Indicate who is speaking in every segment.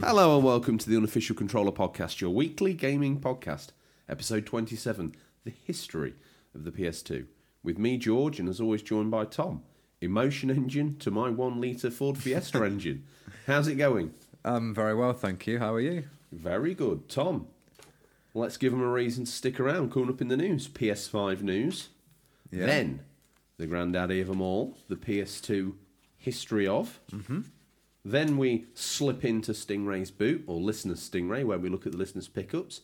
Speaker 1: Hello and welcome to the Unofficial Controller Podcast, your weekly gaming podcast, episode 27, the history of the PS2. With me, George, and as always, joined by Tom. Emotion engine to my one litre Ford Fiesta engine. How's it going?
Speaker 2: Um, very well, thank you. How are you?
Speaker 1: Very good. Tom, let's give them a reason to stick around. Coming up in the news, PS5 news.
Speaker 2: Yeah.
Speaker 1: Then, the granddaddy of them all, the PS2 history of. Mm-hmm. Then we slip into Stingray's boot, or listener's Stingray, where we look at the listener's pickups.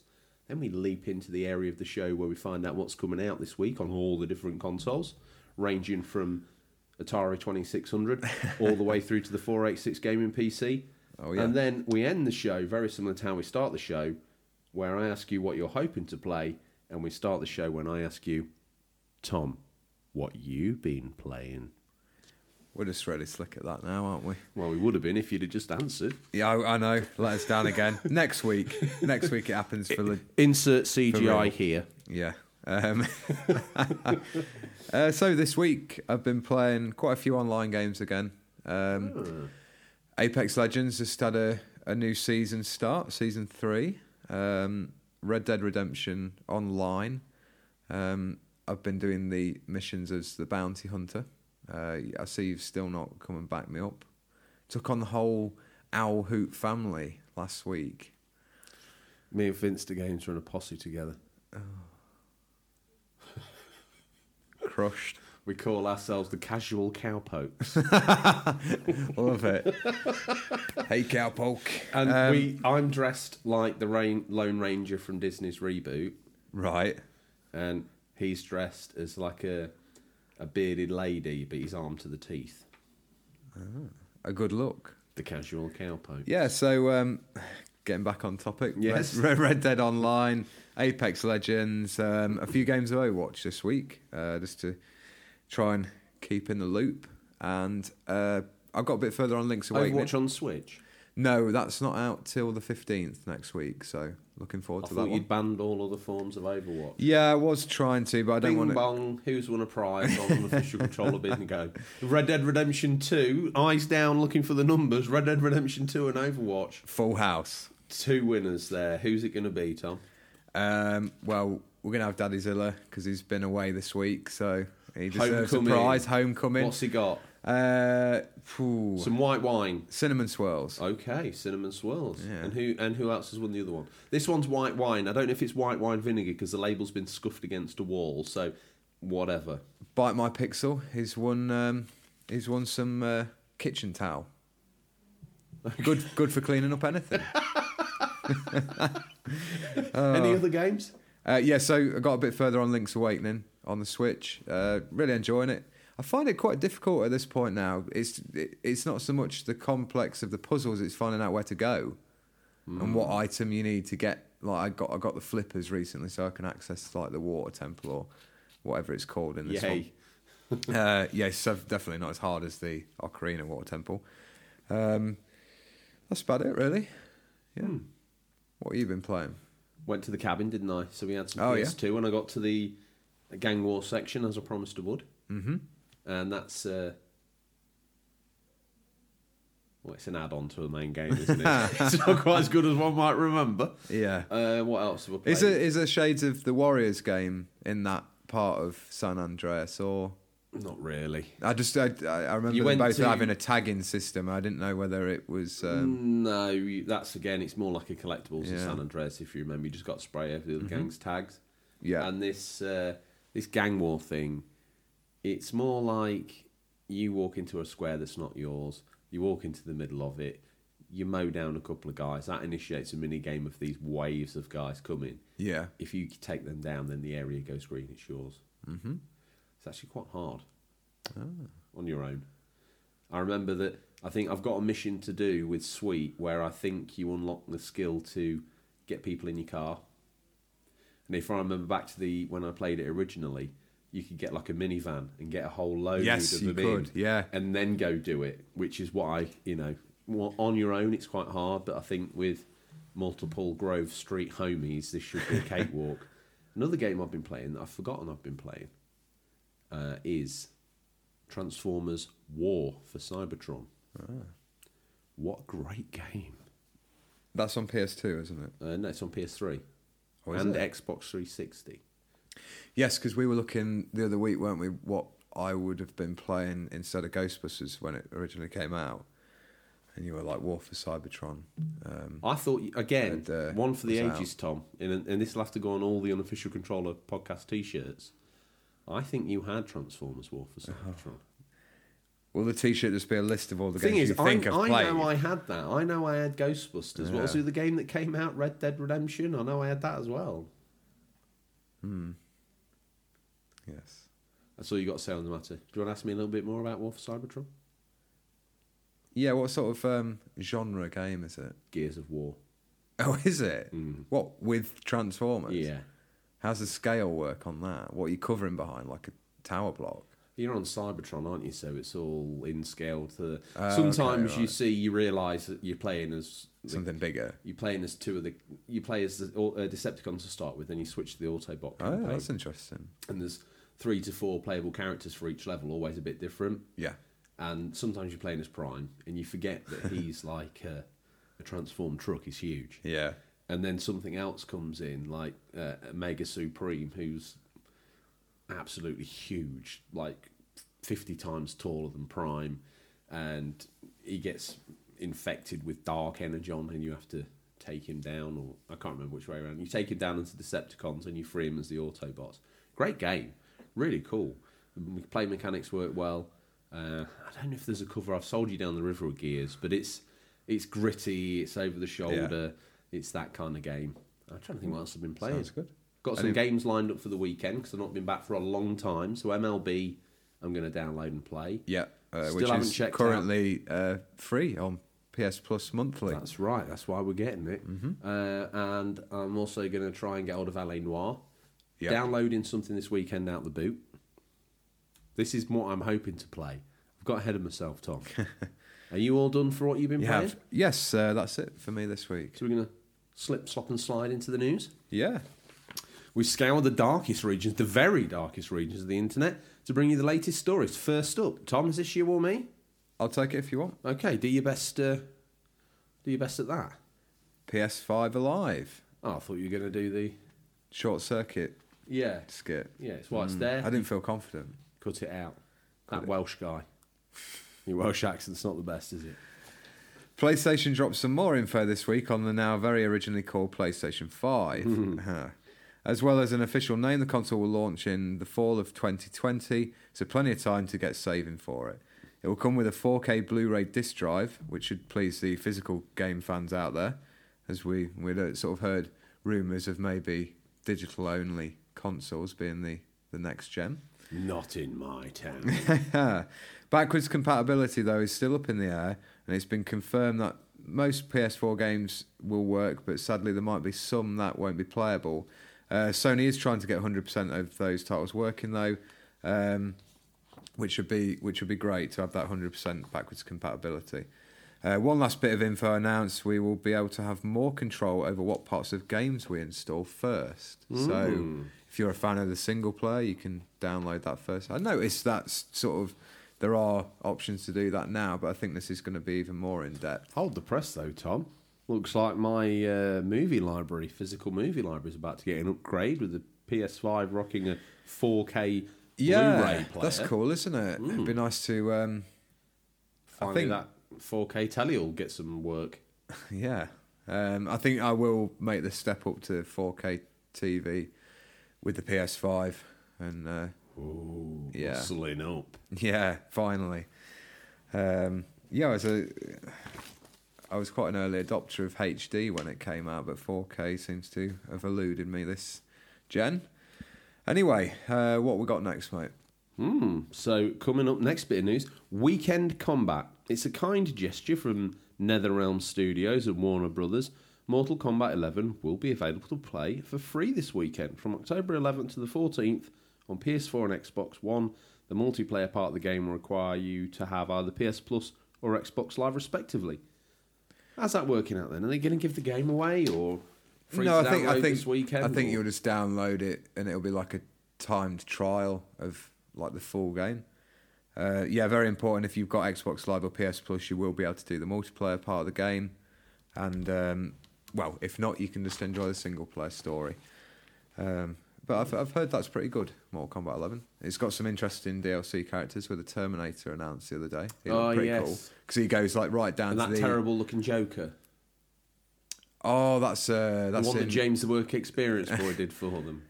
Speaker 1: Then we leap into the area of the show where we find out what's coming out this week on all the different consoles, ranging from Atari 2600 all the way through to the 486 gaming PC.
Speaker 2: Oh, yeah.
Speaker 1: And then we end the show very similar to how we start the show, where I ask you what you're hoping to play, and we start the show when I ask you, Tom, what you been playing?
Speaker 2: We're just really slick at that now, aren't we?
Speaker 1: Well, we would have been if you'd have just answered.
Speaker 2: Yeah, I, I know. Let us down again. next week. Next week it happens for the.
Speaker 1: Insert
Speaker 2: real.
Speaker 1: CGI here.
Speaker 2: Yeah. Um, uh, so this week I've been playing quite a few online games again. Um, Apex Legends just had a, a new season start, season three. Um, Red Dead Redemption online. Um, I've been doing the missions as the bounty hunter. Uh, I see you've still not come and backed me up. Took on the whole Owl Hoot family last week.
Speaker 1: Me and Vince the Games run a posse together.
Speaker 2: Crushed.
Speaker 1: We call ourselves the casual cowpokes.
Speaker 2: Love it. hey, cowpoke.
Speaker 1: And we I'm dressed like the rain, Lone Ranger from Disney's reboot,
Speaker 2: Right.
Speaker 1: and he's dressed as like a a bearded lady, but he's armed to the teeth.
Speaker 2: A good look.
Speaker 1: The casual cowpoke.
Speaker 2: Yeah, so um, getting back on topic.
Speaker 1: Yes.
Speaker 2: Red, Red Dead Online, Apex Legends, um, a few games of Overwatch this week, uh, just to try and keep in the loop. And uh, I got a bit further on Link's Awakening.
Speaker 1: Overwatch on Switch.
Speaker 2: No, that's not out till the 15th next week, so looking forward
Speaker 1: I
Speaker 2: to that
Speaker 1: thought
Speaker 2: one.
Speaker 1: you'd banned all other forms of Overwatch.
Speaker 2: Yeah, I was trying to, but I don't
Speaker 1: Bing
Speaker 2: want to.
Speaker 1: bong, who's won a prize on an official controller bingo? Red Dead Redemption 2, eyes down looking for the numbers. Red Dead Redemption 2 and Overwatch.
Speaker 2: Full house.
Speaker 1: Two winners there. Who's it going to be, Tom?
Speaker 2: Um, well, we're gonna have Daddy Zilla because he's been away this week, so he deserves
Speaker 1: Homecoming.
Speaker 2: a prize. Homecoming.
Speaker 1: What's he got?
Speaker 2: uh, phew.
Speaker 1: Some white wine.
Speaker 2: cinnamon swirls.
Speaker 1: Okay, cinnamon swirls.
Speaker 2: Yeah.
Speaker 1: And who and who else has won the other one? This one's white wine. I don't know if it's white wine vinegar because the label's been scuffed against a wall. So, whatever.
Speaker 2: Bite my pixel. He's won. Um, he's won some uh, kitchen towel. Good, good for cleaning up anything.
Speaker 1: Any other games?
Speaker 2: Uh, yeah, so I got a bit further on Link's Awakening on the Switch. Uh, really enjoying it. I find it quite difficult at this point now. It's it, it's not so much the complex of the puzzles; it's finding out where to go and what item you need to get. Like I got I got the flippers recently, so I can access like the water temple or whatever it's called in this one
Speaker 1: Yay.
Speaker 2: uh, yeah, so definitely not as hard as the Ocarina Water Temple. Um, that's about it, really. Yeah. What have you been playing?
Speaker 1: Went to the cabin, didn't I? So we had some
Speaker 2: Oh, yeah.
Speaker 1: PS2 and I got to the gang war section as I promised I would.
Speaker 2: Mm-hmm.
Speaker 1: And that's. Uh, well, it's an add-on to the main game, isn't it? it's not quite as good as one might remember.
Speaker 2: Yeah.
Speaker 1: Uh, what else have I played?
Speaker 2: Is there, is there shades of the Warriors game in that part of San Andreas? Or
Speaker 1: Not really.
Speaker 2: I just I, I I remember
Speaker 1: You went
Speaker 2: them both
Speaker 1: to- Mm.
Speaker 2: having a tagging system. I didn't know whether it was. Um,
Speaker 1: no, you- that's again. It's more like a collectibles in
Speaker 2: Yeah. Mm-hmm.
Speaker 1: San Andreas, if you remember. You just got to spray over the other gang's tags.
Speaker 2: Yeah.
Speaker 1: And this uh, this gang war thing, it's more like you walk into a square that's not yours. You walk into the middle of it. You mow down a couple of guys. That initiates a mini game of these waves of guys coming.
Speaker 2: yeah.
Speaker 1: If you take them down, then the area goes green. It's yours.
Speaker 2: Mm-hmm.
Speaker 1: It's actually quite hard on your own. I remember that I think I've got a mission to do with Sweet where I think you unlock the skill to get people in your car. And if I remember back to the when I played it originally, you could get like a minivan and get a whole load
Speaker 2: Yes,
Speaker 1: of
Speaker 2: you
Speaker 1: them in
Speaker 2: could, yeah.
Speaker 1: and then go do it, which is what I, you know, well, on your own it's quite hard, but I think with multiple Grove Street homies, this should be a cakewalk. Another game I've been playing that I've forgotten I've been playing uh, is Transformers Ah. War for Cybertron. What a great game!
Speaker 2: That's on PS2, isn't it?
Speaker 1: Uh, no, it's on PS3
Speaker 2: Or is
Speaker 1: and
Speaker 2: it?
Speaker 1: Xbox 360.
Speaker 2: Yes, because we were looking the other week, weren't we? What I would have been playing instead of Ghostbusters when it originally came out, and you were like War for Cybertron. Um,
Speaker 1: I thought again,
Speaker 2: And, uh,
Speaker 1: one for the
Speaker 2: was out.
Speaker 1: ages, Tom, and, and this will have to go on all the unofficial controller podcast T-shirts. I think you had Transformers War for Cybertron.
Speaker 2: will the T-shirt just be a list of all the
Speaker 1: The thing
Speaker 2: games
Speaker 1: is,
Speaker 2: Uh-huh. you think
Speaker 1: I,
Speaker 2: I've
Speaker 1: I
Speaker 2: played?
Speaker 1: know I had that. I know I had Ghostbusters. What was
Speaker 2: Yeah.
Speaker 1: the other game that came out? Red Dead Redemption. I know I had that as well.
Speaker 2: Yes.
Speaker 1: That's all you got to say on the matter. Do you want to ask me a little bit more about War for Cybertron?
Speaker 2: Yeah. What sort of um, genre game is it?
Speaker 1: Gears of War.
Speaker 2: Oh, is it? What with Transformers?
Speaker 1: Hmm. Yeah,
Speaker 2: How's the scale work on that? What are you covering behind, like a tower block?
Speaker 1: you're on Cybertron, aren't you? So it's all in scale to.
Speaker 2: Ah, okay,
Speaker 1: Sometimes you
Speaker 2: right.
Speaker 1: see, you realise that you're playing as the
Speaker 2: Something bigger.
Speaker 1: You playing as two of the you play as the au- uh, Decepticons to start with, then you switch to the Autobot
Speaker 2: Oh,
Speaker 1: campaign,
Speaker 2: that's interesting.
Speaker 1: and there's three to four playable characters for each level, always a bit different.
Speaker 2: Yeah.
Speaker 1: And sometimes you're playing as Prime, and you forget that he's like uh, a transformed truck. He's huge,
Speaker 2: Yeah.
Speaker 1: and then something else comes in, like uh, Mega Supreme, who's absolutely huge, like 50 times taller than Prime, and he gets infected with dark energon, and you have to take him down, or I can't remember which way around. You take him down into Decepticons, and you free him as the Autobots. Great game, really cool. The Play mechanics work well. Uh, I don't know if there's a cover. I've sold you down the river of gears, but it's it's gritty. It's over the shoulder. uh, It's that kind of game. I'm trying to think what else I've been playing.
Speaker 2: Sounds good.
Speaker 1: Got
Speaker 2: I
Speaker 1: some
Speaker 2: didn't-
Speaker 1: games lined up for the weekend because I've not been back for a long time. So MLB, I'm going to download and play.
Speaker 2: Yeah. Uh,
Speaker 1: Still
Speaker 2: which
Speaker 1: haven't
Speaker 2: is
Speaker 1: checked
Speaker 2: currently uh, free on PS Plus monthly.
Speaker 1: That's right. That's why we're getting it.
Speaker 2: Mm-hmm.
Speaker 1: Uh, and I'm also going to try and get hold of Alain Noir.
Speaker 2: Yep.
Speaker 1: Downloading something this weekend out the boot. This is what I'm hoping to play. I've got ahead of myself, Tom. Are you all done for what you've been
Speaker 2: You
Speaker 1: playing?
Speaker 2: have yes, uh, that's it for me this week.
Speaker 1: So we're going to slip, slop, and slide into the news.
Speaker 2: Yeah.
Speaker 1: We scour the darkest regions, the very darkest regions of the internet, to bring you the latest stories. First up, Tom, is this you or me?
Speaker 2: I'll take it if you want.
Speaker 1: Okay, do your best. Uh, do your best at that.
Speaker 2: PS5 Alive.
Speaker 1: Oh, I thought you were going to do the.
Speaker 2: Short circuit
Speaker 1: Yeah,
Speaker 2: skit.
Speaker 1: yeah, it's why it's
Speaker 2: Hmm. I
Speaker 1: there.
Speaker 2: didn't feel confident.
Speaker 1: Cut it out. That Welsh guy. Your Welsh accent's not the best, is it?
Speaker 2: PlayStation dropped some more info this week on the now very originally called PlayStation 5. Huh. as well as an official name, the console will launch in the fall of 2020, so plenty of time to get saving for it. It will come with a 4K Blu ray disc drive, which should please the physical game fans out there, as we, we'd uh, sort of heard rumours of maybe digital only consoles being the, the next gen.
Speaker 1: Not in my town.
Speaker 2: Backwards compatibility, though, is still up in the air, and it's been confirmed that most PS4 games will work, but sadly, there might be some that won't be playable. Uh, Sony is trying to get 100% of those titles working, though, um, which would be which would be great to have that 100% backwards compatibility. Uh, one last bit of info announced: we will be able to have more control over what parts of games we install first.
Speaker 1: Hmm.
Speaker 2: So, if you're a fan of the single player, you can download that first. I noticed that's sort of there are options to do that now, but I think this is going to be even more in depth.
Speaker 1: Hold the press, though, Tom. Looks like my uh, movie library, physical movie library, is about to get an upgrade with the PS5 rocking a 4K Blu-ray player. Hmm.
Speaker 2: that's cool, isn't it? It'd be nice to, um,
Speaker 1: Finally,
Speaker 2: think-
Speaker 1: that 4K telly will get some work.
Speaker 2: yeah. Um, I think I will make the step up to 4K TV with the PS5, and uh,
Speaker 1: Ooh,
Speaker 2: Yeah.
Speaker 1: muscling up.
Speaker 2: Yeah, finally. Um, yeah, I was a, I was quite an early adopter of HD when it came out, but 4K seems to have eluded me this gen. Anyway, uh, what we got next, mate?
Speaker 1: Hmm. So coming up next bit of news: Weekend Combat. It's a kind gesture from NetherRealm Studios and Warner Brothers. Mortal Kombat 11 will be available to play for free this weekend from October 11th to the 14th on PS4 and Xbox One. The multiplayer part of the game will require you to have either PS Plus or Xbox Live, respectively. How's that working out then? Are they going to give the game away or free to download this weekend?
Speaker 2: I think
Speaker 1: or-
Speaker 2: you'll just download it, and it'll be like a timed trial of like the full game. Uh, yeah, very important. If you've got Xbox Live or PS Plus, you will be able to do the multiplayer part of the game, and um, well, if not, you can just enjoy the single player story. Um, but I've, I've heard that's pretty good. Mortal Kombat 11. It's got some interesting DLC characters. With the Terminator announced the other day, he looked
Speaker 1: Oh,
Speaker 2: pretty
Speaker 1: yes.
Speaker 2: cool because he goes like right down
Speaker 1: And
Speaker 2: to
Speaker 1: that
Speaker 2: the
Speaker 1: terrible looking Joker.
Speaker 2: Oh, that's uh,
Speaker 1: The
Speaker 2: that's
Speaker 1: one that
Speaker 2: in-
Speaker 1: James the Work Experience Boy did for them.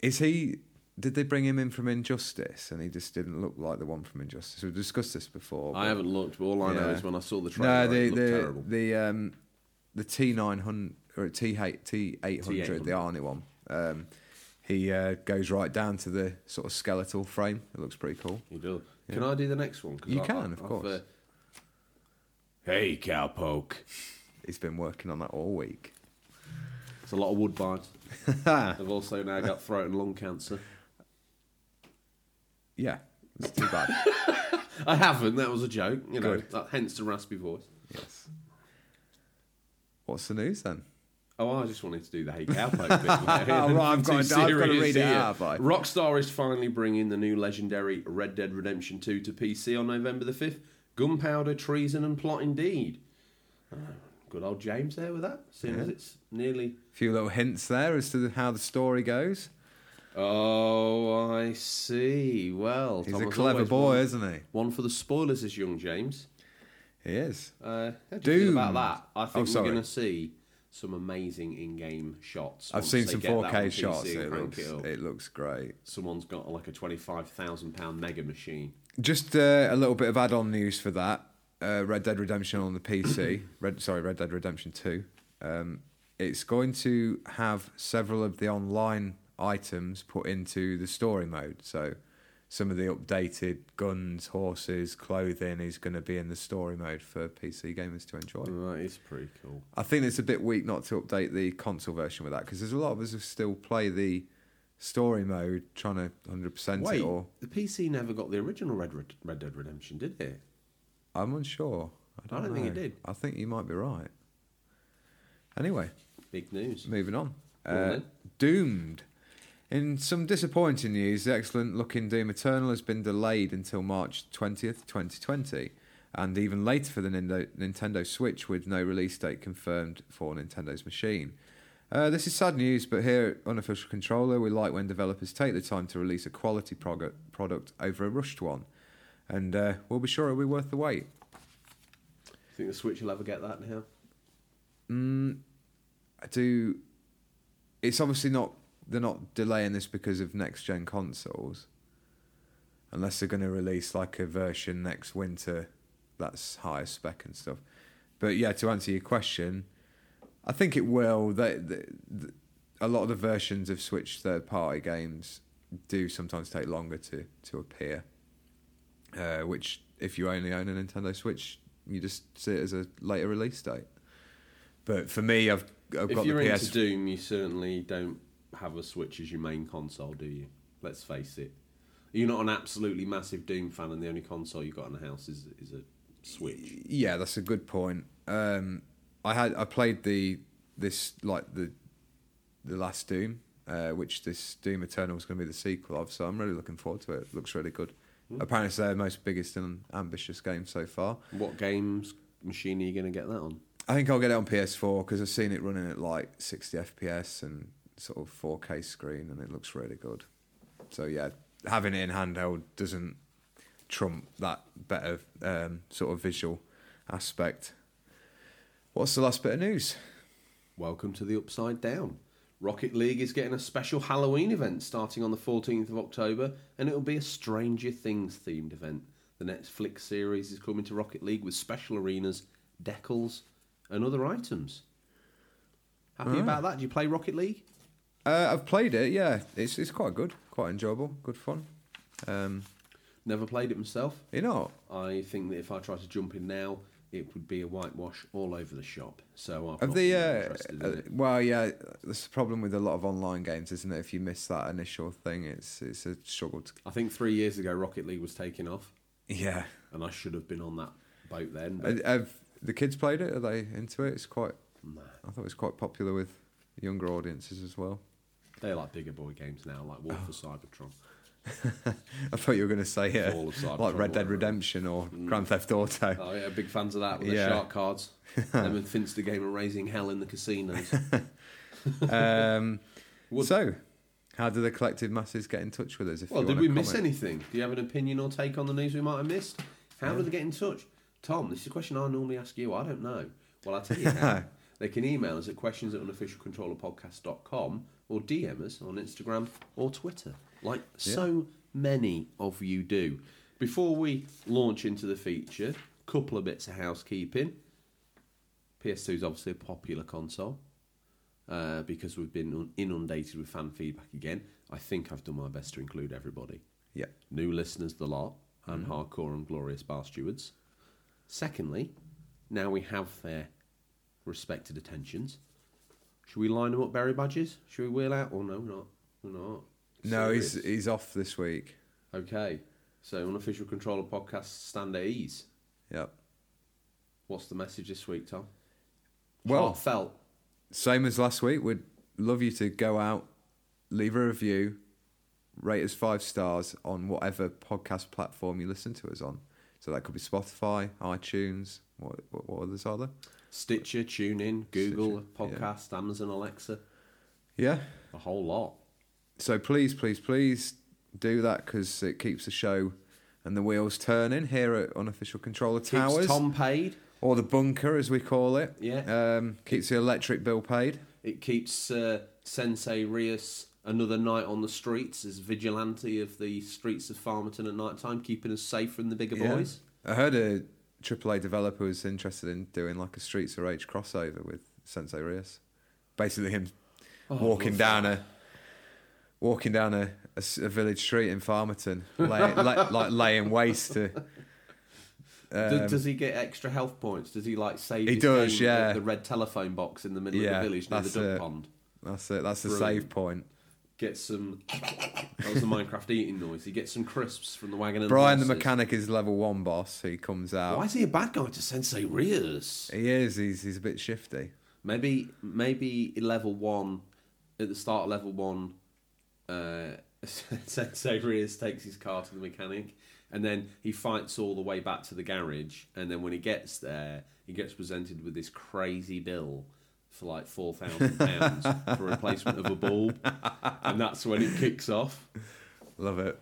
Speaker 2: Is he? Did they bring him in from Injustice, and he just didn't look like the one from Injustice? We've discussed this before.
Speaker 1: I
Speaker 2: but-
Speaker 1: haven't looked, but all I know
Speaker 2: Yeah.
Speaker 1: is when I saw the
Speaker 2: No,
Speaker 1: trailer,
Speaker 2: the
Speaker 1: it looked
Speaker 2: the
Speaker 1: terrible.
Speaker 2: the um the T nine hundred or T T eight hundred, the Arnie one. Um, he uh, goes right down to the sort of skeletal frame. It looks pretty cool.
Speaker 1: You do. Can I do the next one? 'Cause
Speaker 2: You can, of course.
Speaker 1: hey, cowpoke.
Speaker 2: He's been working on that all week.
Speaker 1: It's a lot of wood bite. I've also now got throat and lung cancer.
Speaker 2: Yeah, it's too bad.
Speaker 1: I haven't. That was a joke. You know,
Speaker 2: Good.
Speaker 1: that, hence the raspy voice.
Speaker 2: yes. What's the news then?
Speaker 1: Oh, I just wanted to do the Hey Cowpoke bit. mate.
Speaker 2: Oh, right,
Speaker 1: Too
Speaker 2: I've got- I've got to
Speaker 1: serious
Speaker 2: read it
Speaker 1: here.
Speaker 2: out, bye.
Speaker 1: Rockstar is finally bringing the new legendary Red Dead Redemption 2 to PC on November the 5th. Gunpowder, treason, and plot indeed. Oh, good old James there with that. Seeing as it's nearly.
Speaker 2: A few little hints there as to the, how the story goes.
Speaker 1: Oh, I see. Well,
Speaker 2: He's
Speaker 1: Tom
Speaker 2: a
Speaker 1: was
Speaker 2: clever
Speaker 1: always
Speaker 2: boy,
Speaker 1: One,
Speaker 2: isn't he?
Speaker 1: one for the spoilers, is young James.
Speaker 2: He is.
Speaker 1: Uh, how do you feel about
Speaker 2: Doomed.
Speaker 1: that? I
Speaker 2: Oh,
Speaker 1: think we're
Speaker 2: sorry.
Speaker 1: going to see some amazing in-game shots.
Speaker 2: I've
Speaker 1: once
Speaker 2: seen
Speaker 1: they
Speaker 2: some
Speaker 1: get that
Speaker 2: 4K
Speaker 1: on PC
Speaker 2: shots.
Speaker 1: and
Speaker 2: It
Speaker 1: crank
Speaker 2: looks,
Speaker 1: it up.
Speaker 2: it looks great.
Speaker 1: someone's got like a twenty-five thousand pound mega machine.
Speaker 2: Just uh, a little bit of add-on news for that. Uh, Red Dead Redemption on the PC. Red, sorry, Red Dead Redemption Two. Um, it's going to have several of the online items put into the story mode. So some of the updated guns, horses, clothing is going to be in the story mode for PC gamers to enjoy.
Speaker 1: That is pretty cool.
Speaker 2: I think it's a bit weak not to update the console version with that because there's a lot of us who still play the story mode, trying to 100%
Speaker 1: Wait,
Speaker 2: it. Or
Speaker 1: the PC never got the original Red, Red, Red Dead Redemption, did it?
Speaker 2: I'm unsure. I
Speaker 1: I
Speaker 2: don't,
Speaker 1: don't think it
Speaker 2: know.
Speaker 1: did.
Speaker 2: I think you might be right. Anyway,
Speaker 1: Big news.
Speaker 2: moving on.
Speaker 1: Well
Speaker 2: Uh,
Speaker 1: then.
Speaker 2: Doomed. In some disappointing news, the excellent looking Doom Eternal has been delayed until March 20th, 2020, and even later for the Nindo- Nintendo Switch with no release date confirmed for Nintendo's machine. Uh, this is sad news, but here at Unofficial Controller, we like when developers take the time to release a quality prog- product over a rushed one, and uh, we'll be sure it'll be worth the wait.
Speaker 1: Think the Switch will ever get that now?
Speaker 2: Mm, I do. It's obviously not. They're not delaying this because of next gen consoles, unless they're going to release like a version next winter that's higher spec and stuff. But yeah, to answer your question, I think it will. They, the, the, a lot of the versions of Switch third party games do sometimes take longer to to appear. Uh, which, if you only own a Nintendo Switch, you just see it as a later release date. But for me, I've I've
Speaker 1: if
Speaker 2: got
Speaker 1: you're
Speaker 2: the
Speaker 1: into
Speaker 2: PS
Speaker 1: Doom, you certainly don't have a Switch as your main console, do you? Let's face it. You're not an absolutely massive Doom fan, and the only console you've got in the house is is a Switch.
Speaker 2: Yeah, that's a good point. Um, I had I played the this like the the last Doom, uh, which this Doom Eternal is going to be the sequel of. So I'm really looking forward to it. looks really good. Apparently, it's their most biggest and ambitious game so far.
Speaker 1: What games machine are you going to get that on?
Speaker 2: I think I'll get it on PS4 because I've seen it running at like 60 FPS and sort of 4K screen, and it looks really good. So yeah, having it in handheld doesn't trump that better um, sort of visual aspect. What's the last bit of news?
Speaker 1: Welcome to the Upside Down. Rocket League is getting a special Halloween event starting on the 14th of October, and it'll be a Stranger Things themed event. The Netflix series is coming to Rocket League with special arenas, decals, and other items. Happy
Speaker 2: Alright.
Speaker 1: about that? Do you play Rocket League?
Speaker 2: Uh, I've played it. Yeah, it's it's quite good, quite enjoyable, good fun. Um,
Speaker 1: Never played it myself.
Speaker 2: you know,
Speaker 1: I think that if I try to jump in now, it would be a whitewash all over the shop. So I'm
Speaker 2: Of
Speaker 1: not
Speaker 2: the
Speaker 1: really
Speaker 2: uh,
Speaker 1: interested
Speaker 2: uh,
Speaker 1: in it.
Speaker 2: well, yeah, that's the problem with a lot of online games, isn't it? If you miss that initial thing, it's it's a struggle to.
Speaker 1: I think three years ago Rocket League was taking off,
Speaker 2: Yeah,
Speaker 1: and I should have been on that boat then. But
Speaker 2: Uh, have the kids played it? Are they into it? It's quite.
Speaker 1: nah.
Speaker 2: I thought it was quite popular with younger audiences as well.
Speaker 1: They're like bigger boy games now, like Wolf for Cybertron.
Speaker 2: I thought you were going to say yeah,
Speaker 1: Fall of Cybertron,
Speaker 2: like Red Dead
Speaker 1: whatever.
Speaker 2: Redemption or
Speaker 1: Mm.
Speaker 2: Grand Theft Auto.
Speaker 1: Oh, yeah, big fans of that with the
Speaker 2: Yeah.
Speaker 1: shark cards. Them and Finster game of raising hell in the casinos.
Speaker 2: Um,
Speaker 1: Would-
Speaker 2: so, how do the collective masses get in touch with us? If
Speaker 1: Well,
Speaker 2: you
Speaker 1: did
Speaker 2: wanna
Speaker 1: we miss
Speaker 2: comment?
Speaker 1: anything? Do you have an opinion or take on the news we might have missed? How do they get in touch? Tom, this is a question I normally ask you. I don't know. Well, I'll tell you how. they can email us at questions at unofficialcontrollerpodcast.com or DM us on Instagram or Twitter, like so many of you do. Before we launch into the feature, couple of bits of housekeeping. PS2 is obviously a popular console uh, because we've been inundated with fan feedback again. I think I've done my best to include everybody
Speaker 2: Yeah.
Speaker 1: new listeners, the lot, and
Speaker 2: Mm.
Speaker 1: hardcore and glorious bar stewards. Secondly, now we have their respected attentions. Should we line them up, berry badges? Should we wheel out? Or no, we're not. We're not.
Speaker 2: No, he's
Speaker 1: Serious.
Speaker 2: he's off this week.
Speaker 1: Okay. So, unofficial controller podcast stand at ease.
Speaker 2: Yep.
Speaker 1: What's the message this week, Tom?
Speaker 2: Well-
Speaker 1: Heartfelt.
Speaker 2: Same as last week. We'd love you to go out, leave a review, rate us five stars on whatever podcast platform you listen to us on. So that could be Spotify, iTunes. What what, what others are there?
Speaker 1: Stitcher, TuneIn, Google,
Speaker 2: Stitcher, yeah.
Speaker 1: podcast, Amazon, Alexa,
Speaker 2: Yeah.
Speaker 1: a whole lot.
Speaker 2: So please, please, please do that because it keeps the show and the wheels turning here at Unofficial Controller
Speaker 1: Keeps
Speaker 2: Towers.
Speaker 1: Tom paid.
Speaker 2: or the bunker as we call it.
Speaker 1: Yeah.
Speaker 2: Um, keeps the electric bill paid.
Speaker 1: It keeps uh, Sensei Rios another night on the streets as vigilante of the streets of Farmerton at night time, keeping us safe from the bigger
Speaker 2: Yeah.
Speaker 1: boys.
Speaker 2: I heard a AAA developer was interested in doing like a Streets of Rage crossover with Sensei Rios. Basically, him
Speaker 1: Oh,
Speaker 2: walking
Speaker 1: love
Speaker 2: down a walking down a, a s- a village street in Farmerton, lay, la- like laying waste to.
Speaker 1: Do-
Speaker 2: um,
Speaker 1: does he get extra health points? Does he like save?
Speaker 2: He
Speaker 1: his
Speaker 2: does,
Speaker 1: game at
Speaker 2: yeah.
Speaker 1: The red telephone box in the middle of
Speaker 2: Yeah,
Speaker 1: the village near the
Speaker 2: that's
Speaker 1: duck
Speaker 2: it.
Speaker 1: pond.
Speaker 2: that's it. That's the
Speaker 1: Brilliant.
Speaker 2: save point.
Speaker 1: Get some. that was the Minecraft eating noise. He gets some crisps from the wagon. And
Speaker 2: Brian the
Speaker 1: horses.
Speaker 2: mechanic is level one boss. He comes out.
Speaker 1: Why is he a bad guy to Sensei Rios?
Speaker 2: He is. He's he's a bit shifty.
Speaker 1: Maybe maybe level one at the start of level one, uh, Sensei Rios takes his car to the mechanic, and then he fights all the way back to the garage, and then when he gets there, he gets presented with this crazy bill for like four thousand pounds for replacement of a bulb, and that's when it kicks off.
Speaker 2: Love it.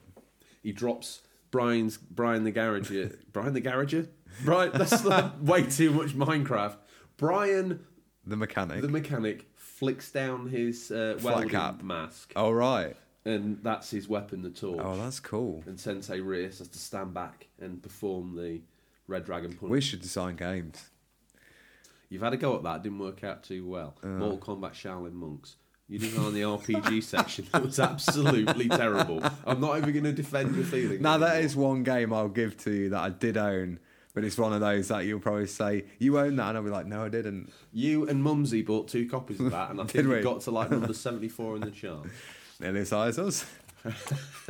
Speaker 1: He drops. Brian's Brian the Garager. Brian the Garager. Brian. That's like way too much Minecraft. Brian
Speaker 2: The mechanic.
Speaker 1: the mechanic flicks down his uh,
Speaker 2: Flat
Speaker 1: welding
Speaker 2: cap.
Speaker 1: mask,
Speaker 2: All right.
Speaker 1: and that's his weapon, the torch.
Speaker 2: Oh, that's cool.
Speaker 1: And Sensei Rios has to stand back and perform the Red Dragon punch.
Speaker 2: We should design games.
Speaker 1: You've had a go at that; didn't work out too well.
Speaker 2: Uh.
Speaker 1: Mortal Kombat Shaolin monks. You did on the RPG section. That was absolutely terrible. I'm not even going to defend your feelings.
Speaker 2: Now that
Speaker 1: anymore.
Speaker 2: is one game I'll give to you that I did own, but it's one of those that you'll probably say you own that, and I'll be like, no, I didn't.
Speaker 1: you and Mumsy bought two copies of that, and I
Speaker 2: Did
Speaker 1: think we
Speaker 2: we?
Speaker 1: got to like number 74 in the chart.
Speaker 2: Nearly size us.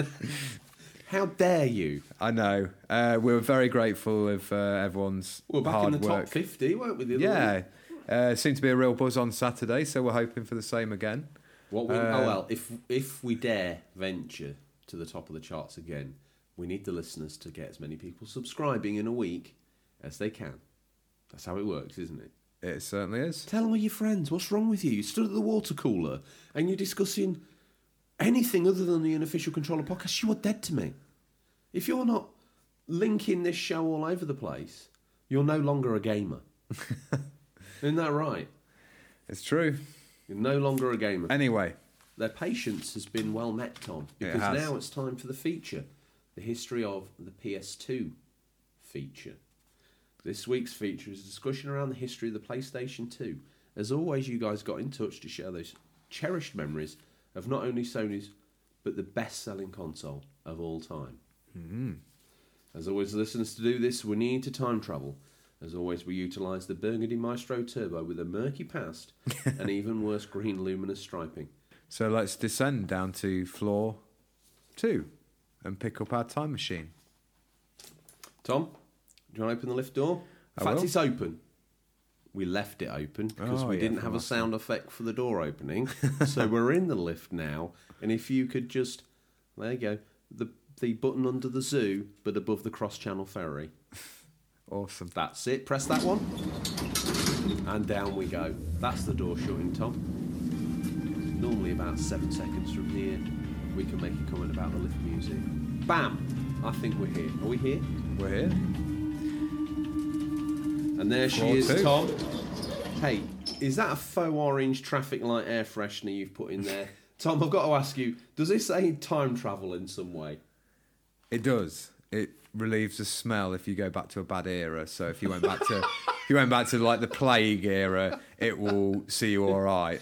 Speaker 1: How dare you?
Speaker 2: I know. Uh, we were very grateful of uh, everyone's
Speaker 1: We're back
Speaker 2: hard
Speaker 1: in the
Speaker 2: work.
Speaker 1: top 50, weren't we? The other week?
Speaker 2: yeah, uh, seemed to be a real buzz on Saturday, so we're hoping for the same again.
Speaker 1: What we,
Speaker 2: Uh,
Speaker 1: oh well, if if we dare venture to the top of the charts again, we need the listeners to get as many people subscribing in a week as they can. That's how it works, isn't it?
Speaker 2: It certainly is.
Speaker 1: Tell them all your friends. What's wrong with you? You stood at the water cooler and you're discussing anything other than the unofficial controller podcast. You are dead to me. If you're not linking this show all over the place, you're no longer a gamer. Isn't that right?
Speaker 2: It's true.
Speaker 1: You're no longer a gamer.
Speaker 2: Anyway,
Speaker 1: Their patience has been well met, Tom,
Speaker 2: It
Speaker 1: because
Speaker 2: has.
Speaker 1: now it's time for the feature the history of the PS2 feature. This week's feature is a discussion around the history of the PlayStation 2. As always, you guys got in touch to share those cherished memories of not only Sony's, but the best selling console of all time.
Speaker 2: Hmm.
Speaker 1: As always, listeners, to do this, we need to time travel. As always, we utilise the Burgundy Maestro Turbo with a murky past and even worse, green luminous striping.
Speaker 2: so let's descend down to floor two and pick up our time machine.
Speaker 1: Tom, do you want to open the lift door? In
Speaker 2: I
Speaker 1: fact,
Speaker 2: will.
Speaker 1: it's open. We left it open because
Speaker 2: Oh,
Speaker 1: we
Speaker 2: yeah,
Speaker 1: didn't
Speaker 2: from
Speaker 1: have a
Speaker 2: last
Speaker 1: sound effect for the door opening. so we're in the lift now. And if you could just, there you go, the the button under the zoo, but above the cross channel ferry.
Speaker 2: Awesome.
Speaker 1: That's it. Press that one, and down we go. That's the door shutting, Tom. Normally about seven seconds from here, we can make a comment about the lift music. Bam! I think we're here. Are we here?
Speaker 2: We're here.
Speaker 1: And there she
Speaker 2: Floor
Speaker 1: is,
Speaker 2: two.
Speaker 1: Tom. Hey, is that a faux orange traffic light air freshener you've put in there? Tom, I've got to ask you, does this aid time travel in some way?
Speaker 2: It does. It relieves the smell if you go back to a bad era. So if you went back to if you went back to like the plague era, it will see you all right.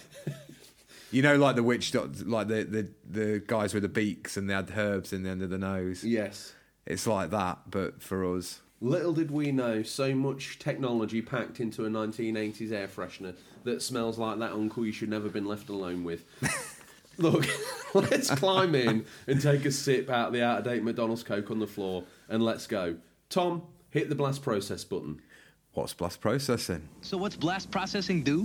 Speaker 2: You know, like the witch, doc- like the, the, the guys with the beaks and they had herbs in the end of the nose.
Speaker 1: Yes.
Speaker 2: It's like that, but for us.
Speaker 1: Little did we know, so much technology packed into a 1980s air freshener that smells like that uncle you should never have been left alone with. Look, let's climb in and take a sip out of the out of date McDonald's Coke on the floor and let's go. Tom, hit the blast process button.
Speaker 2: What's blast processing?
Speaker 3: So what's blast processing do?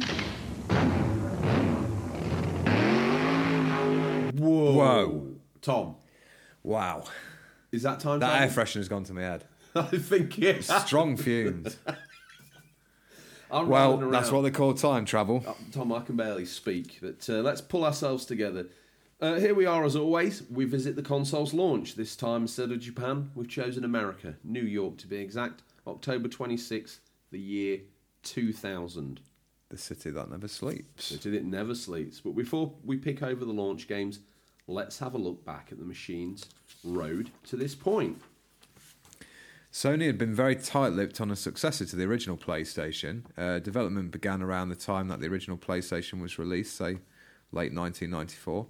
Speaker 1: Whoa.
Speaker 2: Whoa.
Speaker 1: Tom,
Speaker 2: Wow.
Speaker 1: is that time
Speaker 2: That air
Speaker 1: travel?
Speaker 2: freshener's gone to my head.
Speaker 1: I think yes.
Speaker 2: Strong fumes.
Speaker 1: I'm
Speaker 2: Well,
Speaker 1: rolling
Speaker 2: that's
Speaker 1: around.
Speaker 2: what they call time travel.
Speaker 1: Tom, I can barely speak, but uh, let's pull ourselves together. Uh, here we are, as always. We visit the console's launch. This time, instead of Japan, we've chosen America, New York to be exact, October 26th, the year 2000.
Speaker 2: The city that never sleeps.
Speaker 1: City that never sleeps. But before we pick over the launch games, let's have a look back at the machine's road to this point.
Speaker 2: Sony had been very tight lipped on a successor to the original PlayStation. Uh, development began around the time that the original PlayStation was released, say late 1994.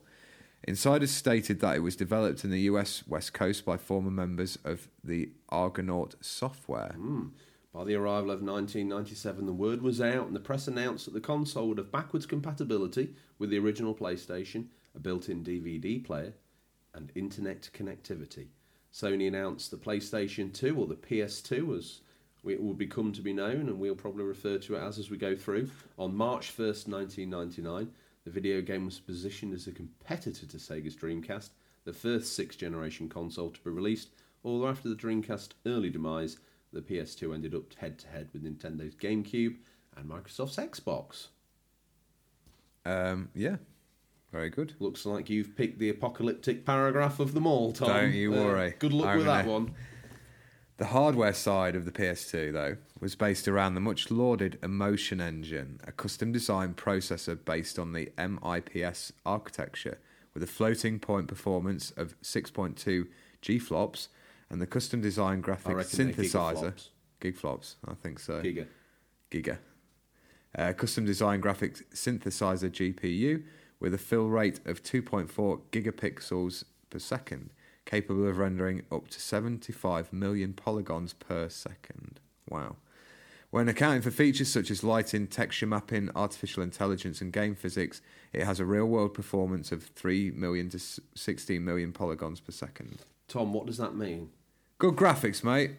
Speaker 2: Insiders stated that it was developed in the US West Coast by former members of the Argonaut software.
Speaker 1: By the arrival of 1997, the word was out, and the press announced that the console would have backwards compatibility with the original PlayStation, a built in DVD player, and internet connectivity. Sony announced the PlayStation 2, or the PS2 as it will become to be known, and we'll probably refer to it as as we go through. On March 1st, 1999, the video game was positioned as a competitor to Sega's Dreamcast, the first sixth generation console to be released, although after the Dreamcast's early demise, the PS2 ended up head to head with Nintendo's GameCube and Microsoft's Xbox.
Speaker 2: Um, yeah, very good.
Speaker 1: Looks like you've picked the apocalyptic paragraph of them all, Tom. Uh,
Speaker 2: Don't you worry.
Speaker 1: good luck
Speaker 2: I'm
Speaker 1: with that
Speaker 2: gonna-
Speaker 1: one.
Speaker 2: The hardware side of the PS2, though, was based around the much lauded Emotion Engine, a custom designed processor based on the MIPS architecture, with a floating point performance of 6.2 GFLOPS and the custom designed
Speaker 1: I
Speaker 2: graphics
Speaker 1: reckon they're
Speaker 2: synthesizer.
Speaker 1: gigaflops.
Speaker 2: Gigflops, I think so.
Speaker 1: Giga.
Speaker 2: Giga. Uh, custom designed graphics synthesizer GPU with a fill rate of 2.4 gigapixels per second, capable of rendering up to 75 million polygons per second. Wow. When accounting for features such as lighting, texture mapping, artificial intelligence, and game physics, it has a real world performance of 3 million to s- 16 million polygons per second.
Speaker 1: Tom, what does that mean?
Speaker 2: Good graphics, mate.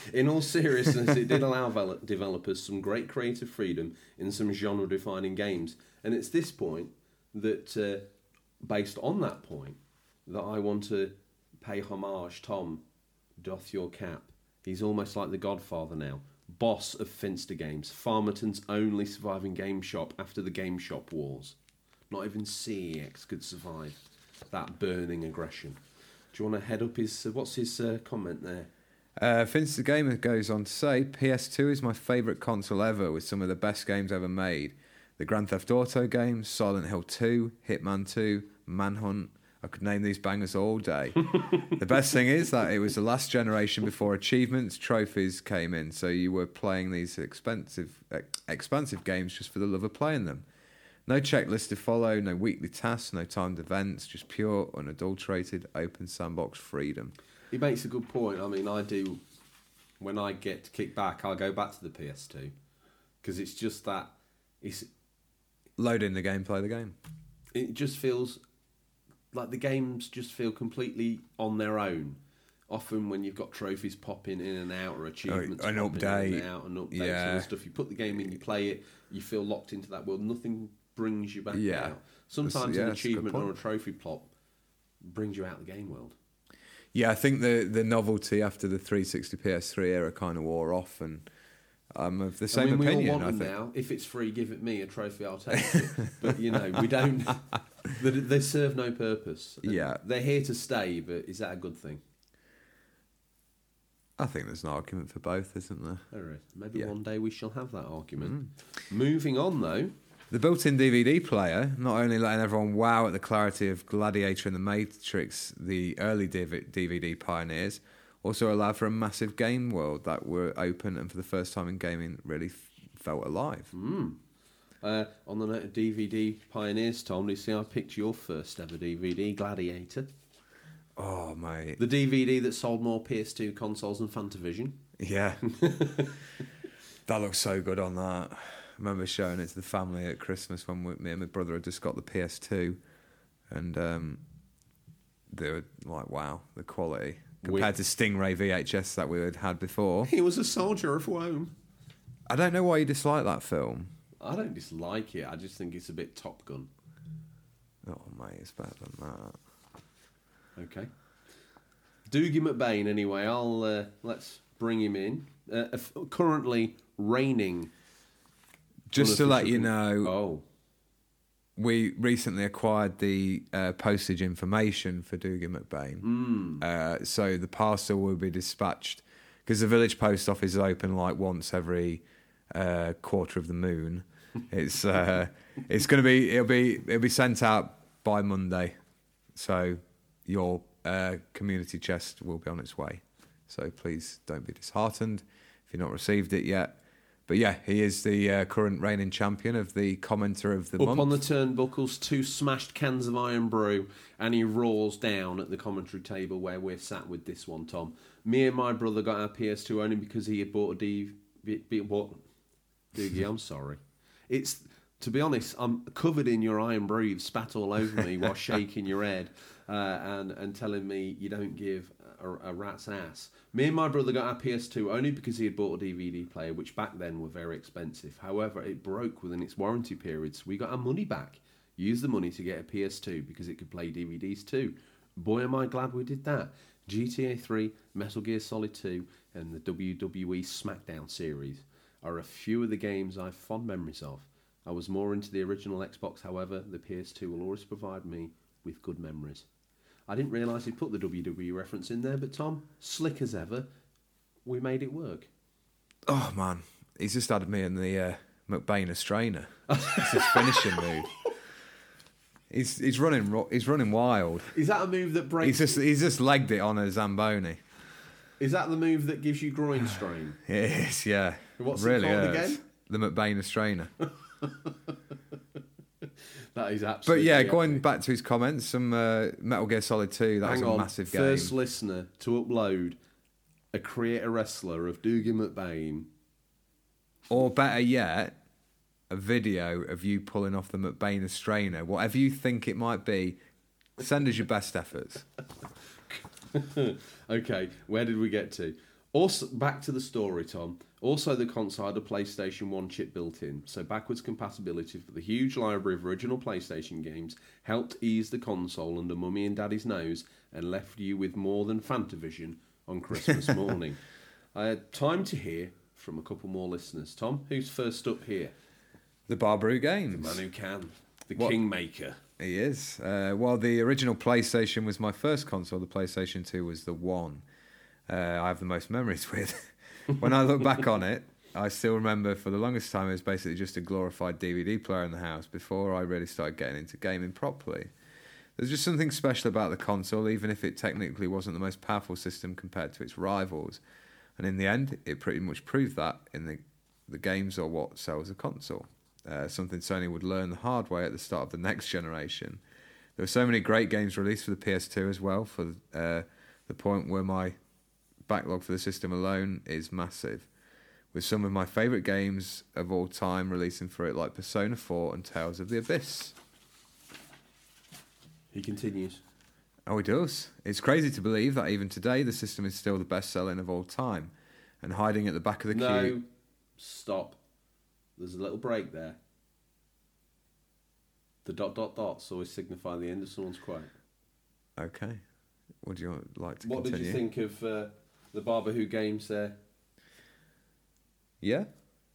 Speaker 1: In all seriousness, it did allow vel- developers some great creative freedom in some genre defining games. And it's this point that, uh, based on that point, that I want to pay homage. Tom, doth your cap. He's almost like the godfather now. Boss of Finster Games, Farmerton's only surviving game shop after the game shop wars. Not even CEX could survive that burning aggression. Do you want to head up his. Uh, what's his uh, comment there?
Speaker 2: Uh, Finster Gamer goes on to say, PS2 is my favourite console ever with some of the best games ever made. The Grand Theft Auto games, Silent Hill 2, Hitman 2, Manhunt. I could name these bangers all day. the best thing is that it was the last generation before achievements, trophies came in, so you were playing these expensive, ex- expansive games just for the love of playing them. No checklist to follow, no weekly tasks, no timed events, just pure, unadulterated, open sandbox freedom.
Speaker 1: He makes a good point. I mean, I do. When I get kicked back, I'll go back to the PS2 because it's just that it's
Speaker 2: Load in the game, play the game.
Speaker 1: it just feels like the games just feel completely on their own. Often, when you've got trophies popping in and out or achievements
Speaker 2: Oh, an
Speaker 1: popping in
Speaker 2: update.
Speaker 1: and out and updates
Speaker 2: Yeah.
Speaker 1: and stuff, you put the game in, you play it, you feel locked into that world. Nothing brings you back
Speaker 2: Yeah.
Speaker 1: out. Sometimes
Speaker 2: yeah,
Speaker 1: an
Speaker 2: that's a good
Speaker 1: achievement or a
Speaker 2: point.
Speaker 1: trophy plot brings you out of the game world.
Speaker 2: Yeah, I think the the novelty after the 360 PS3 era kind of wore off, and I'm of the same
Speaker 1: I mean,
Speaker 2: opinion.
Speaker 1: we all want
Speaker 2: I
Speaker 1: them
Speaker 2: think.
Speaker 1: now. If it's free, give it me a trophy. I'll take it. but you know, we don't. They, they serve no purpose. And
Speaker 2: Yeah.
Speaker 1: they're here to stay. But is that a good thing?
Speaker 2: I think there's an argument for both, isn't there?
Speaker 1: There is. Maybe
Speaker 2: Yeah. Mm.
Speaker 1: one day we shall have that argument. Moving on, though.
Speaker 2: The built-in DVD player not only letting everyone wow at the clarity of Gladiator and The Matrix, the early DV- DVD pioneers, also allowed for a massive game world that were open and for the first time in gaming really f- felt alive.
Speaker 1: Mm-hmm. Uh, on the note of DVD pioneers, Tom, do you see I picked your first ever DVD, Gladiator?
Speaker 2: Oh mate,
Speaker 1: The DVD that sold more PS2 consoles than Fantavision.
Speaker 2: yeah, that looks so good on that. I remember showing it to the family at Christmas when we, me and my brother had just got the PS2, and um, they were like, "Wow, the quality." Compared to Stingray VHS that we had had before,
Speaker 1: He was a soldier of Rome.
Speaker 2: I don't know why you dislike that film.
Speaker 1: I don't dislike it. I just think it's a bit Top Gun.
Speaker 2: Oh mate, it's better than that.
Speaker 1: Okay. Doogie McBain, anyway. I'll uh, let's bring him in. Uh, f- currently reigning.
Speaker 2: Just to let you
Speaker 1: unofficial-
Speaker 2: know,
Speaker 1: Oh,
Speaker 2: we recently acquired the uh, postage information for Dugan McBain. Uh, so the parcel will be dispatched because the village post office is open like once every uh, quarter of the moon. It's uh, it's going to be it'll be it'll be sent out by Monday. So your uh, community chest will be on its way. So please don't be disheartened if you've not received it yet. But yeah, he is the uh, current reigning champion of the commenter of the
Speaker 1: up
Speaker 2: month.
Speaker 1: on the turnbuckles, two smashed cans of Iron Brew, and he roars down at the commentary table where we're sat with this one. Tom, me and my brother got our PS2 only because he had bought a DV. B- B- what? Doogie, I'm sorry. It's to be honest, I'm covered in your iron brew. You've spat all over me while shaking your head uh, and and telling me you don't give a, a rat's ass. Me and my brother got our PS2 only because he had bought a DVD player, which back then were very expensive. However, it broke within its warranty periods. we got our money back. Used the money to get a PS2 because it could play DVDs too. Boy, am I glad we did that. GTA 3, Metal Gear Solid 2, and the WWE SmackDown series are a few of the games I've fond memories of. I was more into the original Xbox, however, the PS2 will always provide me with good memories. I didn't realise he'd put the WWE reference in there, but Tom, slick as ever, we made it work.
Speaker 2: Oh man, he's just added me in the uh, McBain strainer. It's his finishing move. He's he's running ro- he's running wild.
Speaker 1: Is that a move that breaks?
Speaker 2: He's just he's just legged it on a zamboni.
Speaker 1: Is that the move that gives you groin strain?
Speaker 2: Yes, yeah.
Speaker 1: What's it
Speaker 2: really
Speaker 1: called
Speaker 2: hurts.
Speaker 1: again?
Speaker 2: The McBain strainer.
Speaker 1: That is
Speaker 2: But
Speaker 1: absolutely.
Speaker 2: yeah,
Speaker 1: epic.
Speaker 2: going back to his comments, some uh, Metal Gear Solid Two. That was
Speaker 1: Hang
Speaker 2: a
Speaker 1: on,
Speaker 2: massive game.
Speaker 1: first listener to upload a creator wrestler of Doogie McBain.
Speaker 2: Or better yet, a video of you pulling off the McBain strainer, whatever you think it might be. Send us your best efforts.
Speaker 1: okay, where did we get to? Also, back to the story, Tom. Also, the console had a PlayStation 1 chip built in, so backwards compatibility for the huge library of original PlayStation games helped ease the console under Mummy and Daddy's nose and left you with more than Fantavision on Christmas morning. Uh, time to hear from a couple more listeners. Tom, who's first up here?
Speaker 2: The Barbaru Games.
Speaker 1: Man who can. The
Speaker 2: What-
Speaker 1: Kingmaker.
Speaker 2: He is. Uh, while the original PlayStation was my first console, the PlayStation 2 was the one uh, I have the most memories with. when I look back on it, I still remember for the longest time it was basically just a glorified DVD player in the house before I really started getting into gaming properly. There's just something special about the console, even if it technically wasn't the most powerful system compared to its rivals. And in the end, it pretty much proved that in the, the games or what sells a console. Uh, something Sony would learn the hard way at the start of the next generation. There were so many great games released for the PS2 as well, for uh, the point where my backlog for the system alone is massive. With some of my favourite games of all time releasing for it, like Persona 4 and Tales of the Abyss.
Speaker 1: He continues.
Speaker 2: Oh, it does. It's crazy to believe that even today the system is still the best selling of all time. And hiding at the back of the
Speaker 1: No,
Speaker 2: queue.
Speaker 1: stop. There's a little break there. The dot dot dots always signify the end of someone's quote.
Speaker 2: Okay. Would you like to
Speaker 1: What
Speaker 2: continue?
Speaker 1: did you think of uh, the Barber Who games there?
Speaker 2: Yeah,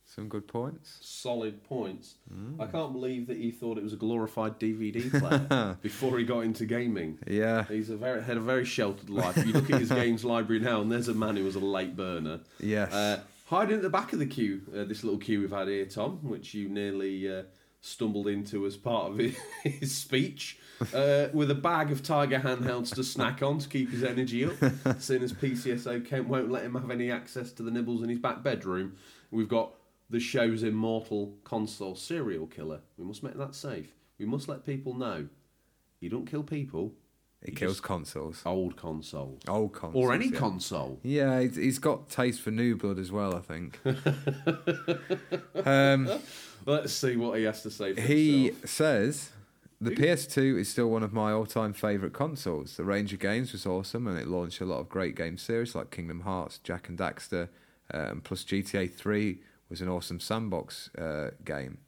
Speaker 2: some good points.
Speaker 1: Solid points.
Speaker 2: Mm.
Speaker 1: I can't believe that he thought it was a glorified DVD player before he got into gaming.
Speaker 2: Yeah,
Speaker 1: He's a very, had a very sheltered life. You look at his games library now, and there's a man who was a late burner.
Speaker 2: yes.
Speaker 1: Uh, hiding at the back of the queue, uh, this little queue we've had here, Tom, which you nearly uh, stumbled into as part of his, his speech, uh, with a bag of Tiger handhelds to snack on to keep his energy up, seeing as PCSO Kent won't let him have any access to the nibbles in his back bedroom. We've got the show's immortal console serial killer. We must make that safe. We must let people know you don't kill people,
Speaker 2: it kills consoles.
Speaker 1: old consoles.
Speaker 2: Old consoles.
Speaker 1: Oh. Or any
Speaker 2: yeah.
Speaker 1: console.
Speaker 2: Yeah, he's- he's got taste for new blood as well. I think. um,
Speaker 1: Let's see what he has to say. For
Speaker 2: He
Speaker 1: himself.
Speaker 2: says the PS2 is still one of my all-time favorite consoles. The range of games was awesome, and it launched a lot of great game series like Kingdom Hearts, Jack and Daxter, uh, and plus GTA 3 was an awesome sandbox uh, game.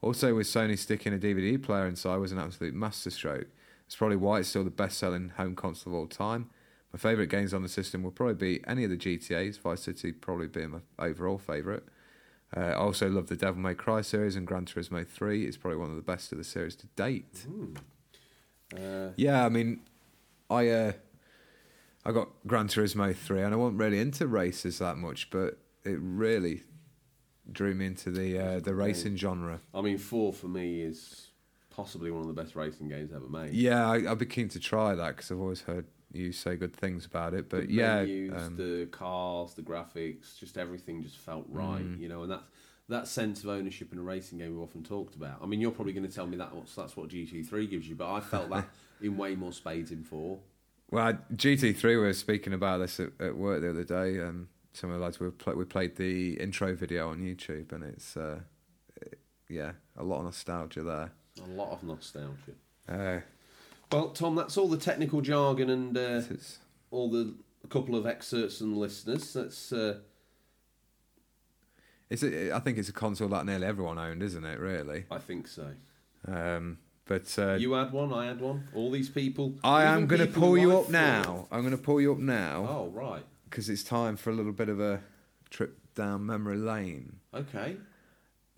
Speaker 2: Also, with Sony sticking a DVD player inside was an absolute masterstroke. It's probably why it's still the best-selling home console of all time. My favorite games on the system will probably be any of the GTA's, Vice City probably being my overall favorite. Uh, I also love the Devil May Cry series and Gran Turismo 3 is probably one of the best of the series to date.
Speaker 1: Uh,
Speaker 2: Yeah, I mean, I uh, I got Gran Turismo 3 and I wasn't really into races that much, but it really drew me into the uh, the racing genre.
Speaker 1: I mean, four for me is possibly one of the best racing games ever made.
Speaker 2: Yeah, I, I'd be keen to try that because I've always heard you say good things about it, but
Speaker 1: the
Speaker 2: yeah,
Speaker 1: menus,
Speaker 2: um,
Speaker 1: the cars, the graphics, just everything just felt right, you know. And that's that sense of ownership in a racing game we've often talked about. I mean, you're probably going to tell me that what's, that's what GT three gives you, but I felt that in way more spades in four.
Speaker 2: Well, I- GT3, we were speaking about this at, at work the other day. Um, some of the lads, we, were pl- we played the intro video on YouTube, and it's, uh, it- yeah, a lot of nostalgia there.
Speaker 1: A lot of nostalgia.
Speaker 2: Uh,
Speaker 1: Well, Tom, that's all the technical jargon and uh,
Speaker 2: it's-
Speaker 1: all the a couple of excerpts and listeners. That's uh,
Speaker 2: it's a, I think it's a console that nearly everyone owned, isn't it, really?
Speaker 1: I think so.
Speaker 2: Um, but uh,
Speaker 1: You had one, I had one. All these people.
Speaker 2: I
Speaker 1: even
Speaker 2: am going to
Speaker 1: people
Speaker 2: pull
Speaker 1: who
Speaker 2: you
Speaker 1: I
Speaker 2: up
Speaker 1: thought-
Speaker 2: now. I'm going to pull you up now
Speaker 1: Oh right.
Speaker 2: because it's time for a little bit of a trip down memory lane.
Speaker 1: Okay.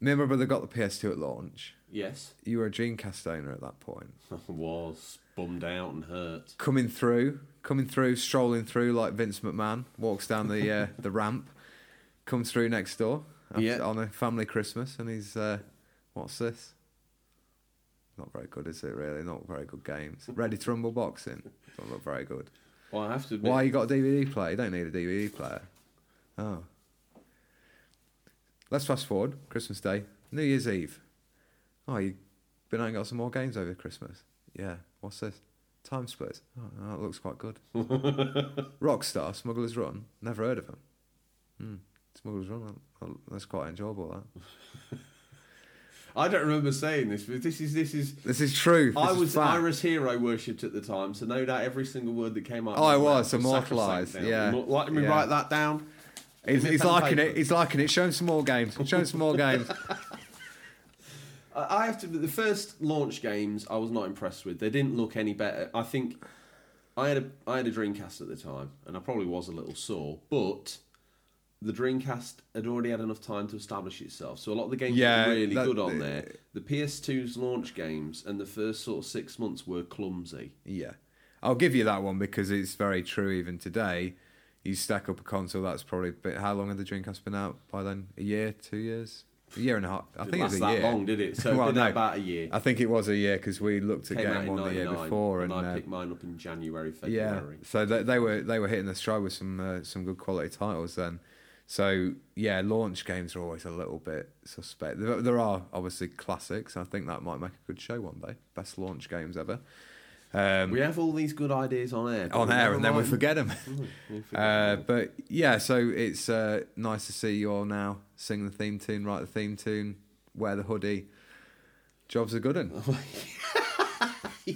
Speaker 2: Me and my brother got the PS2 at launch.
Speaker 1: Yes.
Speaker 2: You were a Dreamcast owner at that point.
Speaker 1: was bummed out and hurt.
Speaker 2: coming through, coming through, strolling through like Vince McMahon walks down the uh, the ramp, comes through next door after-
Speaker 1: Yeah.
Speaker 2: on a family Christmas, and he's uh, what's this? Not very good, is it? Really, not very good games. Ready to rumble boxing, not look very good.
Speaker 1: Well, I have to admit.
Speaker 2: Why you got a DVD player? You don't need a DVD player. Oh. Let's fast forward. Christmas Day, New Year's Eve. Oh, you been out and got some more games over Christmas? Yeah. What's this? Time Splitters. Oh, oh, it looks quite good. Rockstar, Smuggler's Run. Never heard of them. Hmm. Smuggler's Run. that- That's quite enjoyable. That.
Speaker 1: I don't remember saying this, but this is this is.
Speaker 2: This is true.
Speaker 1: I
Speaker 2: This is
Speaker 1: was
Speaker 2: fact.
Speaker 1: Irish hero worshipped at the time, so no doubt every single word that came out. of
Speaker 2: Oh,
Speaker 1: my
Speaker 2: I
Speaker 1: mouth
Speaker 2: was,
Speaker 1: sacrosanct
Speaker 2: immortalised,
Speaker 1: now.
Speaker 2: yeah.
Speaker 1: Look, Let me
Speaker 2: Yeah.
Speaker 1: write that down.
Speaker 2: He's,
Speaker 1: Give me a
Speaker 2: he's
Speaker 1: pen and
Speaker 2: liking it.
Speaker 1: paper.
Speaker 2: He's liking it. Show him some more games. Show him some more games.
Speaker 1: I I have to. The first launch games, I was not impressed with. They didn't look any better. I think I had a I had a Dreamcast at the time, and I probably was a little sore, but the Dreamcast had already had enough time to establish itself. So a lot of the games
Speaker 2: Yeah,
Speaker 1: were really
Speaker 2: that-
Speaker 1: good on there. The PS2's launch games and the first sort of six months were clumsy.
Speaker 2: Yeah. I'll give you that one because it's very true even today. You stack up a console that's probably been, how long had the Dreamcast been out by then? A year, two years, a year and a half. I
Speaker 1: Didn't
Speaker 2: think it was
Speaker 1: last
Speaker 2: a
Speaker 1: that
Speaker 2: year.
Speaker 1: long, did it? So it been out about a year.
Speaker 2: I think it was a year because we looked at
Speaker 1: Came out
Speaker 2: game
Speaker 1: in
Speaker 2: one the year
Speaker 1: 99,
Speaker 2: before
Speaker 1: and,
Speaker 2: and,
Speaker 1: I
Speaker 2: uh,
Speaker 1: picked mine up in January,
Speaker 2: yeah.
Speaker 1: February.
Speaker 2: So they, they were they were hitting the stride with some uh, some good quality titles then. So yeah, launch games are always a little bit suspect. There, there are obviously classics. I think that might make a good show one day. Best launch games ever. Um,
Speaker 1: We have all these good ideas on air. but
Speaker 2: on
Speaker 1: we
Speaker 2: air
Speaker 1: never
Speaker 2: and then we
Speaker 1: mind.
Speaker 2: forget them.
Speaker 1: We forget
Speaker 2: Uh,
Speaker 1: them.
Speaker 2: but yeah, so it's uh, nice to see you all now sing the theme tune, write the theme tune, wear the hoodie. Jobs are good un.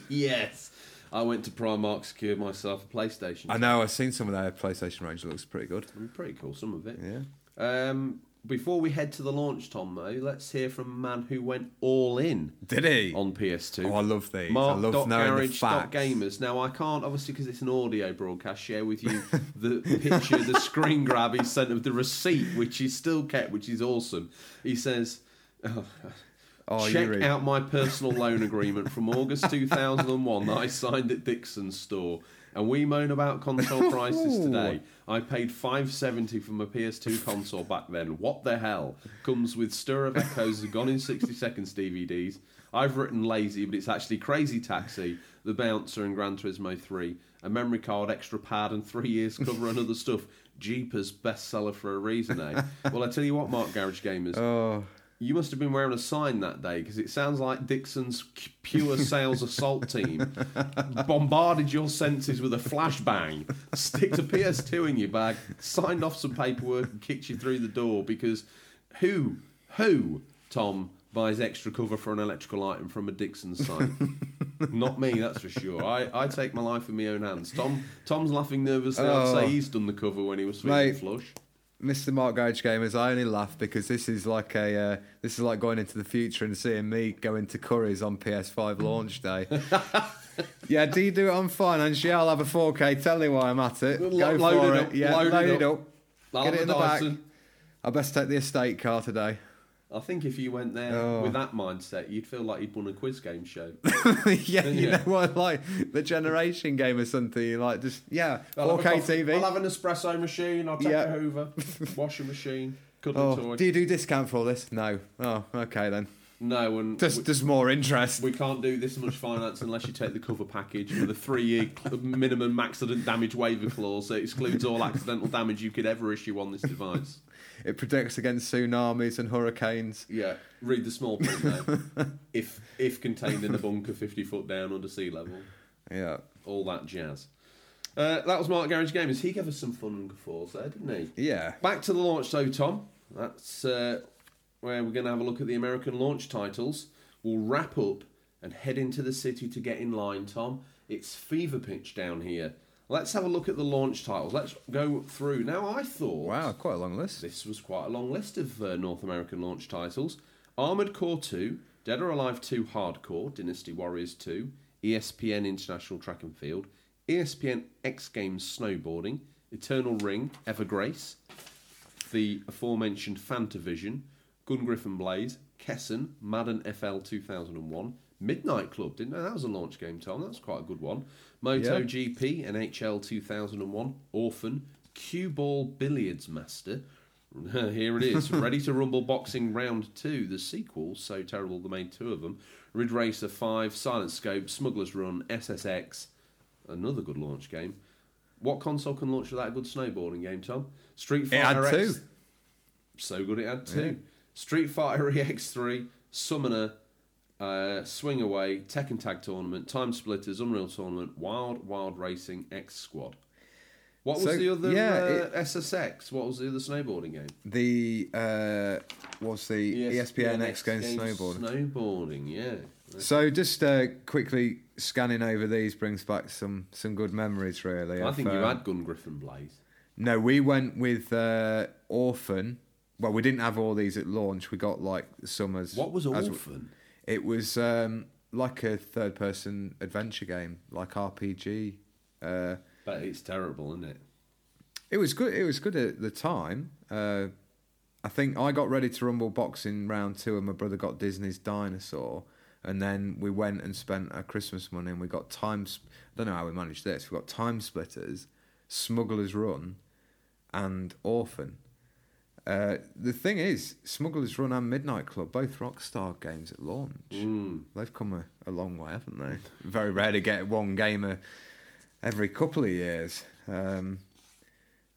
Speaker 1: yes. I went to Primark, secured myself a PlayStation.
Speaker 2: I know I've seen some of their PlayStation range. It looks pretty good.
Speaker 1: I mean, pretty cool, some of it.
Speaker 2: Yeah.
Speaker 1: Um, Before we head to the launch, Tom, though, let's hear from a man who went all in
Speaker 2: Did he?
Speaker 1: on PS2.
Speaker 2: Oh, I love these. I
Speaker 1: Mark
Speaker 2: love
Speaker 1: dot
Speaker 2: knowing the
Speaker 1: garage dot
Speaker 2: facts.
Speaker 1: gamers. Now I can't obviously because it's an audio broadcast. Share with you the picture, the screen grab he sent of the receipt, which he still kept, which is awesome. He says. oh,
Speaker 2: Oh,
Speaker 1: Check
Speaker 2: Yuri.
Speaker 1: out my personal loan agreement from August 2001 that I signed at Dixon's store. And we moan about console prices today. I paid 570 for my PS2 console back then. What the hell? Comes with Stir of Echoes, the Gone in 60 Seconds DVDs. I've written Lazy, but it's actually Crazy Taxi, The Bouncer, and Gran Turismo 3. A memory card, extra pad, and three years cover and other stuff. Jeepers, bestseller for a reason, eh? Well, I tell you what, Mark Garage Gamers.
Speaker 2: Oh,
Speaker 1: You must have been wearing a sign that day because it sounds like Dixon's c- pure sales assault team bombarded your senses with a flashbang, sticked a PS2 in your bag, signed off some paperwork, and kicked you through the door because who, who, Tom, buys extra cover for an electrical item from a Dixon site? Not me, that's for sure. I, I take my life in my own hands. Tom Tom's laughing nervously. I'd
Speaker 2: Oh.
Speaker 1: say he's done the cover when he was sweet
Speaker 2: Mate.
Speaker 1: and flush.
Speaker 2: Mr. Mark Garage Gamers, I only laugh because this is like a uh, this is like going into the future and seeing me go into Curry's on
Speaker 1: Mm.
Speaker 2: PS5 launch day. yeah, do you do it on finance? Yeah, I'll have a 4K. Tell me why I'm at it.
Speaker 1: Lo-
Speaker 2: go
Speaker 1: load
Speaker 2: for
Speaker 1: it
Speaker 2: it.
Speaker 1: up,
Speaker 2: Yeah,
Speaker 1: load it
Speaker 2: load, it
Speaker 1: up.
Speaker 2: up.
Speaker 1: I'll
Speaker 2: Get
Speaker 1: have
Speaker 2: it in
Speaker 1: a
Speaker 2: the back.
Speaker 1: Dyson.
Speaker 2: I best take the estate car today.
Speaker 1: I think if you went there
Speaker 2: Oh.
Speaker 1: with that mindset, you'd feel like you'd won a quiz game show.
Speaker 2: yeah, you
Speaker 1: Yeah.
Speaker 2: know what, like the generation game or something. you Like just yeah,
Speaker 1: I'll have a
Speaker 2: 4K
Speaker 1: coffee-
Speaker 2: TV.
Speaker 1: I'll have an espresso machine. I'll take
Speaker 2: Yeah.
Speaker 1: a Hoover, washing machine, cuddly
Speaker 2: oh,
Speaker 1: toy.
Speaker 2: do you do discount for all this? No. Oh, okay then.
Speaker 1: no, and
Speaker 2: There's,
Speaker 1: we,
Speaker 2: there's more interest.
Speaker 1: we can't do this much finance unless you take the cover package with a three-year cl- minimum accident damage waiver clause that excludes all accidental damage you could ever issue on this device.
Speaker 2: It protects against tsunamis and hurricanes.
Speaker 1: Yeah, read the small print though. if if contained in a bunker fifty foot down under sea level.
Speaker 2: Yeah.
Speaker 1: all that jazz. Uh, that was Mark Garage Gamers. He gave us some fun and guffaws there, didn't he?
Speaker 2: Yeah.
Speaker 1: Back to the launch, though, Tom. That's uh, where we're going to have a look at the American launch titles. We'll wrap up and head into the city to get in line, Tom. It's fever pitch down here. Let's have a look at the launch titles. Let's go through. Now, I thought.
Speaker 2: Wow, quite a long list.
Speaker 1: This was quite a long list of uh, North American launch titles Armored Core 2, Dead or Alive 2 Hardcore, Dynasty Warriors E 2, ESPN International Track and Field, E ESPN X Games Snowboarding, Eternal Ring, Evergrace, the aforementioned Fantavision, Gun Griffin Blaze, Kessen, Madden FL 2001, Midnight Club. Didn't know that was a launch game, Tom. That was quite a good one. Moto
Speaker 2: Yeah.
Speaker 1: GP, NHL 2001, Orphan, Cue Ball Billiards Master. Here it is. Ready to Rumble Boxing Round 2, the sequel, so terrible they made two of them. Ridge Racer 5, Silent Scope, Smuggler's Run, SSX, another good launch game. What console can launch without a good snowboarding game, Tom? Street
Speaker 2: It had
Speaker 1: Fighter X.
Speaker 2: two.
Speaker 1: So good it had two. Street Fighter EX3, Summoner, uh, Swing Away, Tekken Tag Tournament, Time Splitters, Unreal Tournament, Wild Wild Racing X Squad. What was
Speaker 2: So,
Speaker 1: the other
Speaker 2: yeah,
Speaker 1: uh,
Speaker 2: it-
Speaker 1: SSX? What was the other snowboarding game?
Speaker 2: The uh, what's the
Speaker 1: E
Speaker 2: E ESPN, X Games snowboard?
Speaker 1: Snowboarding, yeah.
Speaker 2: so just uh, quickly scanning over these brings back some some good memories, really.
Speaker 1: I
Speaker 2: of,
Speaker 1: think you
Speaker 2: uh,
Speaker 1: had Gun Griffin Blaze.
Speaker 2: No, we went with uh, Orphan. Well, we didn't have all these at launch. We got like summers.
Speaker 1: What was
Speaker 2: as-
Speaker 1: Orphan?
Speaker 2: It was um, like a third-person adventure game, like RPG. Uh,
Speaker 1: But it's terrible, isn't it?
Speaker 2: It was good. It was good at the time. Uh, I think I got ready to rumble boxing round two, and my brother got Disney's Dinosaur, and then we went and spent our Christmas money, and we got time. Sp- I don't know how we managed this. We got Time Splitters, Smuggler's Run, and Orphan. Uh, the thing is, Smuggler's Run and Midnight Club, both Rockstar games at launch.
Speaker 1: Mm.
Speaker 2: They've come a, a long way, haven't they? Very rare to get one game a, every couple of years. Um,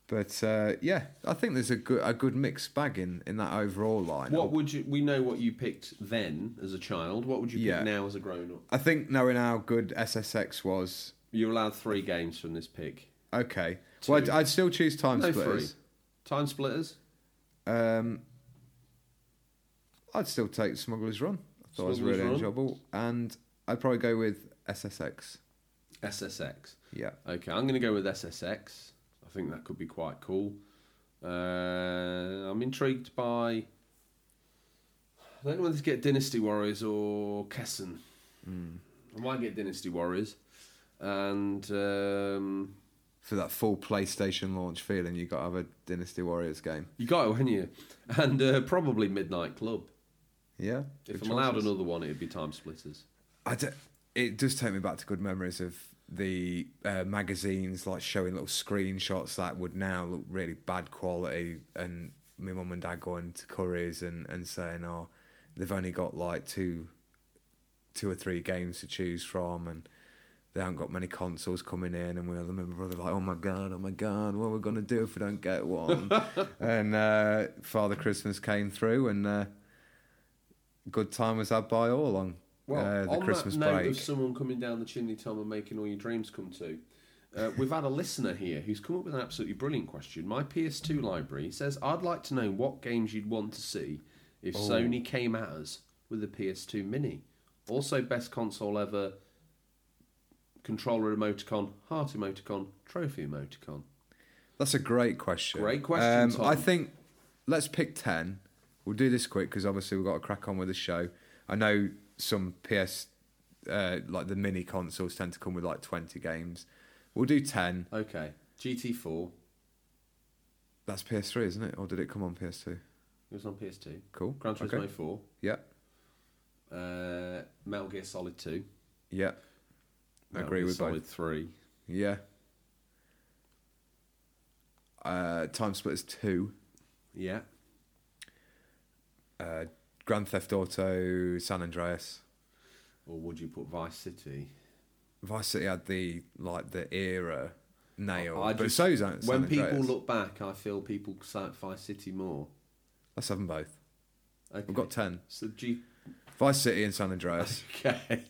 Speaker 2: but uh, yeah, I think there's a good a good mixed bag in, in that overall line.
Speaker 1: What would you? We know what you picked then as a child. What would you
Speaker 2: Yeah.
Speaker 1: pick now as a grown up?
Speaker 2: I think knowing how good SSX was,
Speaker 1: You're allowed three games from this pick.
Speaker 2: okay. Well, I'd,
Speaker 1: Two.
Speaker 2: I'd still choose Time
Speaker 1: No
Speaker 2: Splitters.
Speaker 1: three. Time splitters.
Speaker 2: Um, I'd still take Smuggler's Run. I thought it was
Speaker 1: Smuggler's
Speaker 2: really
Speaker 1: Run.
Speaker 2: enjoyable, and I'd probably go with SSX.
Speaker 1: SSX.
Speaker 2: Yeah.
Speaker 1: Okay, I'm going to go with SSX. I think that could be quite cool. Uh, I'm intrigued by by. I don't know whether to get Dynasty Warriors or Kessen.
Speaker 2: Hmm.
Speaker 1: I might get Dynasty Warriors, and um,
Speaker 2: For that full PlayStation launch feeling, you got to have a Dynasty Warriors game.
Speaker 1: you got it, haven't you? And uh, probably Midnight Club.
Speaker 2: Yeah.
Speaker 1: If
Speaker 2: good
Speaker 1: I'm allowed
Speaker 2: choices.
Speaker 1: another one, it'd be Time Splitters.
Speaker 2: I d- it does take me back to good memories of the uh, magazines like showing little screenshots that would now look really bad quality and my mum and dad going to Curry's and, and saying oh they've only got like two two or three games to choose from and they haven't got many consoles coming in and we and my brother like oh my god oh my god what are we going to do if we don't get one and uh, Father Christmas came through and uh, good time was had by all on
Speaker 1: Well,
Speaker 2: uh, the
Speaker 1: on
Speaker 2: Christmas
Speaker 1: that note
Speaker 2: break.
Speaker 1: of someone coming down the chimney, Tom, and making all your dreams come true, uh, we've had a listener here who's come up with an absolutely brilliant question. My PS2 library says, "I'd like to know what games you'd want to see if
Speaker 2: Oh.
Speaker 1: Sony came at us with a PS2 Mini. Also, best console ever, controller emoticon, heart emoticon, trophy emoticon.
Speaker 2: That's a great question. Um,
Speaker 1: Great question, Tom.
Speaker 2: I think let's pick 10. We'll do this quick because obviously we've got to crack on with the show. I know some PS, uh, like the mini consoles, tend to come with like 20 games. We'll do 10.
Speaker 1: Okay, GT4.
Speaker 2: That's PS3, isn't it? Or did it come on PS2?
Speaker 1: It was on PS2.
Speaker 2: Cool.
Speaker 1: Gran Turismo
Speaker 2: Okay.
Speaker 1: 4.
Speaker 2: Yeah.
Speaker 1: Uh, Metal Gear Solid 2.
Speaker 2: Yeah. I
Speaker 1: Metal
Speaker 2: agree
Speaker 1: Gear
Speaker 2: with
Speaker 1: Solid
Speaker 2: both.
Speaker 1: 3.
Speaker 2: Yeah. Uh, Time Splitters 2.
Speaker 1: Yeah.
Speaker 2: Uh, Grand Theft Auto San Andreas.
Speaker 1: Or would you put Vice City?
Speaker 2: Vice City had the like the era nail,
Speaker 1: I
Speaker 2: but
Speaker 1: just-
Speaker 2: so's San
Speaker 1: when
Speaker 2: Andreas.
Speaker 1: people look back, I feel people cite Vice City more.
Speaker 2: Let's have them both.
Speaker 1: Okay.
Speaker 2: We've got ten.
Speaker 1: so G.
Speaker 2: Vice City and San Andreas.
Speaker 1: Okay.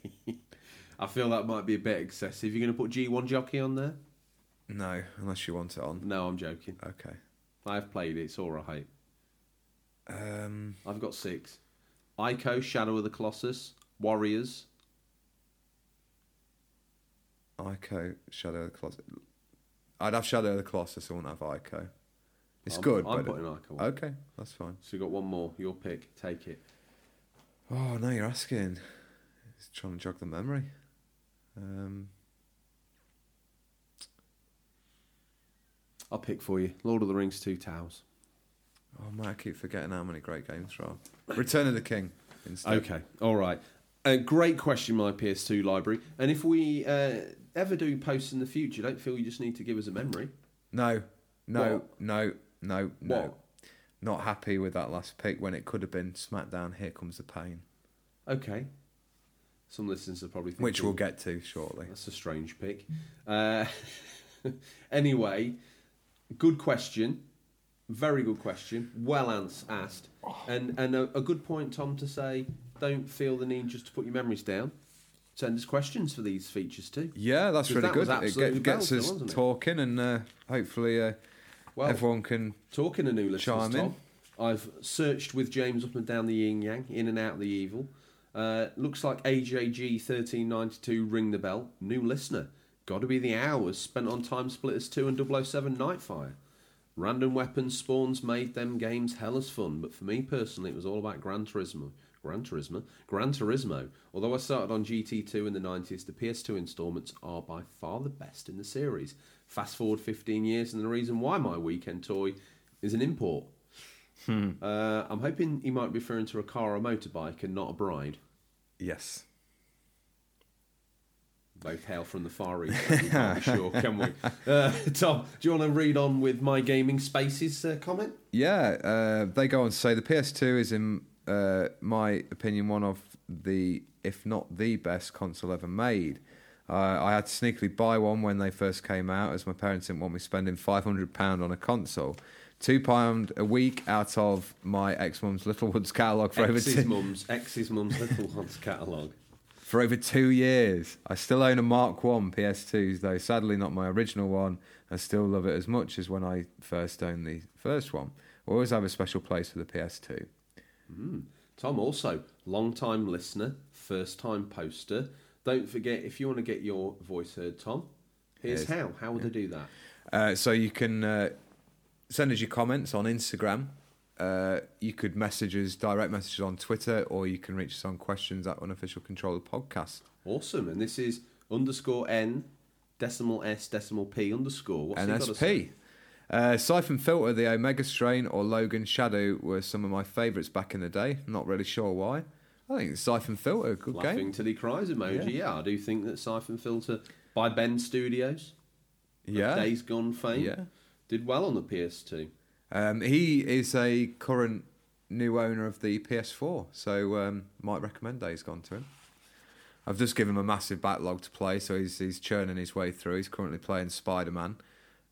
Speaker 1: I feel that might be a bit excessive. You're going to put G1 Jockey on there?
Speaker 2: no, unless you want it on.
Speaker 1: No, I'm joking.
Speaker 2: Okay.
Speaker 1: I've played it. It's all right.
Speaker 2: Um,
Speaker 1: I've got six. Ico, Shadow of the Colossus, Warriors.
Speaker 2: Ico, Shadow of the Colossus. I'd have Shadow of the Colossus. I wouldn't have Ico. It's
Speaker 1: I'm-
Speaker 2: good,
Speaker 1: I'm
Speaker 2: but
Speaker 1: putting Ico on.
Speaker 2: okay, that's fine.
Speaker 1: So we've got one more. Your pick. Take it.
Speaker 2: Oh no, you're asking. It's trying to jog the memory. Um,
Speaker 1: I'll pick for you. Lord of the Rings, Two Towers.
Speaker 2: oh man, I keep forgetting how many great games there are. Return of the King. Instead.
Speaker 1: Okay, all right. Uh, great question, my PS2 library. And if we uh, ever do posts in the future, don't feel you just need to give us a memory.
Speaker 2: No, no,
Speaker 1: What?
Speaker 2: no, no, no.
Speaker 1: What?
Speaker 2: Not happy with that last pick when it could have been SmackDown. Here comes the pain,
Speaker 1: Okay. Some listeners are probably thinking,
Speaker 2: which we'll get to shortly.
Speaker 1: That's a strange pick. Uh, anyway, good question. Very good question. Well ans- asked. And, and a, a good point, Tom, to say don't feel the need just to put your memories down. Send us questions for these features too.
Speaker 2: Yeah, that's
Speaker 1: 'Cause
Speaker 2: really
Speaker 1: that was
Speaker 2: good. It
Speaker 1: absolutely
Speaker 2: get, gets
Speaker 1: belter,
Speaker 2: us
Speaker 1: wasn't it?
Speaker 2: talking, and uh, hopefully, uh,
Speaker 1: Well-
Speaker 2: everyone can.
Speaker 1: Talking to new listeners,
Speaker 2: Chime in.
Speaker 1: Tom, I've searched with James up and down the yin yang, in and out of the evil. Uh, looks like AJG1392 ring the bell. New listener. Got to be the hours spent on Time Splitters 2 and 007 Nightfire. Random weapons spawns made them games hell as fun, but for me personally, it was all about Gran Turismo. Gran Turismo? Gran Turismo. Although I started on GT2 in the 90s, the PS2 installments are by far the best in the series. Fast forward 15 years, and the reason why my weekend toy is an import. Uh, I'm hoping he might be referring to a car or a motorbike and not a bride.
Speaker 2: Yes,
Speaker 1: Both hail from the Far East, we can't be sure, can we? Uh, Tom, do you want to read on with my gaming spaces uh, comment?
Speaker 2: yeah. Uh, they go on to say the PS2 is, in uh, my opinion, one of the, if not the best console ever made. Uh, I had to sneakily buy one when they first came out, as my parents didn't want me spending five hundred pound on a console. Two pound a week out of my ex-mum's Littlewoods catalogue for over
Speaker 1: Ex's
Speaker 2: two,
Speaker 1: mum's, ex's mum's little ones catalogue.
Speaker 2: for over two years. I still own a Mark One PS2s, though sadly not my original one. I still love it as much as when I first owned the first one. I always have a special place for the PS2.
Speaker 1: Tom, also, long time listener, first time poster. Don't forget, if you want to get your voice heard, Tom, here's
Speaker 2: Here's-
Speaker 1: how. How would I do that?
Speaker 2: Uh, so you can uh, send us your comments on Instagram Uh, you could message us, direct messages on Twitter, or you can reach us on questions at unofficial controller podcast.
Speaker 1: Awesome. And this is underscore N decimal S decimal P underscore. What's he gotta say?
Speaker 2: NSP. Uh, Siphon Filter, The Omega Strain, or Logan Shadow were some of my favourites back in the day. Not really sure why. I think Siphon Filter, good
Speaker 1: Laughing
Speaker 2: game.
Speaker 1: till he cries emoji. Yeah. I do think that Siphon Filter by Ben Studios, of
Speaker 2: Yeah.
Speaker 1: Days Gone fame,
Speaker 2: Yeah.
Speaker 1: did well on the PS2.
Speaker 2: Um, he is a current new owner of the PS4, so um, might recommend Days Gone to him. I've just given him a massive backlog to play, so he's he's churning his way through. He's currently playing Spider Man,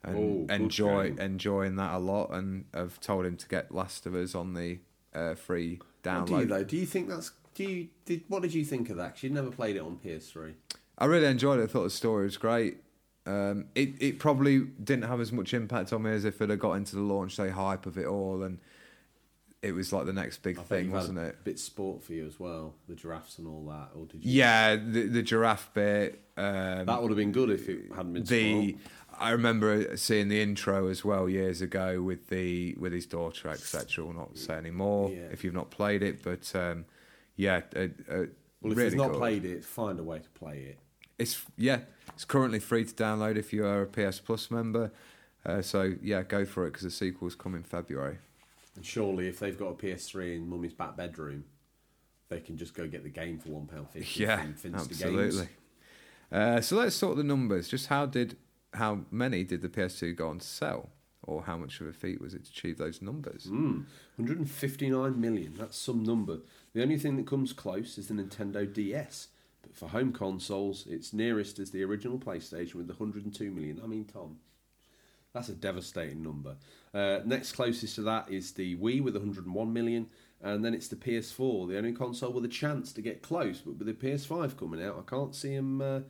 Speaker 1: Oh,
Speaker 2: and
Speaker 1: good
Speaker 2: enjoy
Speaker 1: game.
Speaker 2: enjoying that a lot. And I've told him to get Last of Us on the uh, free
Speaker 1: What do you
Speaker 2: download.
Speaker 1: though? Do you think that's do you did what did you think of that? 'Cause you'd never played it on PS3.
Speaker 2: I really enjoyed it. I thought the story was great. Um, it it probably didn't have as much impact on me as if it had got into the launch day hype of it all, and it was like the next big
Speaker 1: I bet
Speaker 2: thing,
Speaker 1: you've
Speaker 2: wasn't
Speaker 1: had
Speaker 2: it?
Speaker 1: A bit sport for you as well, the giraffes and all that. Or did you?
Speaker 2: Yeah, the the giraffe bit. Um,
Speaker 1: that would have been good if it hadn't been
Speaker 2: the
Speaker 1: sport.
Speaker 2: I remember seeing the intro as well years ago with the with his daughter etc. Will not say any more
Speaker 1: Yeah.
Speaker 2: if you've not played it, but um, yeah, uh, uh,
Speaker 1: Well, if
Speaker 2: really
Speaker 1: you've not
Speaker 2: good.
Speaker 1: played it, find a way to play it.
Speaker 2: It's yeah, it's currently free to download if you are a PS Plus member. Uh, so yeah, go for it because the sequel's come in February.
Speaker 1: And surely, if they've got a PS3 in Mummy's back bedroom, they can just go get the game for one pound fifty.
Speaker 2: Yeah,
Speaker 1: from Finster
Speaker 2: absolutely.
Speaker 1: Games.
Speaker 2: Uh, so let's sort the numbers. Just how did how many did the PS2 go on to sell, or how much of a feat was it to achieve those numbers?
Speaker 1: Hmm, 159 million. That's some number. The only thing that comes close is the Nintendo DS. But for home consoles, its nearest is the original PlayStation with 102 million. I mean, Tom, that's a devastating number. Uh, next closest to that is the Wii with 101 million, and then it's the PS4, the only console with a chance to get close. But with the PS5 coming out, I can't see them. Uh,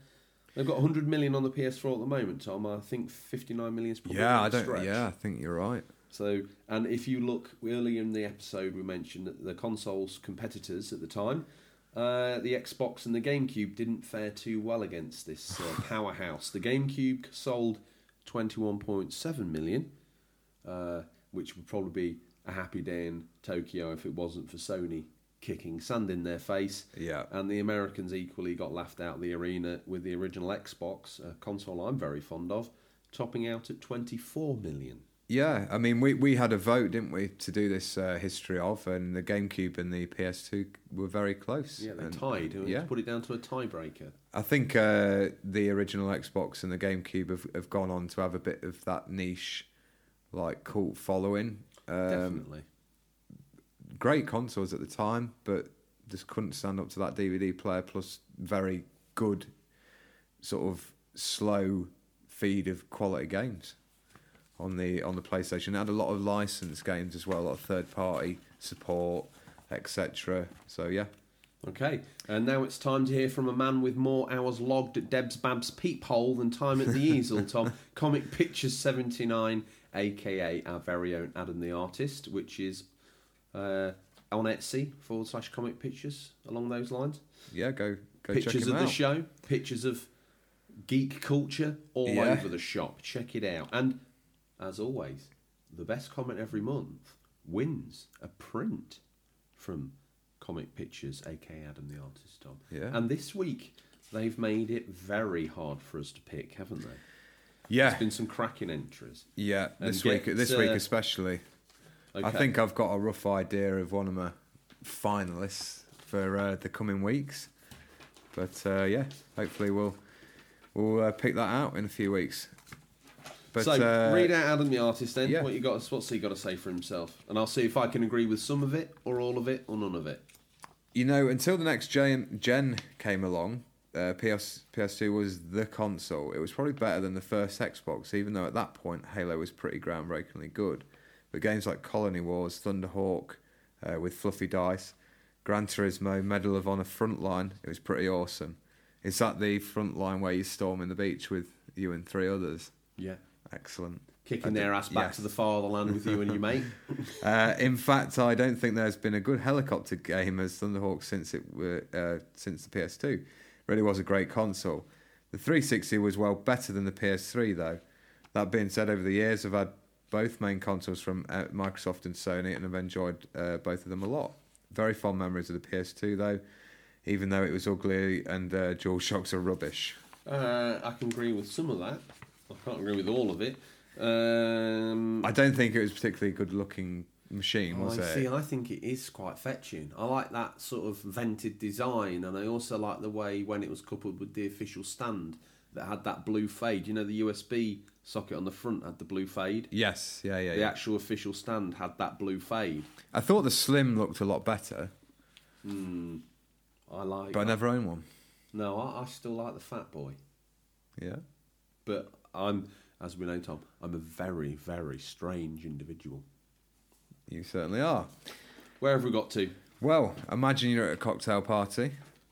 Speaker 1: they've got 100 million on the PS4 at the moment, Tom. I think 59 million is probably
Speaker 2: yeah,
Speaker 1: a
Speaker 2: I don't.
Speaker 1: stretch.
Speaker 2: Yeah, I think you're right.
Speaker 1: So, and if you look earlier in the episode, we mentioned that the console's competitors at the time, uh, the Xbox and the GameCube, didn't fare too well against this uh, powerhouse. The GameCube sold 21.7 million, uh, which would probably be a happy day in Tokyo if it wasn't for Sony kicking sand in their face.
Speaker 2: Yeah.
Speaker 1: And the Americans equally got laughed out of the arena with the original Xbox, a console I'm very fond of, topping out at 24 million.
Speaker 2: Yeah, I mean, we, we had a vote, didn't we, to do this uh, history of, and the GameCube and the PS2 were very close.
Speaker 1: Yeah, they
Speaker 2: and,
Speaker 1: tied. We yeah.
Speaker 2: yeah.
Speaker 1: put it down to a tiebreaker.
Speaker 2: I think uh, the original Xbox and the GameCube have, have gone on to have a bit of that niche, like cult following. Um,
Speaker 1: Definitely.
Speaker 2: great consoles at the time, but just couldn't stand up to that DVD player. Plus, very good, sort of slow feed of quality games on the on the PlayStation. It had a lot of licensed games as well, a lot of third party support, etc. So yeah,
Speaker 1: Okay, and now it's time to hear from a man with more hours logged at Deb's Bab's peephole than time at the easel, Tom. Comic Pictures 79, aka our very own Adam the Artist, which is uh, on Etsy forward slash comic pictures along those lines.
Speaker 2: yeah, go go check
Speaker 1: pictures
Speaker 2: them
Speaker 1: of
Speaker 2: out.
Speaker 1: the show, pictures of geek culture all
Speaker 2: Yeah.
Speaker 1: over the shop. Check it out. And as always, the best comment every month wins a print from Comic Pictures, aka Adam the Artist Tom.
Speaker 2: Yeah.
Speaker 1: And this week they've made it very hard for us to pick, haven't they?
Speaker 2: yeah,
Speaker 1: There's been some cracking entries.
Speaker 2: yeah.
Speaker 1: and
Speaker 2: This week,
Speaker 1: get,
Speaker 2: this
Speaker 1: uh,
Speaker 2: week especially. I
Speaker 1: Okay.
Speaker 2: think I've got a rough idea of one of my finalists for uh, the coming weeks. But uh, yeah, hopefully we'll we'll uh, pick that out in a few weeks. But
Speaker 1: so
Speaker 2: uh,
Speaker 1: read out Adam the artist then.
Speaker 2: yeah.
Speaker 1: What you got? What's he got to say for himself? And I'll see if I can agree with some of it, or all of it, or none of it.
Speaker 2: you know, until the next gen, gen came along, uh, PS PS2 was the console. It was probably better than the first Xbox, even though at that point Halo was pretty groundbreakingly good. But games like Colony Wars, Thunderhawk, uh, with fluffy dice, Gran Turismo, Medal of Honor, Frontline, it was pretty awesome. Is that the Frontline where you storm in the beach with you and three others?
Speaker 1: Yeah.
Speaker 2: Excellent.
Speaker 1: kicking
Speaker 2: I
Speaker 1: their
Speaker 2: did-
Speaker 1: ass back
Speaker 2: yes.
Speaker 1: to the fatherland with you and your mate.
Speaker 2: Uh, in fact, I don't think there's been a good helicopter game as Thunderhawk since it were uh, since the PS2. Really was a great console. The 360 was well better than the PS3 though. That being said, over the years I've had both main consoles from uh, Microsoft and Sony, and have enjoyed uh, both of them a lot. Very fond memories of the PS2, though, even though it was ugly and uh, dual shocks are rubbish.
Speaker 1: Uh, I can agree with some of that. I can't agree with all of it. Um,
Speaker 2: I don't think it was particularly good looking machine,
Speaker 1: Oh,
Speaker 2: was
Speaker 1: I
Speaker 2: it?
Speaker 1: see. I think it is quite fetching. I like that sort of vented design, and I also like the way when it was coupled with the official stand that had that blue fade. You know, the USB socket on the front had the blue fade.
Speaker 2: Yes, yeah, yeah.
Speaker 1: The
Speaker 2: yeah.
Speaker 1: actual official stand had that blue fade.
Speaker 2: I thought the Slim looked a lot better,
Speaker 1: I like.
Speaker 2: but I
Speaker 1: that.
Speaker 2: never owned one.
Speaker 1: No, I, I still like the Fat Boy,
Speaker 2: Yeah.
Speaker 1: but I'm, as we know, Tom, I'm a very, very strange individual.
Speaker 2: You certainly are.
Speaker 1: Where have we got to?
Speaker 2: Well, imagine you're at a cocktail party.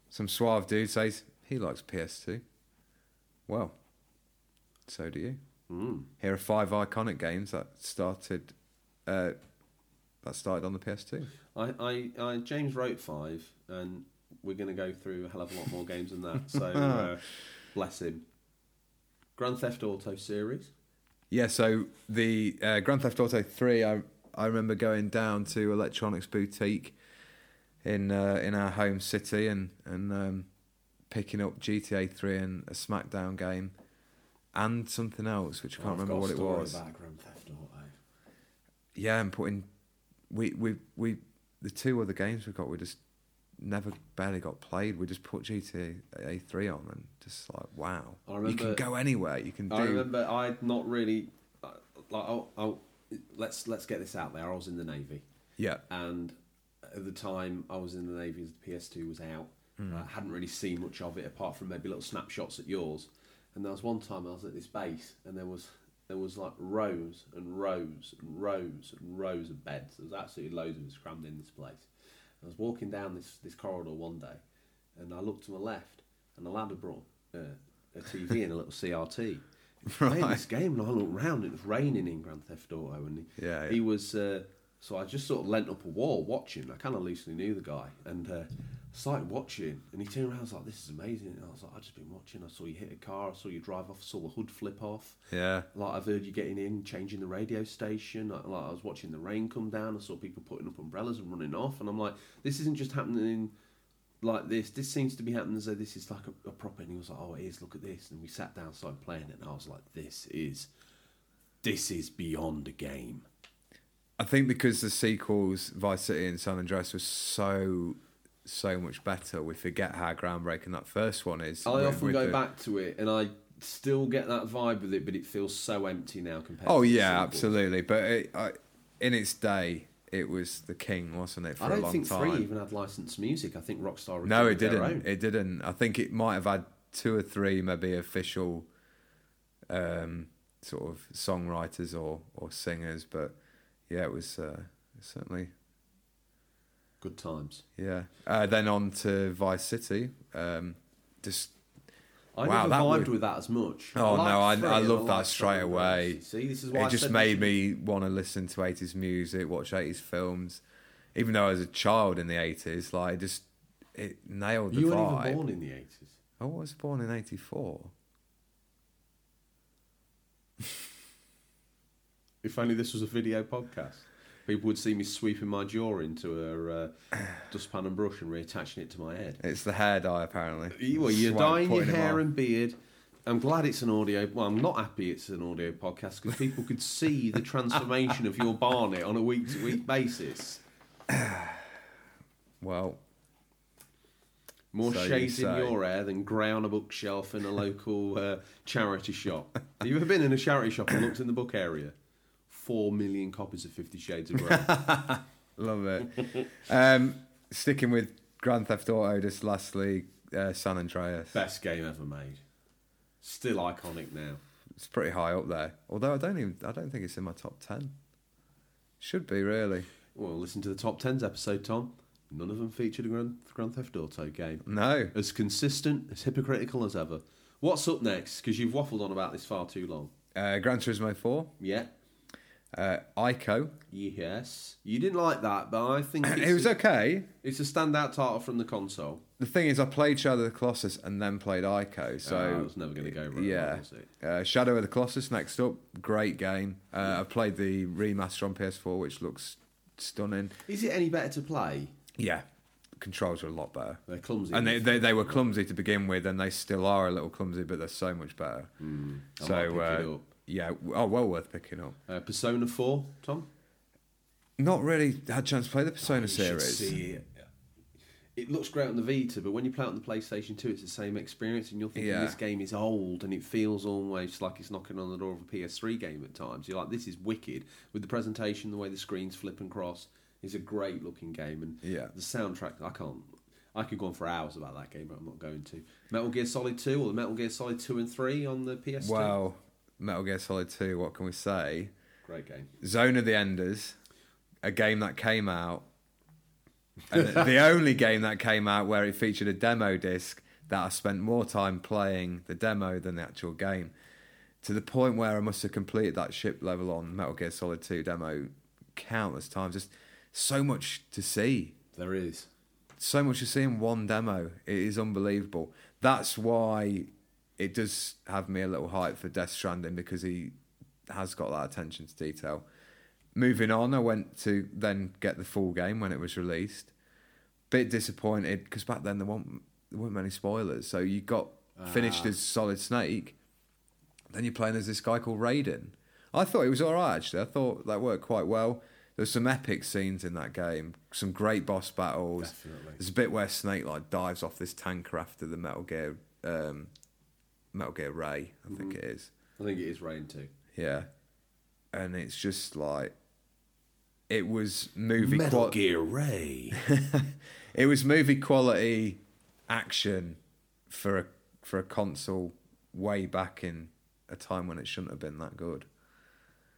Speaker 2: Some suave dude says he likes PS2. Well, so do you.
Speaker 1: Mm.
Speaker 2: Here are five iconic games that started uh, that started on the PS2.
Speaker 1: I, I, I James wrote five, and we're going to go through a hell of a lot more games than that. So uh, bless him. Grand Theft Auto series.
Speaker 2: Yeah, so the uh, Grand Theft Auto 3, I I remember going down to Electronics Boutique in uh, in our home city and and um, picking up GTA 3 and a SmackDown game and something else which I
Speaker 1: Oh,
Speaker 2: can't remember what it was.
Speaker 1: About Grand Theft Auto.
Speaker 2: yeah, and putting we we we the two other games we got we just never barely got played. We just put GTA three on and just like wow,
Speaker 1: I
Speaker 2: you can
Speaker 1: remember-
Speaker 2: go anywhere. You can do.
Speaker 1: I remember I'd not really uh, like. Oh, oh, let's let's get this out there. I was in the navy,
Speaker 2: Yeah,
Speaker 1: and at the time I was in the navy, the PS2 was out. I hadn't really seen much of it apart from maybe little snapshots at yours. And there was one time I was at this base, and there was there was like rows and rows and rows and rows of beds. There was absolutely loads of us crammed in this place. I was walking down this, this corridor one day, and I looked to my left, and a lad had brought uh, a TV and a little CRT. Playing this game, and I looked round. It was raining in Grand Theft Auto, and he,
Speaker 2: Yeah, yeah.
Speaker 1: he was. Uh, so I just sort of leant up a wall watching. I kind of loosely knew the guy, and uh, started watching. And he turned around, I was like, "This is amazing." And I was like, "I've just been watching. I saw you hit a car. I saw you drive off. I saw the hood flip off."
Speaker 2: yeah,
Speaker 1: Like I've heard you getting in, changing the radio station. Like, like I was watching the rain come down. I saw people putting up umbrellas and running off, and I'm like, this isn't just happening like this. This seems to be happening as though this is like a, a proper. And he was like, oh, it is. Look at this. And we sat down, started playing it, and I was like, this is, this is beyond a game.
Speaker 2: I think because the sequels, Vice City and San Andreas, was so so much better. We forget how groundbreaking that first one is.
Speaker 1: I
Speaker 2: with-
Speaker 1: often
Speaker 2: with
Speaker 1: go
Speaker 2: the-
Speaker 1: back to it, and I still get that vibe with it, but it feels so empty now compared.
Speaker 2: Oh
Speaker 1: to the
Speaker 2: yeah,
Speaker 1: sequel.
Speaker 2: absolutely. But it, I, in its day, it was the king, wasn't it? For
Speaker 1: I
Speaker 2: a
Speaker 1: don't
Speaker 2: long
Speaker 1: think
Speaker 2: time.
Speaker 1: three even had licensed music. I think Rockstar.
Speaker 2: No, it
Speaker 1: recorded their own.
Speaker 2: didn't. It didn't. I think it might have had two or three maybe official um, sort of songwriters or, or singers, but yeah, it was uh, certainly
Speaker 1: Good times.
Speaker 2: yeah. Uh, then on to Vice City. Um, just
Speaker 1: I
Speaker 2: Wow,
Speaker 1: never
Speaker 2: that
Speaker 1: vibed
Speaker 2: would-
Speaker 1: with that as much.
Speaker 2: Oh,
Speaker 1: liked
Speaker 2: no, I-
Speaker 1: Three
Speaker 2: I
Speaker 1: and
Speaker 2: love that
Speaker 1: liked
Speaker 2: straight
Speaker 1: Seven
Speaker 2: away.
Speaker 1: Rings. See, this is why I
Speaker 2: it just
Speaker 1: said
Speaker 2: made
Speaker 1: this-
Speaker 2: me want to listen to 80s music, watch 80s films. Even though I was a child in the 80s, like it just it nailed the
Speaker 1: You
Speaker 2: vibe.
Speaker 1: weren't even born in the eighties.
Speaker 2: I was born in 84.
Speaker 1: If only this was a video podcast, people would see me sweeping my jaw into a uh, dustpan and brush and reattaching it to my head.
Speaker 2: It's the hair dye, apparently.
Speaker 1: Well, you're
Speaker 2: Swipe,
Speaker 1: dyeing your
Speaker 2: putting it
Speaker 1: hair
Speaker 2: on.
Speaker 1: and beard. I'm glad it's an audio. Well, I'm not happy it's an audio podcast because people could see the transformation of your barnet on a week-to-week basis.
Speaker 2: Well,
Speaker 1: More
Speaker 2: So you
Speaker 1: shades in
Speaker 2: say.
Speaker 1: your hair than grey on a bookshelf in a local uh, charity shop. Have you ever been in a charity shop and looked in the book area? Four million copies of Fifty Shades of Grey.
Speaker 2: Love it. um, sticking with Grand Theft Auto, just lastly, uh, San Andreas.
Speaker 1: Best game ever made. Still iconic now.
Speaker 2: It's pretty high up there. Although I don't even, I don't think it's in my top ten. Should be really.
Speaker 1: Well, listen to the top tens episode, Tom. None of them featured a Grand, Grand Theft Auto game.
Speaker 2: No,
Speaker 1: As consistent, as hypocritical as ever. What's up next? Because you've waffled on about this far too long.
Speaker 2: uh, Gran Turismo Four,
Speaker 1: Yeah.
Speaker 2: uh, Ico.
Speaker 1: Yes. You didn't like that, but I think it's,
Speaker 2: It was
Speaker 1: a,
Speaker 2: okay.
Speaker 1: it's a standout title from the console.
Speaker 2: The thing is, I played Shadow of the Colossus and then played Ico, so
Speaker 1: Ah, it was never going to go right.
Speaker 2: yeah.
Speaker 1: was it?
Speaker 2: Uh, Shadow of the Colossus next up, great game. Uh, I played the remaster on PS4, which looks stunning.
Speaker 1: Is it any better to play?
Speaker 2: Yeah, controls are a lot better.
Speaker 1: They're clumsy.
Speaker 2: And they,
Speaker 1: enough.
Speaker 2: they, they were clumsy to begin with, and they still are a little clumsy, but they're so much better.
Speaker 1: Hmm. I
Speaker 2: so,
Speaker 1: might pick it
Speaker 2: uh,
Speaker 1: up.
Speaker 2: yeah, w- oh, well worth picking up.
Speaker 1: Uh, Persona 4, Tom?
Speaker 2: Not really had a chance to play the Persona
Speaker 1: You should
Speaker 2: series.
Speaker 1: see it. It looks great on the Vita, but when you play it on the PlayStation 2, it's the same experience, and you're thinking
Speaker 2: Yeah.
Speaker 1: this game is old, and it feels almost like it's knocking on the door of a PS3 game at times. You're like, this is wicked. With the presentation, the way the screens flip and cross, it's a great looking game, and
Speaker 2: Yeah.
Speaker 1: the soundtrack, I can't. I could go on for hours about that game, but I'm not going to. Metal Gear Solid 2 or the Metal Gear Solid 2 and 3 on the PS2.
Speaker 2: Well, Metal Gear Solid 2, what can we say?
Speaker 1: Great game.
Speaker 2: Zone of the Enders, a game that came out, and the only game that came out where it featured a demo disc that I spent more time playing the demo than the actual game. To the point where I must have completed that ship level on Metal Gear Solid 2 demo countless times. Just so much to see
Speaker 1: There is.
Speaker 2: so much to see in one demo. It is unbelievable. That's why it does have me a little hype for Death Stranding because he has got that attention to detail. Moving on, I went to then get the full game when it was released. Bit disappointed because back then there weren't, there weren't many spoilers. So you got
Speaker 1: Ah.
Speaker 2: finished as Solid Snake, then you're playing as this guy called Raiden. I thought it was all right actually. I thought that worked quite well. There was some epic scenes in that game, some great boss battles.
Speaker 1: Definitely.
Speaker 2: There's a bit where Snake like dives off this tanker after the Metal Gear, um, Metal Gear Ray, I
Speaker 1: Mm-hmm.
Speaker 2: think it is.
Speaker 1: I think it is Rain 2.
Speaker 2: Yeah, and it's just like it was movie quality.
Speaker 1: Gear Ray.
Speaker 2: it was movie quality action for a for a console way back in a time when it shouldn't have been that good.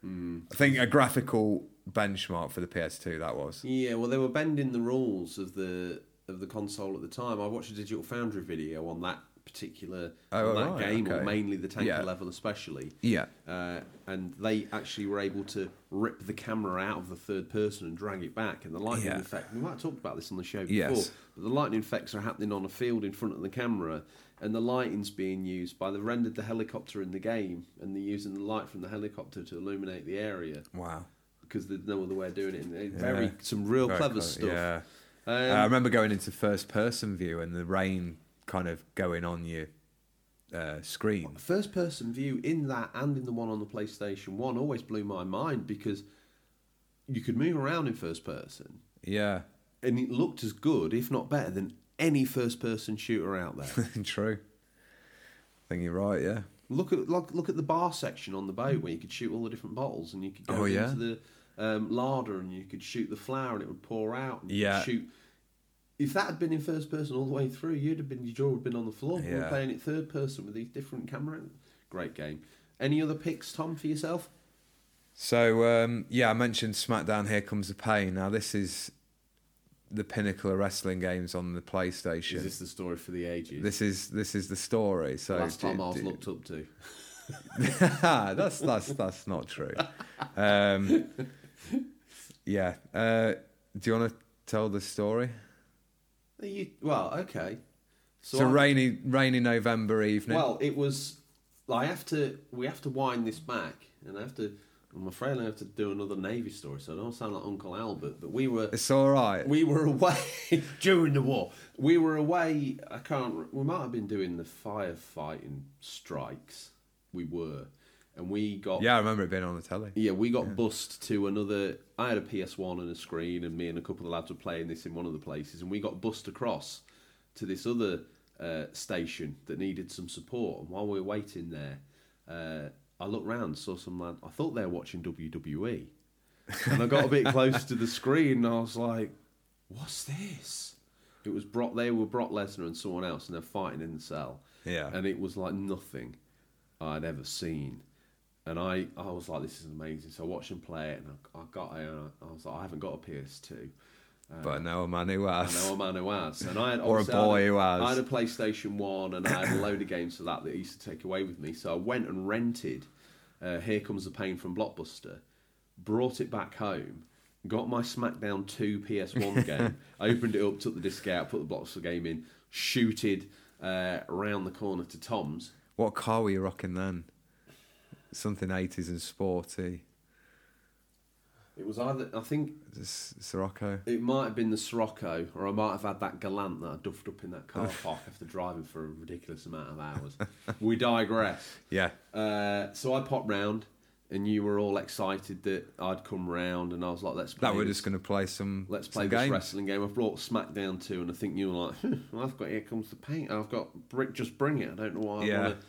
Speaker 1: Hmm.
Speaker 2: I think a graphical benchmark for the PS2 that was.
Speaker 1: Yeah, well, they were bending the rules of the of the console at the time. I watched a Digital Foundry video on that particular
Speaker 2: Oh,
Speaker 1: on that
Speaker 2: right,
Speaker 1: game, or
Speaker 2: okay.
Speaker 1: mainly the tanker
Speaker 2: Yeah.
Speaker 1: level, especially.
Speaker 2: Yeah.
Speaker 1: Uh, and they actually were able to rip the camera out of the third person and drag it back. And the lightning
Speaker 2: Yeah.
Speaker 1: effect, we might have talked about this on the show before,
Speaker 2: Yes.
Speaker 1: but the lightning effects are happening on a field in front of the camera, and the lighting's being used by, they've rendered the helicopter in the game, and they're using the light from the helicopter to illuminate the area
Speaker 2: Wow.
Speaker 1: because there's no other way of doing it. And it's Very some real
Speaker 2: Very
Speaker 1: clever
Speaker 2: clever,
Speaker 1: stuff.
Speaker 2: yeah. Uh, I
Speaker 1: Um,
Speaker 2: remember going into first person view and the rain kind of going on your uh, screen.
Speaker 1: first person view in that and in the one on the PlayStation One always blew my mind because you could move around in first person,
Speaker 2: Yeah.
Speaker 1: and it looked as good, if not better, than any first person shooter out there.
Speaker 2: True. I think you're right, yeah.
Speaker 1: look at look, look at the bar section on the boat where you could shoot all the different bottles and you could go
Speaker 2: Oh, yeah.
Speaker 1: into the um, larder and you could shoot the flour and it would pour out and you could
Speaker 2: Yeah.
Speaker 1: shoot if that had been in first person all the way through you'd have been your jaw would have been on the floor but we're
Speaker 2: Yeah.
Speaker 1: playing it third person with these different camera great game any other picks tom for yourself
Speaker 2: So um, yeah, I mentioned SmackDown. Here comes the pain. Now this is the pinnacle of wrestling games on the PlayStation. This,
Speaker 1: the story for the ages
Speaker 2: is this is the story. So
Speaker 1: last
Speaker 2: do-
Speaker 1: time i was
Speaker 2: do-
Speaker 1: looked up to
Speaker 2: that's that's that's not true. Um, yeah. Uh, do you want to tell the story?
Speaker 1: Are you, well okay so,
Speaker 2: So it's a
Speaker 1: I-
Speaker 2: rainy rainy November evening.
Speaker 1: Well, it was. I have to. We have to wind this back, and I have to. I'm afraid I have to do another Navy story, so I don't sound like Uncle Albert. But we were
Speaker 2: it's all right.
Speaker 1: we were away during the war. We were away. I can't. re- We might have been doing the firefighting strikes. We were, and we got.
Speaker 2: yeah, I remember it being on the telly.
Speaker 1: Yeah, we got bussed to another. I had a PS1 and a screen, and me and a couple of lads were playing this in one of the places, and we got bussed across to this other uh, station that needed some support. And while we were waiting there, uh, I looked round, saw some lad. I thought they were watching E. WWE, and I got a bit close to the screen, and I was like, "What's this?" It was Brock. They were Brock Lesnar and someone else, and they're fighting in the cell.
Speaker 2: Yeah.
Speaker 1: and it was like nothing I'd ever seen. And I, I was like, this is amazing. So I watched him play it, and I, I got it, and I, I was like, I haven't got a PS2.
Speaker 2: but no a man who
Speaker 1: Uh, I
Speaker 2: has.
Speaker 1: know a man who has. And I had,
Speaker 2: Or a
Speaker 1: obviously, I had
Speaker 2: boy who has.
Speaker 1: I had a PlayStation 1, and I had a load of games for that that he used to take away with me. So I went and rented uh, Here Comes the Pain from Blockbuster, brought it back home, got my SmackDown 2 PS1 game, opened it up, took the disc out, put the blocks of the game in, shooted uh, round the corner to Tom's.
Speaker 2: What car were you rocking then? Something 80s and sporty.
Speaker 1: It was either, I think
Speaker 2: Is this Sirocco?
Speaker 1: it might have been the Sirocco, or I might have had that Galant that I duffed up in that car park after driving for a ridiculous amount of hours. we digress.
Speaker 2: Yeah.
Speaker 1: Uh, so I popped round, and you were all excited that I'd come round, and I was like, "Let's play."
Speaker 2: That we're
Speaker 1: this-
Speaker 2: just going to play some.
Speaker 1: Let's
Speaker 2: some
Speaker 1: play this
Speaker 2: games.
Speaker 1: wrestling game. I've brought SmackDown 2, and I think you were like, hmm, well, I've got Here Comes the Paint. I've got Brick, just bring it. I don't know why I
Speaker 2: Yeah.
Speaker 1: want to.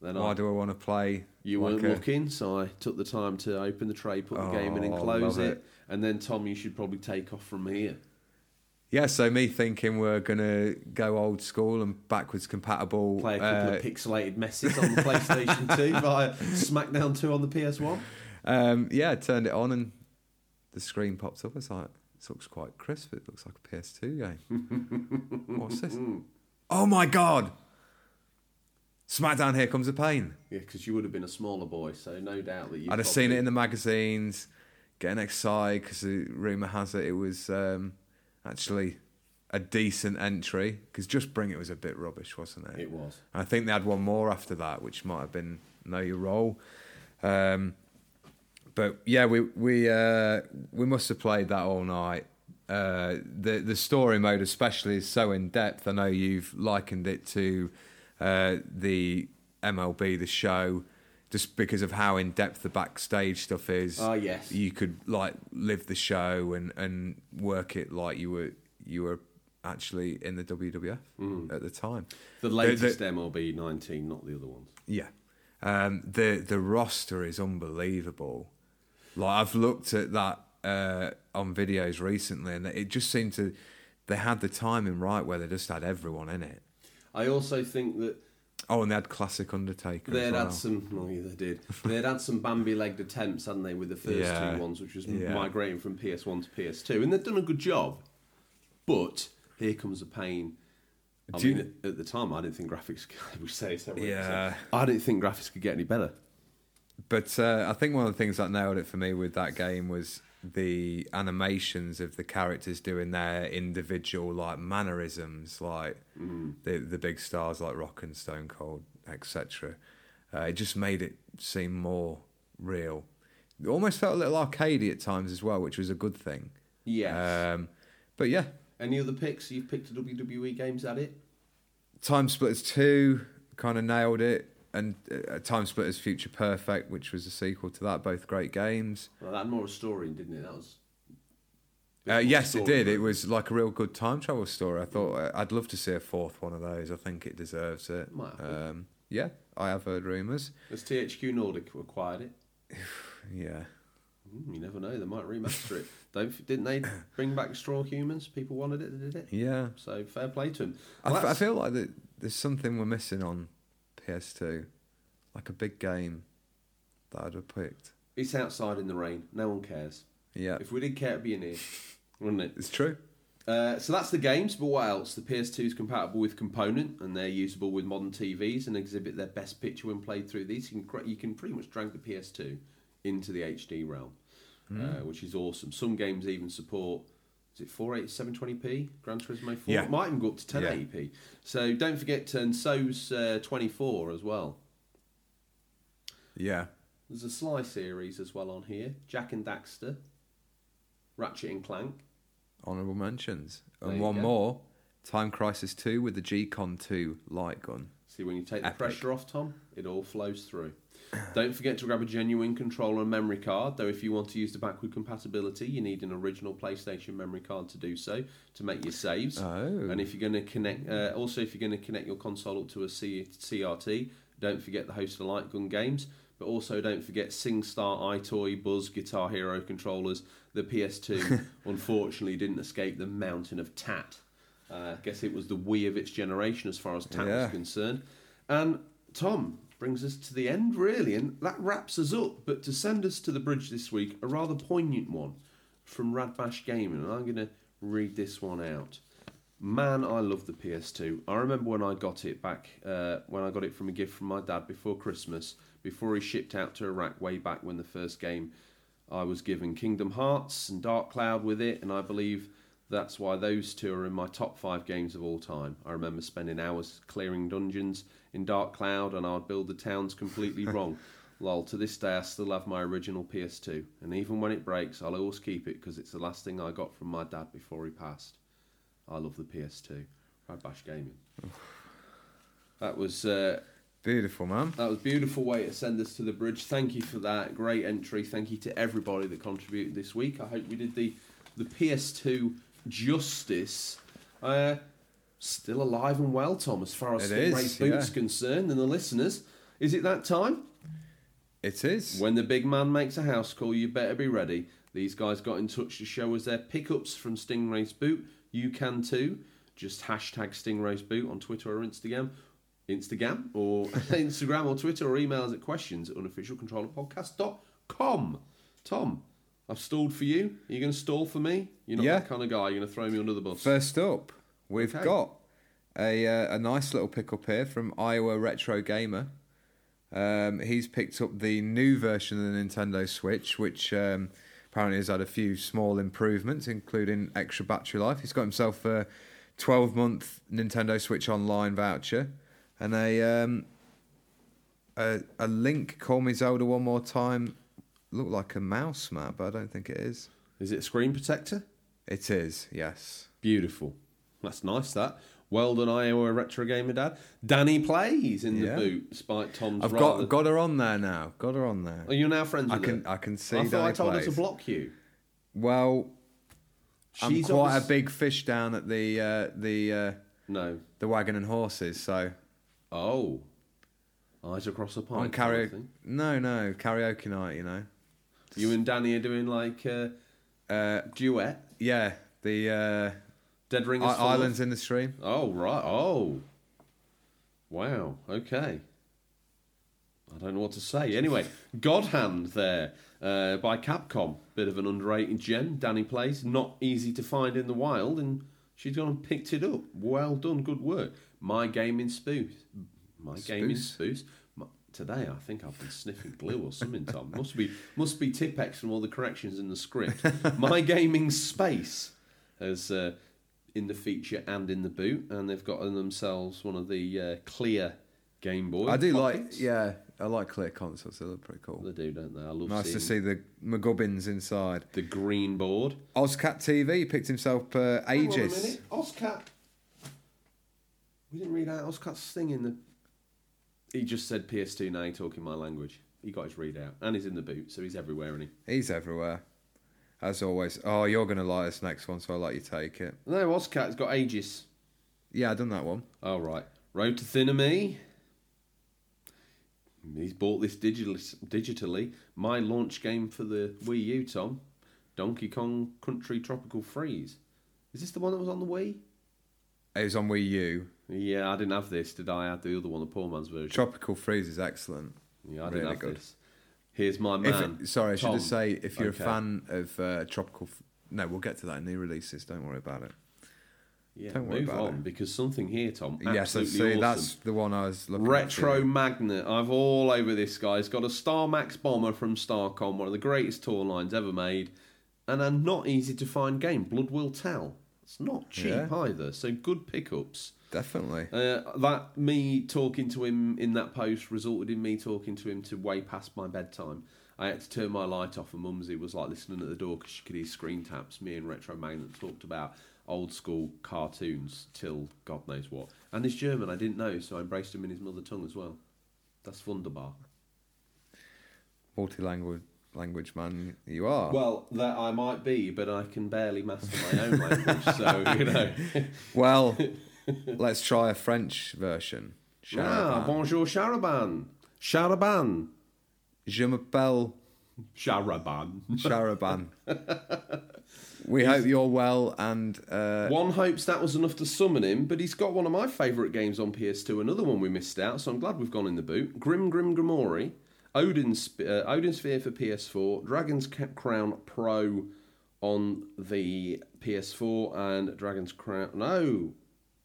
Speaker 1: Then
Speaker 2: Why
Speaker 1: I,
Speaker 2: do I want to play?
Speaker 1: you
Speaker 2: like
Speaker 1: weren't
Speaker 2: a-
Speaker 1: looking, so I took the time to open the tray, put the game in, and
Speaker 2: Oh,
Speaker 1: close
Speaker 2: love
Speaker 1: it.
Speaker 2: it.
Speaker 1: And then, Tom, you should probably take off from here.
Speaker 2: Yeah, so me thinking we're going to go old school and backwards compatible.
Speaker 1: Play a couple
Speaker 2: uh,
Speaker 1: of pixelated messes on the PlayStation 2 via SmackDown 2 on the PS1.
Speaker 2: um, yeah, I turned it on and the screen pops up. It's like, this looks quite crisp. It looks like a PS2 game. What's this? Oh my God! SmackDown, here comes the pain.
Speaker 1: Yeah, because you would have been a smaller boy, so no doubt that you.
Speaker 2: I'd have seen it in the magazines, getting excited because the rumor has it it was um, actually a decent entry because Just Bring It was a bit rubbish, wasn't it?
Speaker 1: It was.
Speaker 2: And I think they had one more after that, which might have been Know Your Role. Um, but yeah, we we uh, we must have played that all night. Uh, the the story mode especially is so in depth. I know you've likened it to uh, the MLB the show, just because of how in depth the backstage stuff is.
Speaker 1: Ah, yes.
Speaker 2: you could like live the show and and work it like you were you were actually in the WWF at the time.
Speaker 1: Hmm. The
Speaker 2: the-
Speaker 1: latest MLB 19, not the other ones.
Speaker 2: Yeah. Um, the the roster is unbelievable. Like I've looked at that uh, on videos recently, and it just seemed to they had the timing right where they just had everyone in it.
Speaker 1: I also think that
Speaker 2: Oh, and they had classic Undertaker.
Speaker 1: They'd
Speaker 2: as well.
Speaker 1: had some. Well, yeah, they did. They'd had some Bambi-legged attempts, hadn't they, with the first
Speaker 2: Yeah.
Speaker 1: two ones, which was
Speaker 2: Yeah.
Speaker 1: migrating from PS1 to PS2, and they've done a good job. But here comes the pain. I
Speaker 2: Do you-
Speaker 1: mean, at the time, I didn't think graphics. We say so.
Speaker 2: Yeah.
Speaker 1: I didn't think graphics could get any better.
Speaker 2: But uh, I think one of the things that nailed it for me with that game was the animations of the characters doing their individual like mannerisms, like the the big stars like Rock and Stone Cold, etc. Uh, it just made it seem more real. It almost felt a little arcadey at times as well, which was a good thing.
Speaker 1: Yes.
Speaker 2: Um, but yeah,
Speaker 1: Uh, Any other picks? You've picked a WWE games at it.
Speaker 2: Time Splitters 2 kind of nailed it, and uh, Time Splitters Future Perfect, which was a sequel to that, both great games.
Speaker 1: Well, that had more of a story, didn't it? That was.
Speaker 2: Uh, yes,
Speaker 1: story,
Speaker 2: it did.
Speaker 1: but-
Speaker 2: It was like a real good time travel story. I thought uh, I'd love to see a fourth one of those. I think it deserves it.
Speaker 1: Might happen.
Speaker 2: Um, yeah, I have heard rumours.
Speaker 1: Has THQ Nordic acquired it?
Speaker 2: Yeah,
Speaker 1: Mm, you never know. They might remaster it. Don't didn't they bring back Straw Humans? People wanted it. They did it.
Speaker 2: yeah.
Speaker 1: So fair play to him.
Speaker 2: I, f- I
Speaker 1: that's-
Speaker 2: feel like that there's something we're missing on PS2, like a big game that I'd have picked.
Speaker 1: It's outside in the rain. No one cares.
Speaker 2: Yeah,
Speaker 1: If we did care, it'd be in here, wouldn't it?
Speaker 2: it's true.
Speaker 1: Uh, so that's the games, but what else? The PS2 is compatible with Component, and they're usable with modern TVs and exhibit their best picture when played through these. You can, cr- you can pretty much drag the PS2 into the HD realm, uh,
Speaker 2: Hmm.
Speaker 1: which is awesome. Some games even support. Is it 480, 720p? Gran Turismo 4?
Speaker 2: Yeah.
Speaker 1: It might even go up to 1080p. So don't forget, to, and so's uh, 24 as well.
Speaker 2: Yeah,
Speaker 1: There's a Sly series as well on here. Jack and Daxter, Ratchet and Clank.
Speaker 2: honourable mentions,
Speaker 1: There
Speaker 2: and
Speaker 1: you
Speaker 2: one
Speaker 1: go.
Speaker 2: more, Time Crisis 2 with the G-Con 2 light gun.
Speaker 1: See, when you take the
Speaker 2: Epic.
Speaker 1: pressure off, Tom, it all flows through. Don't forget to grab a genuine controller and memory card, though if you want to use the backward compatibility, you need an original PlayStation memory card to do so to make your saves.
Speaker 2: Oh.
Speaker 1: And if you're going to connect, uh, also if you're going to connect your console up to a C- CRT, don't forget the host of light gun games. But also don't forget SingStar, iToy, Buzz, Guitar Hero controllers. The PS2 unfortunately didn't escape the mountain of tat. Uh, I guess it was the Wii of its generation as far as tat
Speaker 2: Yeah.
Speaker 1: was concerned. And Tom brings us to the end, really, and that wraps us up. But to send us to the bridge this week, a rather poignant one from Radbash Gaming, and I'm going to read this one out. Man, I love the PS2. I remember when I got it back, uh, when I got it from a gift from my dad before Christmas, before he shipped out to Iraq way back when the first game I was given Kingdom Hearts and Dark Cloud with it, and I believe that's why those two are in my top five games of all time. I remember spending hours clearing dungeons in Dark Cloud, and I'd build the towns completely wrong. Lol, to this day, I still have my original PS2, and even when it breaks, I'll always keep it because it's the last thing I got from my dad before he passed. I love the PS2. Radbash Gaming. That was uh,
Speaker 2: Beautiful, man.
Speaker 1: that was a beautiful way to send us to the bridge. Thank you for that. Great entry. Thank you to everybody that contributed this week. I hope we did the the PS2 justice. Uh, still alive and well, Tom, as far as
Speaker 2: It
Speaker 1: Stingray's
Speaker 2: is,
Speaker 1: Boot's
Speaker 2: yeah.
Speaker 1: concerned and the listeners. Is it that time?
Speaker 2: It is.
Speaker 1: When the big man makes a house call, you better be ready. These guys got in touch to show us their pickups from Stingray's boot. You can too. Just hashtag Stingray's boot on Twitter or Instagram, Instagram or Instagram or Twitter or email us at questions at unofficialcontrollerpodcast.com. Tom, I've stalled for you. Are you going to stall for me? You're not
Speaker 2: Yeah.
Speaker 1: that kind of guy. You're going to throw me under the bus.
Speaker 2: First up, we've
Speaker 1: Okay.
Speaker 2: got a uh, a nice little pickup here from Iowa Retro Gamer. Um, he's picked up the new version of the Nintendo Switch, which um, apparently has had a few small improvements, including extra battery life. He's got himself a 12 month Nintendo Switch Online voucher and a, um, a a link. Call me Zelda one more time. Looked like a mouse map, but I don't think it is.
Speaker 1: Is it a screen protector?
Speaker 2: It is, yes.
Speaker 1: Beautiful. That's nice, that. Well done, Iowa Retro Gamer Dad. Danny plays in the
Speaker 2: Yeah.
Speaker 1: boot, despite Tom's
Speaker 2: I've
Speaker 1: rather-
Speaker 2: got got her on there now. Got her on there.
Speaker 1: Are you now friends
Speaker 2: I
Speaker 1: with
Speaker 2: can-
Speaker 1: her?
Speaker 2: I can see
Speaker 1: I thought
Speaker 2: Danny
Speaker 1: I told her
Speaker 2: Plays.
Speaker 1: to block you.
Speaker 2: Well, I'm
Speaker 1: She's
Speaker 2: quite
Speaker 1: obvious-
Speaker 2: a big fish down at the uh, the uh,
Speaker 1: No.
Speaker 2: the wagon and horses. So
Speaker 1: Oh. Eyes across the pond.
Speaker 2: on karaoke. No, no karaoke night. You know.
Speaker 1: You and Danny are doing like a
Speaker 2: Uh,
Speaker 1: duet.
Speaker 2: yeah, the uh,
Speaker 1: Dead Ring
Speaker 2: i- islands in the stream.
Speaker 1: Oh, right. Oh. Wow. Okay. I don't know what to say. Anyway, God Hand there uh, by Capcom. Bit of an underrated gem. Danny plays. Not easy to find in the wild, and she's gone and picked it up. Well done. Good work. My Gaming Spoos. My Gaming Spoos. My, today, I think I've been sniffing glue or something, Tom. Must be, must be Tipex from all the corrections in the script. My Gaming Space as uh, in the feature and in the boot, and they've gotten themselves one of the uh, clear Game Boy.
Speaker 2: I do
Speaker 1: pockets.
Speaker 2: like. Yeah, I like clear consoles. They look pretty cool.
Speaker 1: They do, don't they? I love
Speaker 2: Nice
Speaker 1: seeing
Speaker 2: to see the McGubbins inside.
Speaker 1: the green board.
Speaker 2: Ozcat TV picked himself uh, ages.
Speaker 1: Oscat. We didn't read out Oscat's thing in the. He just said PS2 now, talking my language. He got his read out, and he's in the boot, so he's everywhere, and he.
Speaker 2: He's everywhere, as always. Oh, you're gonna like this next one, so I'll let you take it.
Speaker 1: No, Oscat's got Aegis.
Speaker 2: Yeah, I done that one.
Speaker 1: All right. Road to Thinner Me. He's bought this digitally, digitally. My launch game for the Wii U, Tom. Donkey Kong Country Tropical Freeze. Is this the one that was on the Wii?
Speaker 2: It was on Wii U.
Speaker 1: Yeah, I didn't have this, did I? I had the other one, the poor man's version.
Speaker 2: Tropical Freeze is excellent.
Speaker 1: yeah, I didn't
Speaker 2: really
Speaker 1: have
Speaker 2: good.
Speaker 1: this. Here's my
Speaker 2: If-
Speaker 1: man.
Speaker 2: sorry, I should
Speaker 1: Tom.
Speaker 2: just say if you're
Speaker 1: Okay.
Speaker 2: a fan of uh, Tropical. F- no, we'll get to that in new releases. Don't worry about it.
Speaker 1: Yeah,
Speaker 2: don't worry
Speaker 1: move
Speaker 2: about
Speaker 1: on
Speaker 2: it.
Speaker 1: because something here, Tom.
Speaker 2: yes, I
Speaker 1: Absolutely
Speaker 2: see.
Speaker 1: awesome.
Speaker 2: That's the one I was looking at.
Speaker 1: Retro Magnet. I've all over this guy. He's got a Star Max bomber from Starcom, one of the greatest tour lines ever made, and a not easy to find game. Blood Will Tell. It's not cheap
Speaker 2: Yeah.
Speaker 1: either, so good pickups.
Speaker 2: Definitely.
Speaker 1: Uh, that me talking to him in that post resulted in me talking to him to way past my bedtime. I had to turn my light off, and Mumsy was like listening at the door because she could hear screen taps. Me and Retro Magnet talked about old school cartoons till God knows what. And he's German, I didn't know, so I embraced him in his mother tongue as well. That's wunderbar.
Speaker 2: Multi language language man, you are. Well,
Speaker 1: Well, that I might be, but I can barely master my own language, so you know.
Speaker 2: let's try a French version.
Speaker 1: Ah,
Speaker 2: Charaban.
Speaker 1: bonjour, Charaban. Charaban.
Speaker 2: Je m'appelle
Speaker 1: Charaban.
Speaker 2: Charaban. we hope you're well and uh,
Speaker 1: One hopes that was enough to summon him, but he's got one of my favourite games on PS2, another one we missed out, so I'm glad we've gone in the boot. Grim Grim Grimory, Odin's, uh, Odin Sphere for PS4, Dragon's Ca- Crown Pro on the PS4, and Dragon's Crown. No!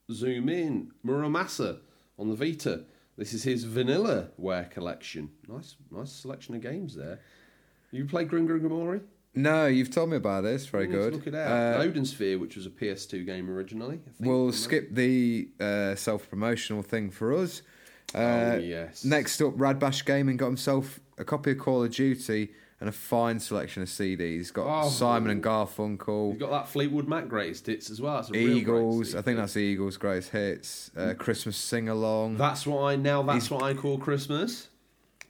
Speaker 1: Zoom in, Muramasa on the Vita. This is his vanilla ware collection. Nice, nice selection of games there. You played Grim Grim Grimory?
Speaker 2: No, you've told me about this. Very
Speaker 1: Let's
Speaker 2: good.
Speaker 1: Look it out.
Speaker 2: Uh,
Speaker 1: Odin Sphere, which was a PS2 game originally. I think,
Speaker 2: we'll
Speaker 1: wasn't it?
Speaker 2: skip the uh, self-promotional thing for us. Uh,
Speaker 1: Oh, yes.
Speaker 2: Next up, Radbash Gaming got himself a copy of Call of Duty and a fine selection of CDs. Got
Speaker 1: Oh.
Speaker 2: Simon and
Speaker 1: You've
Speaker 2: Garfunkel,
Speaker 1: got that Fleetwood Mac greatest hits as well. That's a real
Speaker 2: Eagles.
Speaker 1: greatest
Speaker 2: I
Speaker 1: hit.
Speaker 2: think that's the Eagles' greatest hits.
Speaker 1: Mm.
Speaker 2: Uh, Christmas sing along.
Speaker 1: That's what I now. That's what I call Christmas.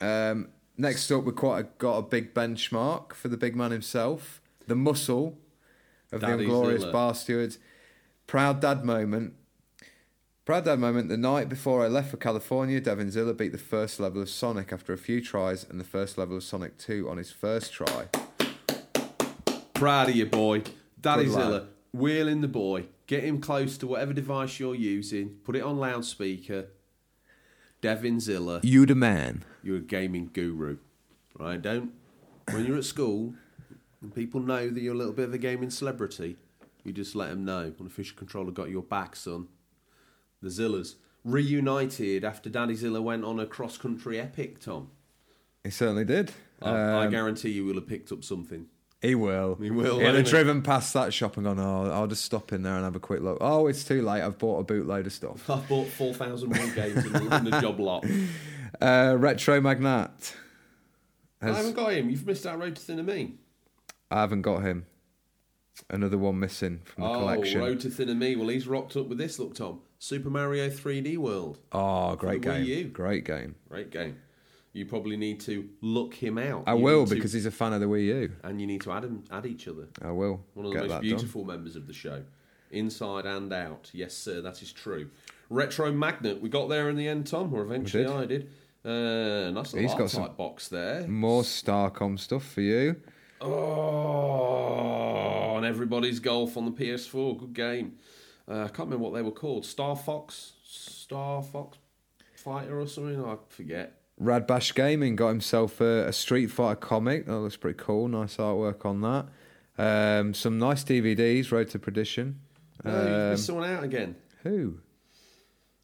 Speaker 2: Um, next up, we quite a, got a big benchmark for the big man himself, the muscle of the
Speaker 1: Daddy
Speaker 2: inglorious
Speaker 1: Zilla.
Speaker 2: bar stewards. Proud dad moment. Proud dad moment. The night before I left for California, Devin Zilla beat the first level of Sonic after a few tries, and the first level of Sonic Two on his first try.
Speaker 1: Proud of you, boy. Daddy
Speaker 2: Good lad.
Speaker 1: Zilla, wheel in the boy. Get him close to whatever device you're using. Put it on loudspeaker. Devin Zilla,
Speaker 2: You the man.
Speaker 1: you're a gaming guru, right? Don't. When you're at school and people know that you're a little bit of a gaming celebrity, you just let them know. Unofficial controller got your back, son. The Zillas reunited after Daddy Zilla went on a cross-country epic. Tom,
Speaker 2: He certainly did.
Speaker 1: I,
Speaker 2: Um,
Speaker 1: I guarantee you will have picked up something.
Speaker 2: He will.
Speaker 1: He will,
Speaker 2: He'll have
Speaker 1: won't he?
Speaker 2: driven past that shop and gone, oh, I'll just stop in there and have a quick look. Oh, it's too late. I've bought a bootload of stuff.
Speaker 1: I've bought 4,001 games in the, in the job lot.
Speaker 2: Uh, Retro Magnat.
Speaker 1: I haven't got him. You've missed our road to Thinner Me.
Speaker 2: I haven't got him. Another one missing from the
Speaker 1: Oh,
Speaker 2: collection.
Speaker 1: Road to Thinner Me. Well, he's rocked up with this. Look, Tom. Super Mario 3D World.
Speaker 2: Oh, great
Speaker 1: the Wii
Speaker 2: game.
Speaker 1: U.
Speaker 2: Great game.
Speaker 1: Great game. You probably need to look him out.
Speaker 2: I
Speaker 1: You
Speaker 2: will
Speaker 1: need to-
Speaker 2: because he's a fan of the Wii U.
Speaker 1: and you need to add him, add each other.
Speaker 2: I will.
Speaker 1: One of the
Speaker 2: get
Speaker 1: most
Speaker 2: that
Speaker 1: beautiful members of the show, inside and out. Yes, sir, that is true. Retro Magnet. We got there in the end, Tom, or eventually
Speaker 2: did.
Speaker 1: I did. Uh, nice little
Speaker 2: He's got
Speaker 1: art
Speaker 2: some- Mm.
Speaker 1: type box there.
Speaker 2: done. More Starcom stuff for you.
Speaker 1: Oh, and everybody's golf on the PS4. Good game. Uh, I can't remember what they were called. Star Fox, Star Fox Fighter or something. I forget.
Speaker 2: Radbash Gaming got himself a, a Street Fighter comic. That looks pretty cool. Nice artwork on that. Um, some nice DVDs. Road to Perdition.
Speaker 1: No, you've
Speaker 2: Um,
Speaker 1: missed someone out again.
Speaker 2: Who?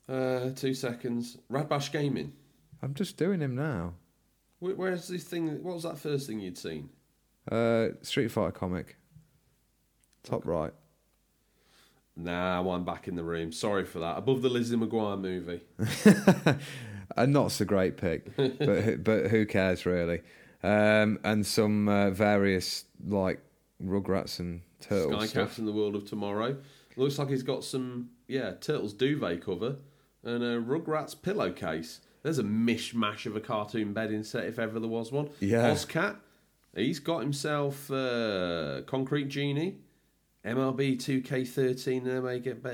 Speaker 1: Uh, two seconds. Radbash Gaming.
Speaker 2: I'm just doing him now.
Speaker 1: Wh- Where's this thing? What was that first thing you'd seen?
Speaker 2: Uh, Street Fighter comic. Top right.
Speaker 1: Nah, well, I'm back in the room. Sorry for that. Above the Lizzie McGuire movie.
Speaker 2: a Uh, not so great pick, but who- but who cares really? Um, and some uh, various like Rugrats and Turtles
Speaker 1: Sky
Speaker 2: stuff.
Speaker 1: Captain in the World of Tomorrow. Looks like he's got some, yeah, Turtles duvet cover and a Rugrats pillowcase. There's a mishmash of a cartoon bedding set if ever there was one.
Speaker 2: Yeah.
Speaker 1: Ozcat, he's got himself uh, Concrete Genie, MLB 2K13, and MA, get- MA,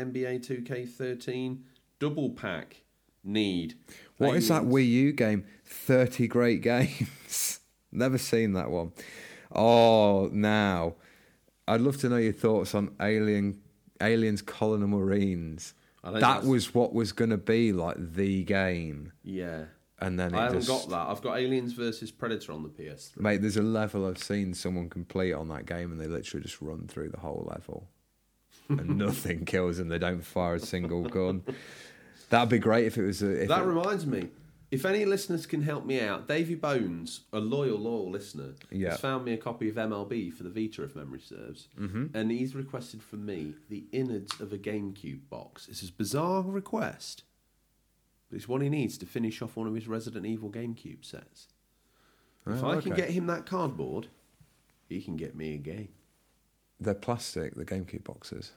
Speaker 1: NBA 2K13 double pack need.
Speaker 2: What is that
Speaker 1: Aliens.
Speaker 2: Wii U game? Thirty great games. Never seen that one. Oh, now I'd love to know your thoughts on Alien Aliens Colony Marines.
Speaker 1: I don't
Speaker 2: That
Speaker 1: think that's-
Speaker 2: was what was going to be like the game,
Speaker 1: Yeah.
Speaker 2: and then it
Speaker 1: I haven't got
Speaker 2: just
Speaker 1: that. I've got Aliens versus Predator on the PS3.
Speaker 2: Mate, there's a level I've seen someone complete on that game, and they literally just run through the whole level, and nothing kills them. They don't fire a single gun. That'd be great if it was a. If
Speaker 1: That
Speaker 2: it-
Speaker 1: reminds me. If any listeners can help me out, Davy Bones, a loyal, loyal listener,
Speaker 2: Yeah.
Speaker 1: has found me a copy of MLB for the Vita, if memory serves. Mm-hmm. And he's requested from me the innards of a GameCube box. It's his bizarre request, but it's one he needs to finish off one of his Resident Evil GameCube sets. if
Speaker 2: Oh,
Speaker 1: I can
Speaker 2: okay.
Speaker 1: get him that cardboard, he can get me a game.
Speaker 2: they're plastic, the GameCube boxes.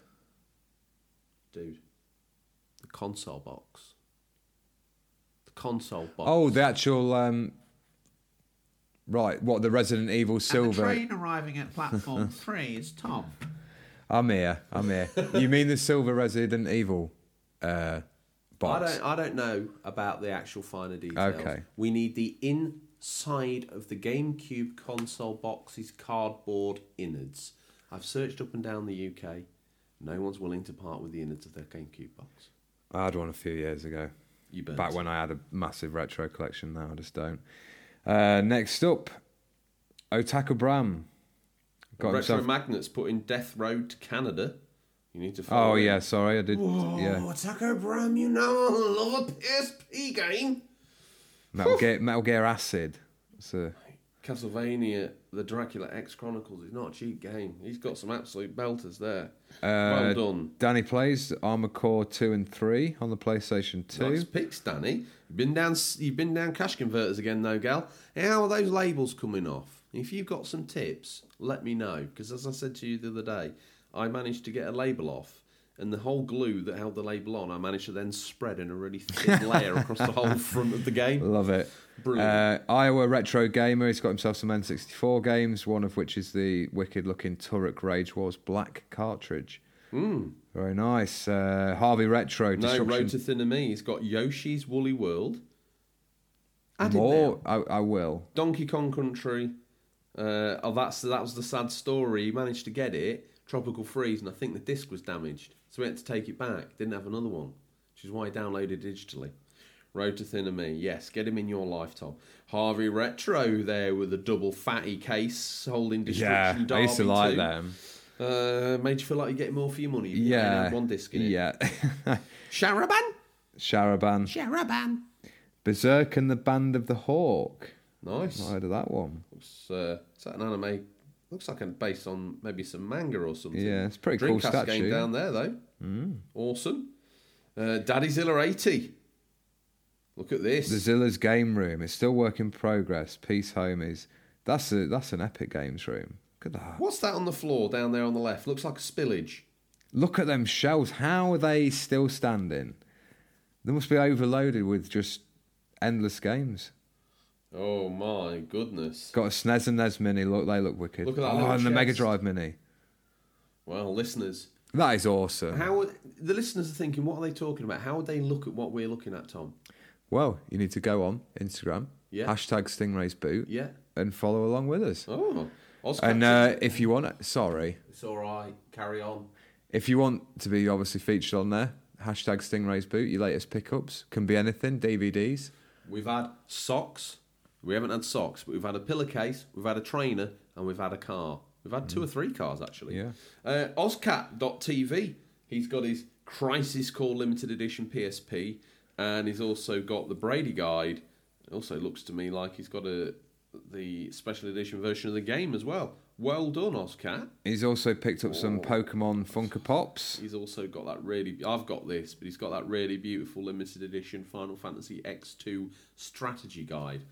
Speaker 1: Dude, the console box. The console box.
Speaker 2: Oh, the actual. Um, right, what the Resident Evil Silver?
Speaker 4: And the train arriving at platform three is Tom.
Speaker 2: I'm here. I'm here. you mean the Silver Resident Evil uh, box?
Speaker 1: I don't, I don't know about the actual finer details.
Speaker 2: Okay.
Speaker 1: We need the inside of the GameCube console box's cardboard innards. I've searched up and down the UK. No one's willing to part with the innards of their GameCube box.
Speaker 2: I had one a few years ago.
Speaker 1: You burnt
Speaker 2: Back
Speaker 1: it.
Speaker 2: when I had a massive retro collection, now I just don't. Uh, next up, Otaku Bram. Got
Speaker 1: Retro
Speaker 2: himself.
Speaker 1: Magnets put in Death Road to Canada. You need to follow
Speaker 2: oh,
Speaker 1: it.
Speaker 2: yeah, sorry, I did.
Speaker 1: Whoa,
Speaker 2: Yeah.
Speaker 1: Taco Bram, you know I love a PSP game.
Speaker 2: Metal Gear, Metal Gear Acid. It's a
Speaker 1: Castlevania, the Dracula X Chronicles is not a cheap game. He's got some absolute belters there. well
Speaker 2: Uh,
Speaker 1: done.
Speaker 2: Danny plays Armour Core 2 and 3 on the PlayStation 2.
Speaker 1: Nice picks, Danny. You've been down. You've been down cash converters again, though, gal. How are those labels coming off? If you've got some tips, let me know. Because as I said to you the other day, I managed to get a label off, and the whole glue that held the label on, I managed to then spread in a really thick layer across the whole front of the game.
Speaker 2: Love it. Uh,
Speaker 1: Brilliant.
Speaker 2: Iowa Retro Gamer, he's got himself some N64 games, one of which is the wicked looking Turok Rage Wars Black cartridge. Very nice. Uh, Harvey Retro,
Speaker 1: Hmm. No,
Speaker 2: Destruction
Speaker 1: Road to Thinner Me. He's got Yoshi's Woolly World. Added
Speaker 2: More.
Speaker 1: now.
Speaker 2: I, I will.
Speaker 1: Donkey Kong Country. Uh, oh, that's that was the sad story. He managed to get it. Tropical Freeze, and I think the disc was damaged, so we had to take it back. Didn't have another one, which is why I downloaded digitally. Road to Thinner Me, yes, get him in your lifetime. Harvey Retro there with a double fatty case holding Destruction
Speaker 2: I used to
Speaker 1: Derby
Speaker 2: like
Speaker 1: too.
Speaker 2: them.
Speaker 1: Uh, made you feel like you're getting more for your money. You
Speaker 2: Yeah.
Speaker 1: had one disc in it.
Speaker 2: Yeah.
Speaker 1: Sharaban,
Speaker 2: Sharaban.
Speaker 1: Sharaban.
Speaker 2: Berserk and the Band of the Hawk.
Speaker 1: Nice.
Speaker 2: Not heard of that one.
Speaker 1: It's, uh, is that an anime? Looks like it's based on maybe some manga or something.
Speaker 2: Yeah, it's a pretty cool
Speaker 1: Dreamcast
Speaker 2: statue. Mm.
Speaker 1: game down there though. Awesome. Uh, Daddy Zilla eighty. Look at this.
Speaker 2: The Zilla's Game Room. It's still work in progress. Peace, homies. That's a that's an epic games room. Look at that.
Speaker 1: What's that on the floor down there on the left? Looks like a spillage.
Speaker 2: Look at them shells. How are they still standing? They must be overloaded with just endless games.
Speaker 1: Oh my goodness.
Speaker 2: Got a SNES and NES Mini. Look, they look wicked.
Speaker 1: Look at that
Speaker 2: Oh,
Speaker 1: little
Speaker 2: and the Mega
Speaker 1: chest.
Speaker 2: Drive Mini.
Speaker 1: Well, listeners,
Speaker 2: That is awesome.
Speaker 1: how the listeners are thinking? What are they talking about? How would they look at what we're looking at, Tom?
Speaker 2: Well, you need to go on Instagram,
Speaker 1: Yeah.
Speaker 2: hashtag Stingrays Boot,
Speaker 1: Yeah.
Speaker 2: and follow along with us.
Speaker 1: Oh, Oscar.
Speaker 2: And uh, if you want, sorry,
Speaker 1: it's all right. Carry on.
Speaker 2: if you want to be obviously featured on there, hashtag Stingrays Boot, your latest pickups can be anything, DVDs.
Speaker 1: We've had socks. We haven't had socks, but we've had a pillowcase, we've had a trainer, and we've had a car. We've had two or three cars, actually.
Speaker 2: Yeah.
Speaker 1: Uh, Oscat.tv, he's got his Crisis Core Limited Edition PSP, and he's also got the Brady Guide. It also looks to me like he's got a the special edition version of the game as well. Well done, Oscat.
Speaker 2: He's also picked up
Speaker 1: Oh.
Speaker 2: some Pokemon Funko Pops.
Speaker 1: He's also got that really. I've got this, but he's got that really beautiful limited edition Final Fantasy X2 strategy guide.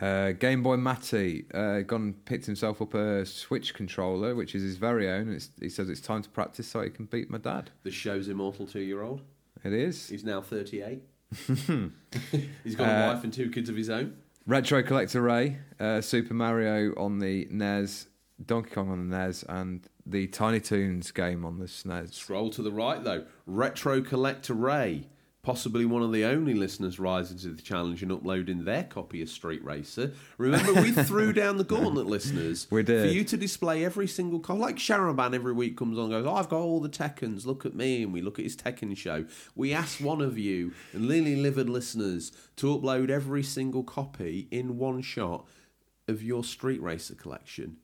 Speaker 2: Uh, Game Boy Matty uh, gone and picked himself up a Switch controller, which is his very own. It's, he says it's time to practice so he can beat my dad.
Speaker 1: The show's immortal two year old.
Speaker 2: It is.
Speaker 1: He's now 38. He's got a wife and two kids of his own.
Speaker 2: Retro Collector Ray, uh, Super Mario on the NES, Donkey Kong on the NES, and the Tiny Toons game on the E SNES.
Speaker 1: Scroll to the right, though. Retro Collector Ray, possibly one of the only listeners rising to the challenge and uploading their copy of Street Racer. Remember, we threw down the gauntlet, listeners.
Speaker 2: We did.
Speaker 1: For you to display every single copy. Like Sharaban every week comes on and goes, oh, I've got all the Tekkens, look at me. And we look at his Tekken show. We asked one of you, and lily livered listeners, to upload every single copy in one shot of your Street Racer collection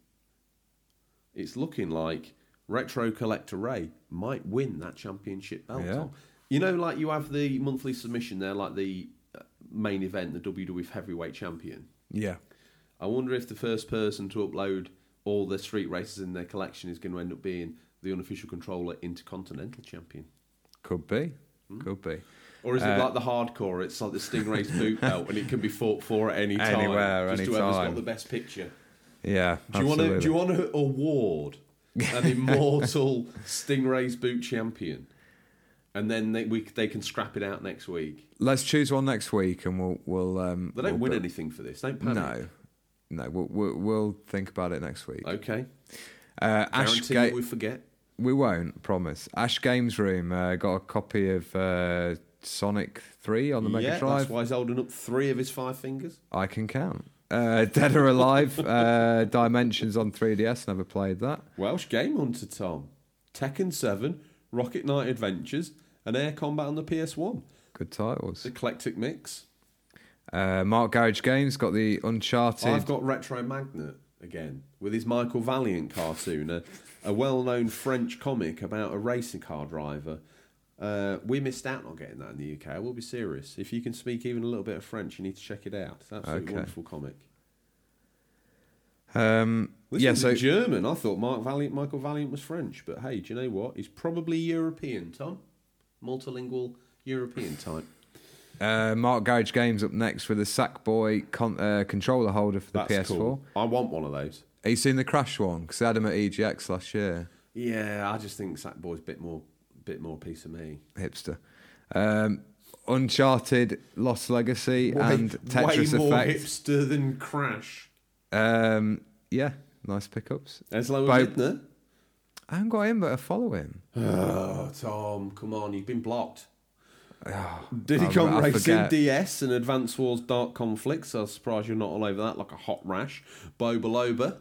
Speaker 1: it's looking like Retro Collector Ray might win that championship belt.
Speaker 2: Yeah.
Speaker 1: Tom. You know, like you have the monthly submission there, like the uh, main event, the WWF Heavyweight Champion.
Speaker 2: Yeah.
Speaker 1: I wonder if the first person to upload all their street races in their collection is going to end up being the unofficial controller Intercontinental Champion.
Speaker 2: Could be.
Speaker 1: Hmm.
Speaker 2: Could be.
Speaker 1: Or is it
Speaker 2: Uh,
Speaker 1: like the hardcore? It's like the Stingray's boot belt, and it can be fought for at any time.
Speaker 2: Anywhere,
Speaker 1: just
Speaker 2: any
Speaker 1: whoever's
Speaker 2: time.
Speaker 1: got the best picture.
Speaker 2: Yeah.
Speaker 1: Do you want to? Do you
Speaker 2: absolutely.
Speaker 1: want to award an immortal Stingray's boot champion, and then they we, they can scrap it out next week?
Speaker 2: Let's choose one next week, and we'll we'll. Um,
Speaker 1: They don't
Speaker 2: we'll
Speaker 1: win
Speaker 2: bu-
Speaker 1: anything for this. Don't panic.
Speaker 2: No. No, we'll, we'll, we'll think about it next week.
Speaker 1: Okay.
Speaker 2: Uh, Ash
Speaker 1: Guarantee
Speaker 2: Ga-
Speaker 1: we forget.
Speaker 2: We won't, promise. Ash Games Room uh, got a copy of uh, Sonic 3 on the Mega
Speaker 1: yeah,
Speaker 2: Drive.
Speaker 1: that's why he's holding up three of his five fingers.
Speaker 2: I can count. Uh, Dead or Alive, uh, Dimensions on 3DS, never played that.
Speaker 1: Welsh Game Hunter Tom, Tekken Seven, Rocket Knight Adventures, and Air Combat on the PS One.
Speaker 2: Good titles.
Speaker 1: Eclectic mix.
Speaker 2: Uh, Mark Garage Games got the Uncharted.
Speaker 1: I've got Retro Magnet again with his Michael Valiant cartoon, a, a well known French comic about a racing car driver. Uh, we missed out on getting that in the UK. I will be serious. If you can speak even a little bit of French, you need to check it out. It's an absolutely
Speaker 2: Okay.
Speaker 1: wonderful comic.
Speaker 2: Um,
Speaker 1: This
Speaker 2: yeah,
Speaker 1: was
Speaker 2: so
Speaker 1: in German. I thought Mark Valiant, Michael Valiant was French, but hey, do you know what? He's probably European, Tom. Multilingual European type.
Speaker 2: uh, Mark Garage Games up next with a Sackboy con- uh, controller holder for the
Speaker 1: That's
Speaker 2: PS4.
Speaker 1: cool. I want one of those.
Speaker 2: Have you seen the Crash one? Because they had them at EGX last year.
Speaker 1: Yeah, I just think Sackboy's a bit more, bit more piece of me.
Speaker 2: Hipster. Um, Uncharted, Lost Legacy, and Tetris
Speaker 1: way more
Speaker 2: Effect.
Speaker 1: hipster than Crash.
Speaker 2: Um, yeah, nice pickups.
Speaker 1: Eslo
Speaker 2: Both-
Speaker 1: Midner.
Speaker 2: I haven't got him, but I follow him.
Speaker 1: Oh, Tom, come on, you've been blocked. Diddycon
Speaker 2: Ah, I- I
Speaker 1: Racing
Speaker 2: forget.
Speaker 1: DS and Advance Wars Dark Conflicts. I was surprised you're not all over that like a hot rash. Boba Loba,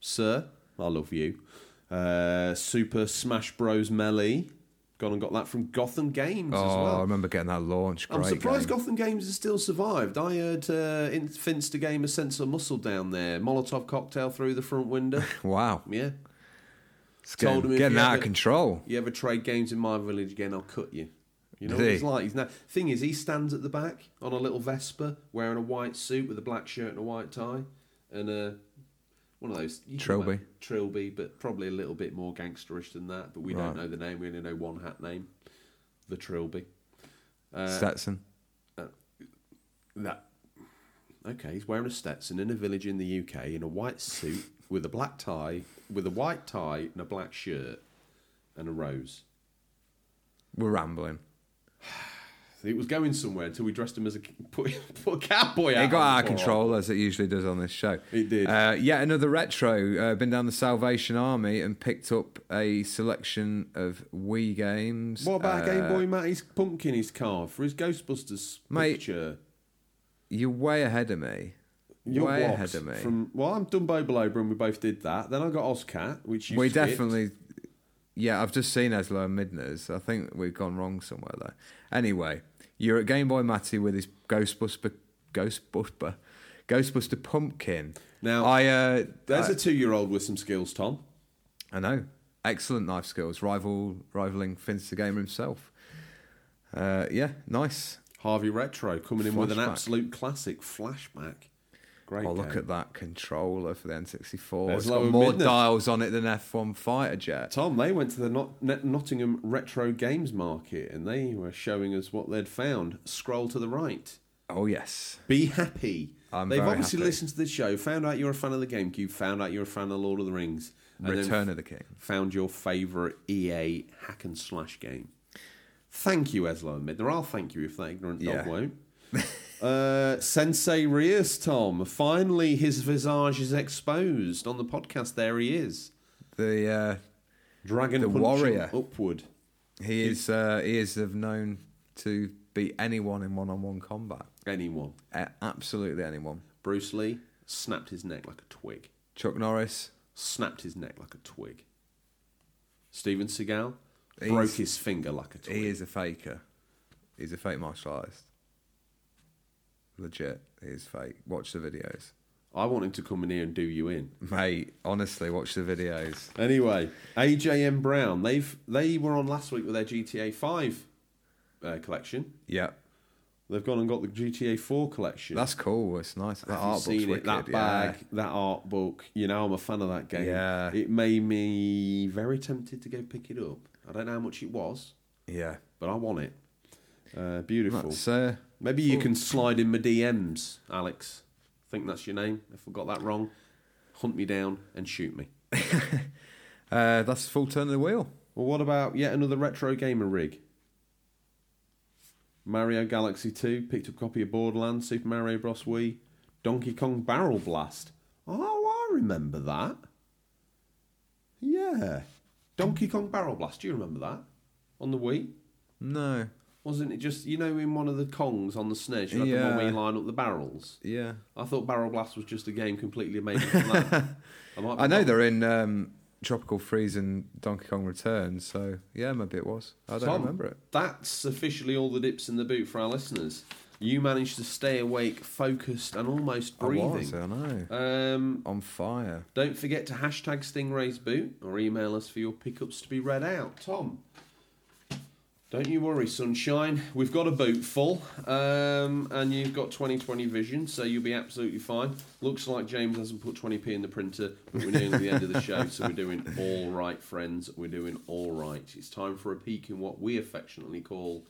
Speaker 1: sir, I love you. Uh, Super Smash Bros. Melee. Gone and got that from Gotham Games
Speaker 2: Oh,
Speaker 1: as
Speaker 2: I
Speaker 1: well.
Speaker 2: remember getting that launch. Great
Speaker 1: I'm surprised
Speaker 2: game.
Speaker 1: Gotham Games has still survived. I heard uh, in- Finster Gamer sent some muscle down there. Molotov cocktail through the front window.
Speaker 2: Wow,
Speaker 1: yeah.
Speaker 2: it's
Speaker 1: Told
Speaker 2: getting,
Speaker 1: him if
Speaker 2: getting
Speaker 1: you
Speaker 2: out
Speaker 1: ever-
Speaker 2: of control.
Speaker 1: You ever trade games in my village again, I'll cut you. You know
Speaker 2: Did
Speaker 1: what
Speaker 2: he?
Speaker 1: he's like. He's now, thing is, he stands at the back on a little Vespa, wearing a white suit with a black shirt and a white tie, and uh, one of those you can
Speaker 2: Trilby.
Speaker 1: wear- Trilby, but probably a little bit more gangsterish than that. But we
Speaker 2: Right.
Speaker 1: don't know the name. We only know one hat name, the Trilby. Uh,
Speaker 2: Stetson.
Speaker 1: that. Okay, he's wearing a Stetson in a village in the UK in a white suit with a black tie, with a white tie and a black shirt, and a rose.
Speaker 2: We're rambling.
Speaker 1: It was going somewhere until we dressed him as a put, put a cowboy out.
Speaker 2: It got out of
Speaker 1: for
Speaker 2: control as it usually does on this show.
Speaker 1: It did.
Speaker 2: Uh, yet another retro. Uh, been down the Salvation Army and picked up a selection of Wii games.
Speaker 1: What about
Speaker 2: Uh,
Speaker 1: Game Boy Matty's pumpkin he's carved for his Ghostbusters
Speaker 2: Mate,
Speaker 1: picture?
Speaker 2: You're way ahead of me.
Speaker 1: You're
Speaker 2: way
Speaker 1: what?
Speaker 2: ahead of me.
Speaker 1: From well, I'm done Boba Lober and we both did that. Then I got Oscat, which you
Speaker 2: we
Speaker 1: skipped.
Speaker 2: definitely. Yeah, I've just seen Eslo and Midner's. I think we've gone wrong somewhere though. Anyway, you're at Game Boy Matty with his Ghostbuster, Ghostbuster, Ghostbuster pumpkin.
Speaker 1: Now-
Speaker 2: I uh,
Speaker 1: There's
Speaker 2: I-
Speaker 1: a two-year-old with some skills, Tom.
Speaker 2: I know. Excellent knife skills, rival rivaling Finster Gamer himself. Uh, yeah, nice.
Speaker 1: Harvey Retro coming in with an
Speaker 2: Flashback.
Speaker 1: absolute classic flashback. Great.
Speaker 2: Oh, look
Speaker 1: game.
Speaker 2: at that controller for the N64.
Speaker 1: There's
Speaker 2: it's got
Speaker 1: lower
Speaker 2: more
Speaker 1: midnight.
Speaker 2: dials on it than F1 fighter jet.
Speaker 1: Tom, they went to the Not- Net- Nottingham Retro Games Market and they were showing us what they'd found. Scroll to the right.
Speaker 2: Oh yes.
Speaker 1: Be happy.
Speaker 2: I'm
Speaker 1: They've
Speaker 2: very
Speaker 1: obviously
Speaker 2: happy.
Speaker 1: listened to this show, found out you're a fan of the GameCube, found out you're a fan of Lord of the Rings, and then
Speaker 2: Return of the King.
Speaker 1: found your favourite EA hack and slash game. Thank you, Eslo and Midner. I'll thank you if that ignorant
Speaker 2: Yeah.
Speaker 1: dog won't. uh, Sensei Rios, Tom. Finally, his visage is exposed on the podcast. There he is.
Speaker 2: The uh,
Speaker 1: Dragon
Speaker 2: The
Speaker 1: punching
Speaker 2: warrior.
Speaker 1: upward.
Speaker 2: he is uh, he is of known to beat anyone in one-on-one combat.
Speaker 1: Anyone.
Speaker 2: Uh, absolutely anyone.
Speaker 1: Bruce Lee snapped his neck like a twig.
Speaker 2: Chuck Norris.
Speaker 1: snapped his neck like a twig. Steven Seagal
Speaker 2: He's-
Speaker 1: broke his finger like a twig.
Speaker 2: He is a faker. He's a fake martial artist. Legit. He is fake. Watch the videos.
Speaker 1: I want him to come in here and do you in.
Speaker 2: Mate, honestly, watch the videos.
Speaker 1: Anyway, AJM Brown, they've they were on last week with their GTA Five uh, collection.
Speaker 2: Yeah,
Speaker 1: They've gone and got the GTA Four collection.
Speaker 2: that's cool. It's nice. That
Speaker 1: I haven't
Speaker 2: art book's
Speaker 1: seen
Speaker 2: wicked.
Speaker 1: it, that
Speaker 2: yeah.
Speaker 1: bag, that art book. You know, I'm a fan of that game.
Speaker 2: Yeah.
Speaker 1: It made me very tempted to go pick it up. I don't know how much it was,
Speaker 2: Yeah,
Speaker 1: but I want it. Uh, beautiful.
Speaker 2: that's uh,
Speaker 1: Maybe you can slide in my DMs, Alex. I think that's your name. If I got that wrong, hunt me down and shoot me.
Speaker 2: uh, that's full turn of the wheel.
Speaker 1: Well, what about yet another retro gamer rig? Mario Galaxy 2, picked up a copy of Borderlands, Super Mario Bros. Wii, Donkey Kong Barrel Blast. Oh, I remember that. Yeah. Donkey Kong Barrel Blast, do you remember that? On the Wii?
Speaker 2: No,
Speaker 1: Wasn't it just, you know, in one of the Kongs on the SNES, you had the one where
Speaker 2: Yeah.
Speaker 1: you line up the barrels?
Speaker 2: yeah.
Speaker 1: I thought Barrel Blast was just a game completely made up from that. I, might be
Speaker 2: I know
Speaker 1: wrong.
Speaker 2: they're in um, Tropical Freeze and Donkey Kong Returns, so yeah, maybe it was. I don't
Speaker 1: Tom,
Speaker 2: remember it.
Speaker 1: That's officially all the dips in the boot for our listeners. You managed to stay awake, focused, and almost breathing.
Speaker 2: I was, I know.
Speaker 1: Um,
Speaker 2: On fire.
Speaker 1: don't forget to hashtag Stingray's Boot or email us for your pickups to be read out. Tom, Don't you worry, sunshine. We've got a boot full, um, and you've got 2020 vision, so you'll be absolutely fine. Looks like James hasn't put 20p in the printer, but we're nearly the end of the show, so we're doing all right, friends. We're doing all right. It's time for a peek in what we affectionately call.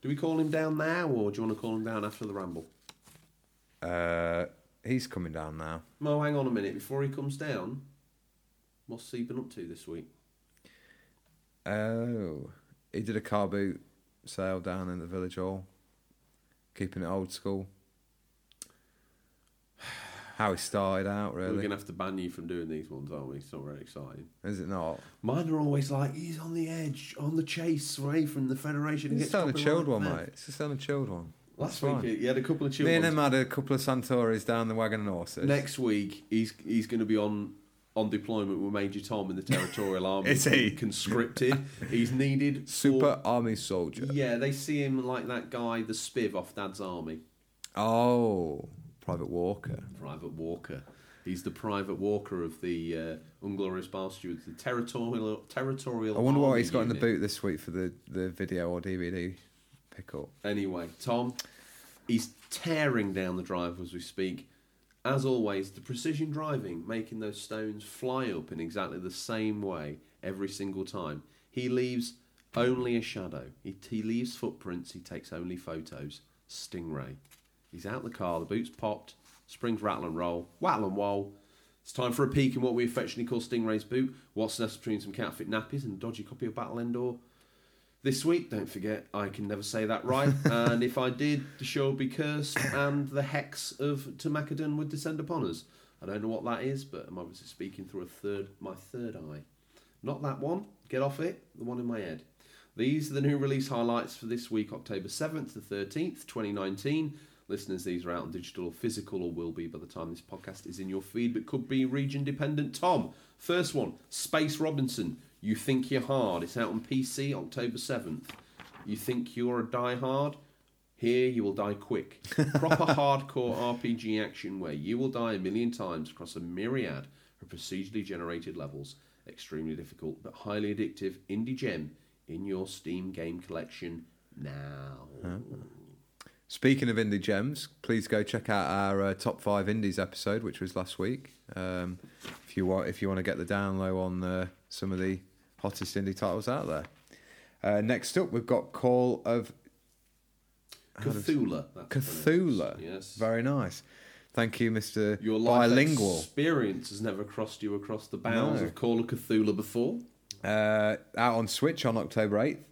Speaker 1: Do we call him down now, or do you want to call him down after the ramble?
Speaker 2: Uh, he's coming down now.
Speaker 1: Mo, hang on a minute. Before he comes down, what's he been up to this week?
Speaker 2: Oh, he did a car boot sale down in the village hall, keeping it old school. How he started out,
Speaker 1: We're
Speaker 2: really,
Speaker 1: going to have to ban you from doing these ones, aren't we? It's not very exciting.
Speaker 2: is it not?
Speaker 1: Mine are always like he's on the edge, on the chase, away from the Federation. and
Speaker 2: It's
Speaker 1: gets
Speaker 2: still a
Speaker 1: copyright
Speaker 2: chilled one,
Speaker 1: there.
Speaker 2: mate. It's still a chilled one.
Speaker 1: Last
Speaker 2: That's
Speaker 1: week
Speaker 2: fine.
Speaker 1: he had a couple of chilled
Speaker 2: Me and
Speaker 1: ones.
Speaker 2: him had a couple of Santoris down the wagon and horses.
Speaker 1: Next week he's he's going to be on on deployment with Major Tom in the Territorial Army.
Speaker 2: Is he?
Speaker 1: conscripted? He's needed.
Speaker 2: Super Army Soldier.
Speaker 1: For, yeah, they see him like that guy, the Spiv off Dad's Army,
Speaker 2: Oh, Private Walker.
Speaker 1: Private Walker. He's the Private Walker of the uh, Unglorious Bastards, the Territorial Territorial.
Speaker 2: I wonder what
Speaker 1: Army
Speaker 2: he's got in the
Speaker 1: Oh, unit.
Speaker 2: boot this week for the, the video or DVD pickup.
Speaker 1: Anyway, Tom, he's tearing down the drive as we speak. As always, the precision driving, making those stones fly up in exactly the same way every single time. He leaves only a shadow. He, he leaves footprints. He takes only photos. Stingray. He's out the car. The boot's popped. Springs rattle and roll. Wattle and roll. It's time for a peek in what we affectionately call Stingray's boot. What's the difference between some counterfeit nappies and a dodgy copy of Battle Endor? This week, don't forget, I can never say that right. and if I did, the show would be cursed and the hex of Tamakadon would descend upon us. I don't know what that is, but I'm obviously speaking through a third, my third eye. Not that one. Get off it. The one in my head. These are the new release highlights for this week, October 7th to 13th, 2019. Listeners, these are out on digital or physical or will be by the time this podcast is in your feed, but could be region dependent. Tom, first one Space Robinson. You Think You're Hard. It's out on PC October 7th. You Think You're a Die Hard? Here you will die quick. Proper hardcore RPG action where you will die a million times across a myriad of procedurally generated levels. Extremely difficult but highly addictive indie gem in your Steam game collection now.
Speaker 2: Speaking of indie gems, please go check out our uh, top five indies episode, which was last week. Um, if you want, if you want to get the down low on uh, some of the hottest indie titles out there. Uh, next up, we've got Call of
Speaker 1: Cthulhu. that's
Speaker 2: Cthulhu.
Speaker 1: pronounced. Yes.
Speaker 2: Very nice. Thank you, Mr.
Speaker 1: your life
Speaker 2: Bilingual.
Speaker 1: experience has never crossed you across the bounds
Speaker 2: No.
Speaker 1: of Call of Cthulhu before.
Speaker 2: uh, out on Switch on October 8th.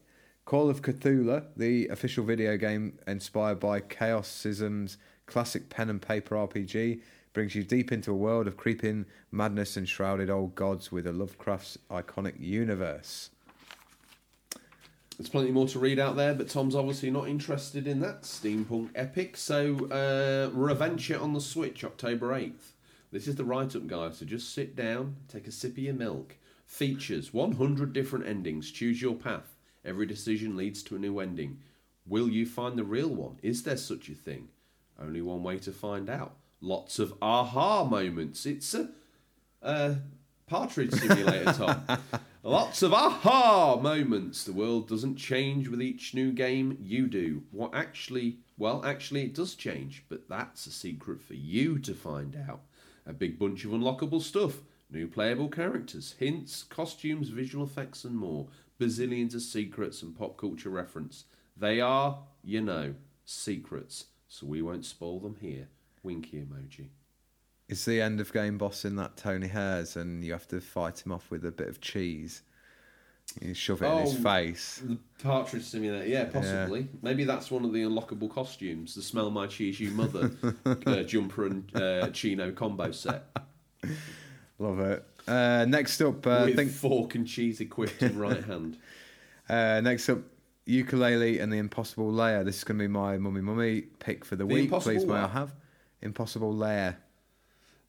Speaker 2: Call of Cthulhu, the official video game inspired by Chaos Schism's classic pen and paper RPG, brings you deep into a world of creeping madness and shrouded old gods with a Lovecraft's iconic universe.
Speaker 1: There's plenty more to read out there, but Tom's obviously not interested in that steampunk epic. So, uh, Reventure on the Switch, October 8th. This is the write up, guys, so just sit down, take a sip of your milk. Features 100 different endings. Choose your path. Every decision leads to a new ending. Will you find the real one? Is there such a thing? Only one way to find out. Lots of aha moments. It's a uh, Partridge Simulator, Tom. Lots of aha moments. The world doesn't change with each new game. You do. What actually? Well, actually, it does change, but that's a secret for you to find out. A big bunch of unlockable stuff, new playable characters, hints, costumes, visual effects, and more. Bazillions of secrets and pop culture reference. They are, you know, secrets. So we won't spoil them here. Winky emoji.
Speaker 2: It's the end of game boss in that Tony Hares, and you have to fight him off with a bit of cheese. You shove it in his
Speaker 1: Oh.
Speaker 2: face.
Speaker 1: The Partridge Simulator, yeah, possibly. Maybe that's one of the unlockable costumes. The Smell My Cheese You Mother uh, jumper and uh, chino combo set
Speaker 2: Uh, Love it. Uh, next up, uh, I
Speaker 1: with
Speaker 2: think
Speaker 1: fork and cheese equipped in right hand.
Speaker 2: Uh, next up, ukulele and the impossible layer. This is going to be my mummy mummy pick for the,
Speaker 1: The
Speaker 2: week.
Speaker 1: impossible
Speaker 2: Please may I
Speaker 1: what?
Speaker 2: have impossible layer?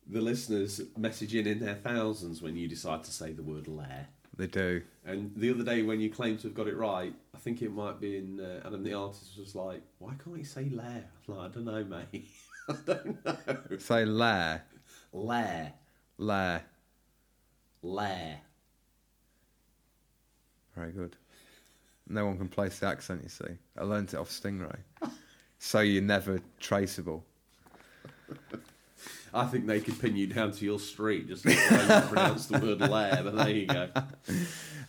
Speaker 1: The listeners messaging in their thousands when you decide to say the word lair.
Speaker 2: They do.
Speaker 1: And the other day when you claimed to have got it right, I think it might be in uh, Adam the artist was like, "Why can't he say lair?" I'm like, I don't know, mate. I don't know.
Speaker 2: Say layer,
Speaker 1: Lair,
Speaker 2: layer.
Speaker 1: lair.
Speaker 2: Very good. No one can place the accent, you see. I learned it off Stingray. so you're never traceable.
Speaker 1: I think they could pin you down to your street just like the way you pronounce the word lair, but there you go.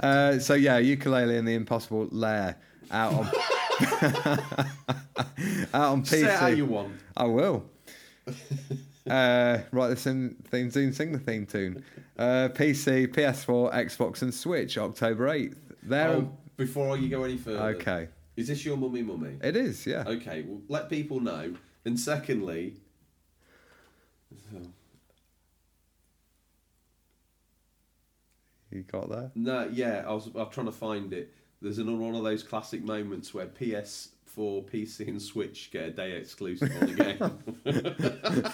Speaker 2: Uh, so yeah, ukulele and the impossible lair out on out on PC.
Speaker 1: Say it how you want.
Speaker 2: I will. uh, write the sim- theme tune, sing the theme tune. Uh, PC, PS4, Xbox, and Switch, October 8th. There.
Speaker 1: Oh, before you go any further.
Speaker 2: Um, Okay.
Speaker 1: Is this your mummy mummy?
Speaker 2: It is, yeah.
Speaker 1: Okay, well, let people know. And secondly,
Speaker 2: You got that?
Speaker 1: no, yeah, I was, I'm trying to find it. There's another one of those classic moments where PS4, PC, and Switch get a day exclusive on a game.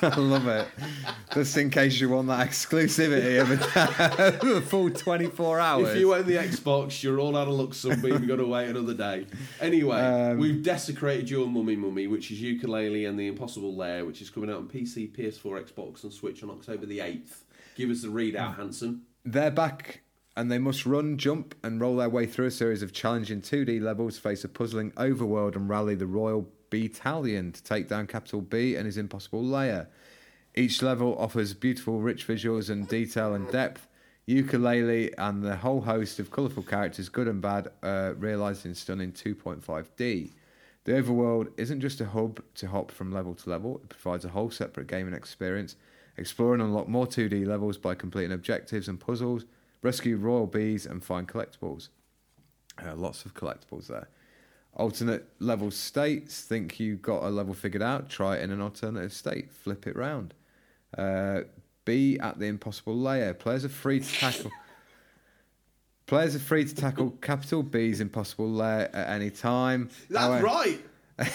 Speaker 2: I love it. Just in case you want that exclusivity of a, a full 24 hours.
Speaker 1: If you own the Xbox, you're all out of luck, zombie. We've got to wait another day. Anyway,
Speaker 2: Um,
Speaker 1: we've desecrated your mummy mummy, which is ukulele and the impossible lair, which is coming out on PC, PS4, Xbox, and Switch on October the 8th. Give us the
Speaker 2: Ah.
Speaker 1: readout, handsome.
Speaker 2: They're back and they must run, jump, and roll their way through a series of challenging 2D levels, face a puzzling overworld, and rally the Royal Battalion to take down Capital B and his impossible layer. Each level offers beautiful, rich visuals and detail and depth. Ukulele and the whole host of colourful characters, good and bad, uh, realised in stunning 2.5D. The overworld isn't just a hub to hop from level to level, it provides a whole separate gaming experience. Explore and unlock more 2D levels by completing objectives and puzzles, rescue royal bees, and find collectibles. Uh, lots of collectibles there. Alternate level states. Think you got a level figured out? Try it in an alternative state. Flip it round. Uh, be at the impossible layer. Players are free to tackle. Players are free to tackle capital B's impossible layer at any time.
Speaker 1: That's
Speaker 2: However-
Speaker 1: right.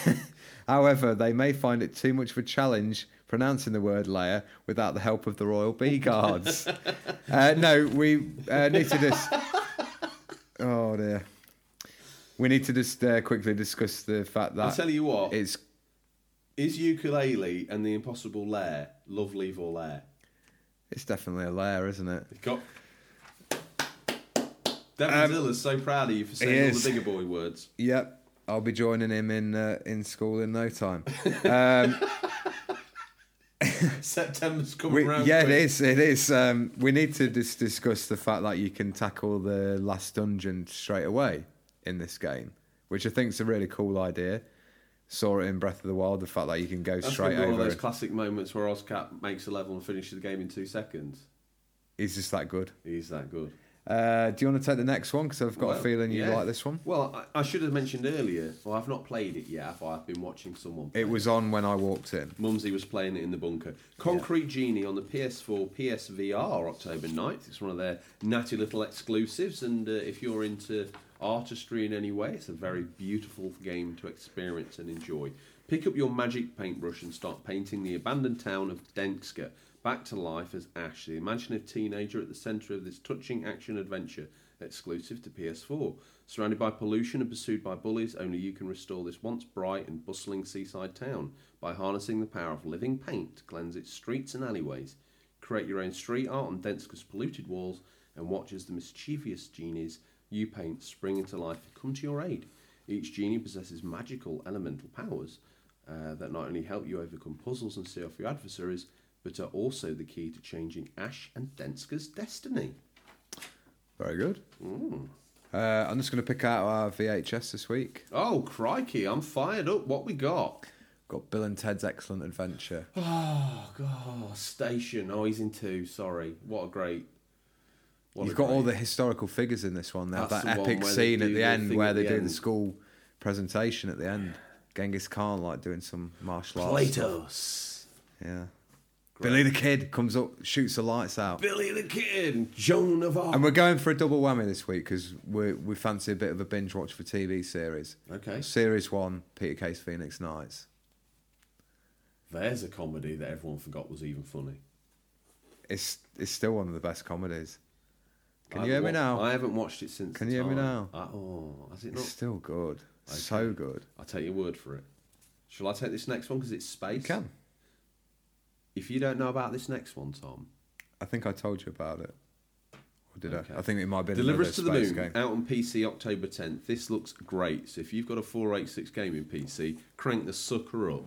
Speaker 2: However, they may find it too much of a challenge pronouncing the word layer without the help of the royal bee guards. uh, no, we uh, need to just. Oh dear. We need to just uh, quickly discuss the fact that
Speaker 1: I'll tell you what.
Speaker 2: it's
Speaker 1: Is ukulele and the impossible lair love, leave, or lair?
Speaker 2: it's definitely a layer, isn't it?
Speaker 1: Got... Devin
Speaker 2: Um,
Speaker 1: Zilla's so proud of you for saying
Speaker 2: he
Speaker 1: all
Speaker 2: is.
Speaker 1: the bigger boy words.
Speaker 2: Yep, I'll be joining him in uh, in school in no time.
Speaker 1: September's coming
Speaker 2: We-
Speaker 1: round.
Speaker 2: yeah, it
Speaker 1: quick.
Speaker 2: is. It is. Um, we need to dis- discuss the fact that you can tackle the last dungeon straight away in this game, which I think is a really cool idea. Saw it in Breath of the Wild. The fact that you can go
Speaker 1: That's
Speaker 2: straight
Speaker 1: gonna be one of
Speaker 2: over.
Speaker 1: those
Speaker 2: it.
Speaker 1: classic moments where Oscap makes a level and finishes the game in two seconds.
Speaker 2: He's just that good.
Speaker 1: He's that good.
Speaker 2: Uh, do you want to take the next one? Because I've got a
Speaker 1: Well,
Speaker 2: feeling you
Speaker 1: yeah.
Speaker 2: like this one.
Speaker 1: Well, I, I should have mentioned earlier. Well, I've not played it yet. But I've been watching someone.
Speaker 2: It was on when I walked in.
Speaker 1: Mumsy was playing it in the bunker. Concrete Genie on the PS4, PSVR, October 9th. It's one of their natty little exclusives, and uh, if you're into artistry in any way, it's a very beautiful game to experience and enjoy. Pick up your magic paintbrush and start painting the abandoned town of Denska back to life as Ash, the imaginative teenager at the centre of this touching action adventure exclusive to PS4. Surrounded by pollution and pursued by bullies, only you can restore this once bright and bustling seaside town by harnessing the power of living paint to cleanse its streets and alleyways. Create your own street art on Denska's polluted walls and watch as the mischievous genies you paint spring into life and come to your aid. Each genie possesses magical elemental powers uh, that not only help you overcome puzzles and see off your adversaries, but are also the key to changing Ash and Denska's destiny.
Speaker 2: Very good. Uh, I'm just going to pick out our VHS this week.
Speaker 1: Oh, crikey, I'm fired up. What we got?
Speaker 2: Got Bill and Ted's Excellent Adventure.
Speaker 1: Oh, God, Station. Oh, he's in two, sorry. What a great. what
Speaker 2: You've
Speaker 1: a
Speaker 2: got all
Speaker 1: great-
Speaker 2: the historical figures in this one. They have
Speaker 1: That's
Speaker 2: that
Speaker 1: the one
Speaker 2: epic
Speaker 1: where they
Speaker 2: scene
Speaker 1: do
Speaker 2: at the
Speaker 1: the
Speaker 2: end
Speaker 1: thing
Speaker 2: where
Speaker 1: at
Speaker 2: they
Speaker 1: the
Speaker 2: do the
Speaker 1: end.
Speaker 2: school presentation at the end. Genghis Khan like doing some martial arts.
Speaker 1: Platos.
Speaker 2: Yeah. Billy the Kid comes up, shoots the lights out.
Speaker 1: Billy the Kid. and Joan of Arc.
Speaker 2: And we're going for a double whammy this week because we we fancy a bit of a binge watch for TV series.
Speaker 1: Okay.
Speaker 2: Series one, Peter Case Phoenix Nights.
Speaker 1: There's a comedy that everyone forgot was even funny.
Speaker 2: It's it's still one of the best comedies. Can
Speaker 1: I
Speaker 2: you hear
Speaker 1: haven't
Speaker 2: me
Speaker 1: wa-
Speaker 2: now?
Speaker 1: I haven't watched it since.
Speaker 2: Can
Speaker 1: the
Speaker 2: you hear me
Speaker 1: time.
Speaker 2: now?
Speaker 1: I, oh, has it
Speaker 2: It's
Speaker 1: not?
Speaker 2: still good. So good.
Speaker 1: I'll take your word for it. Shall I take this next one because it's space?
Speaker 2: You can.
Speaker 1: If you don't know about this next one, Tom,
Speaker 2: I think I told you about it. Or did
Speaker 1: Okay.
Speaker 2: I? I think it might have been
Speaker 1: Deliver
Speaker 2: another
Speaker 1: Us to the
Speaker 2: space
Speaker 1: Moon
Speaker 2: game.
Speaker 1: out on PC October 10th. This looks great. So if you've got a 486 gaming PC, crank the sucker up.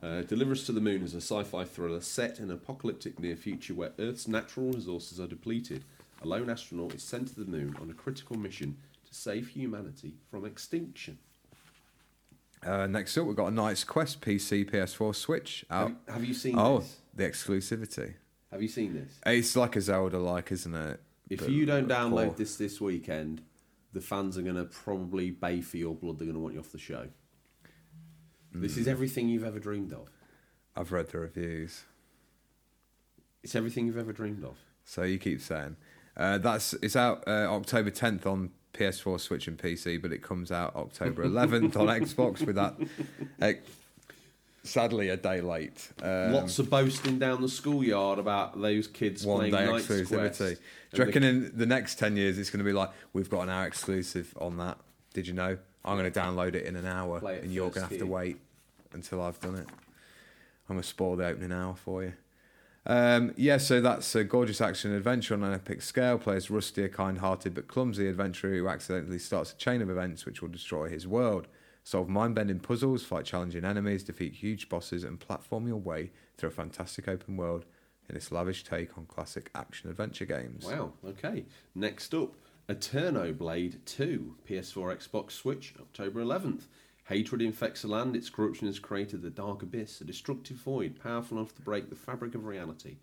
Speaker 1: Uh, Deliver Us to the Moon is a sci fi thriller set in an apocalyptic near future where Earth's natural resources are depleted. A lone astronaut is sent to the moon on a critical mission to save humanity from extinction.
Speaker 2: Uh, next up, we've got a Knight's Quest PC, PS4, Switch out.
Speaker 1: Have, have you seen
Speaker 2: oh,
Speaker 1: this?
Speaker 2: the exclusivity.
Speaker 1: Have you seen this?
Speaker 2: It's like a Zelda like, isn't it?
Speaker 1: If
Speaker 2: But
Speaker 1: you don't
Speaker 2: poor.
Speaker 1: download this this weekend, the fans are going to probably bay for your blood. They're going to want you off the show. This
Speaker 2: Mm.
Speaker 1: is everything you've ever dreamed of.
Speaker 2: I've read the reviews.
Speaker 1: It's everything you've ever dreamed of.
Speaker 2: So you keep saying. Uh, that's It's out uh, October 10th on PS4, Switch, and PC, but it comes out October 11th on Xbox with that. eh, sadly, a day late. Um,
Speaker 1: Lots of boasting down the schoolyard about those kids
Speaker 2: one
Speaker 1: playing
Speaker 2: day
Speaker 1: Knight's Quest.
Speaker 2: exclusivity. Do you
Speaker 1: And
Speaker 2: reckon
Speaker 1: the-
Speaker 2: in the next 10 years it's going to be like, we've got an hour exclusive on that? Did you know? I'm going to download it in an hour
Speaker 1: Play it
Speaker 2: and you're going to
Speaker 1: first
Speaker 2: have to
Speaker 1: here.
Speaker 2: wait until I've done it. I'm going to spoil the opening hour for you. Um, yeah, so that's a gorgeous action adventure on an epic scale. Plays Rusty, a kind hearted but clumsy adventurer who accidentally starts a chain of events which will destroy his world. Solve mind bending puzzles, fight challenging enemies, defeat huge bosses, and platform your way through a fantastic open world in this lavish take on classic action adventure games.
Speaker 1: Wow, okay. Next up, Eterno Blade 2, PS4, Xbox, Switch, October 11th. Hatred infects the land, its corruption has created the dark abyss, a destructive void powerful enough to break the fabric of reality.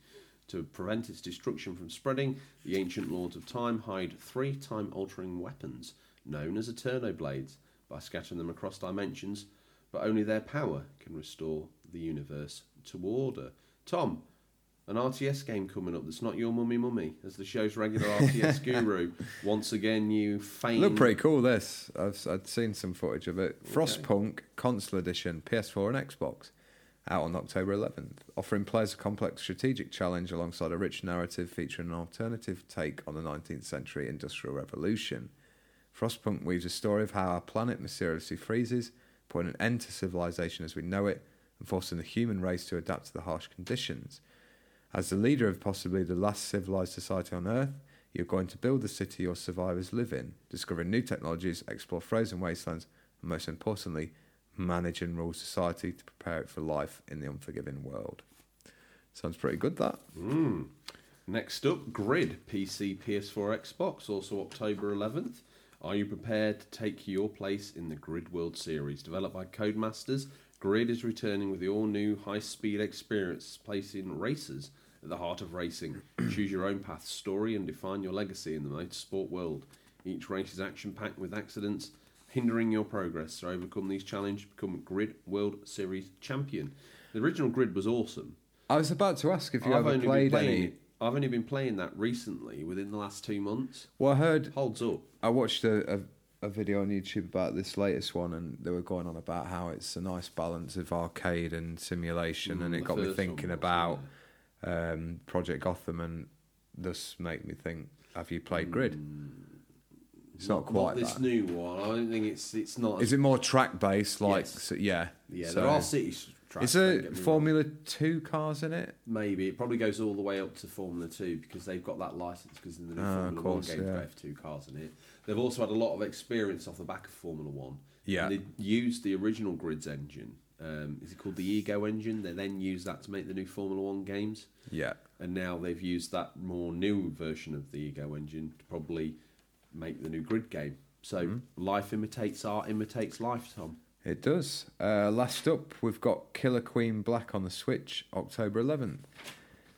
Speaker 1: To prevent its destruction from spreading, the ancient lords of time hide three time altering weapons, known as Eterno Blades, by scattering them across dimensions, but only their power can restore the universe to order. Tom, an RTS game coming up that's not your mummy mummy, as the show's regular RTS guru. Once again, you feign.
Speaker 2: Look pretty cool. This I've I'd seen some footage of it. Frostpunk Console Edition, PS4 and Xbox, out on October 11th, offering players a complex strategic challenge alongside a rich narrative featuring an alternative take on the 19th century industrial revolution. Frostpunk weaves a story of how our planet mysteriously freezes, putting an end to civilization as we know it, and forcing the human race to adapt to the harsh conditions. As the leader of possibly the last civilized society on Earth, you're going to build the city your survivors live in, discover new technologies, explore frozen wastelands, and most importantly, manage and rule society to prepare it for life in the unforgiving world. Sounds pretty good, that.
Speaker 1: Mm. Next up, Grid, PC, PS4, Xbox, also October 11th. Are you prepared to take your place in the Grid World series? Developed by Codemasters, Grid is returning with the all new high speed experience, placing racers at the heart of racing. Choose your own path, story, and define your legacy in the motorsport world. Each race is action packed with accidents hindering your progress. So overcome these challenges, become Grid World Series champion. The original Grid was awesome.
Speaker 2: I was about to ask if you
Speaker 1: I've
Speaker 2: ever
Speaker 1: only
Speaker 2: played
Speaker 1: been playing,
Speaker 2: any.
Speaker 1: I've only been playing that recently, within the last two months.
Speaker 2: Well, I heard,
Speaker 1: Holds up.
Speaker 2: I watched a, a, a video on YouTube about this latest one, and they were going on about how it's a nice balance of arcade and simulation, and
Speaker 1: Mm,
Speaker 2: it
Speaker 1: the
Speaker 2: got me
Speaker 1: first one
Speaker 2: thinking
Speaker 1: was,
Speaker 2: about um, Project Gotham, and thus make me think: Have you played Grid? It's not quite
Speaker 1: Mm. this
Speaker 2: that.
Speaker 1: new one. I don't think it's it's not.
Speaker 2: Is it more track based? Like,
Speaker 1: Yes.
Speaker 2: so- yeah,
Speaker 1: yeah,
Speaker 2: So-
Speaker 1: there are cities. tracks.
Speaker 2: Is
Speaker 1: don't
Speaker 2: there
Speaker 1: get me wrong.
Speaker 2: Formula Two cars in it?
Speaker 1: Maybe it probably goes all the way up to Formula Two because they've got that license because in the new
Speaker 2: Ah, of
Speaker 1: Formula
Speaker 2: course,
Speaker 1: One games
Speaker 2: yeah.
Speaker 1: got F two cars in it. They've also had a lot of experience off the back of Formula One.
Speaker 2: Yeah.
Speaker 1: And they used the original Grids engine. Um, is it called the Ego engine? They then used that to make the new Formula One games.
Speaker 2: Yeah.
Speaker 1: and now they've used that more new version of the ego engine to probably make the new grid game so life imitates art imitates life tom
Speaker 2: It does. Uh, last up, we've got Killer Queen Black on the Switch, October 11th.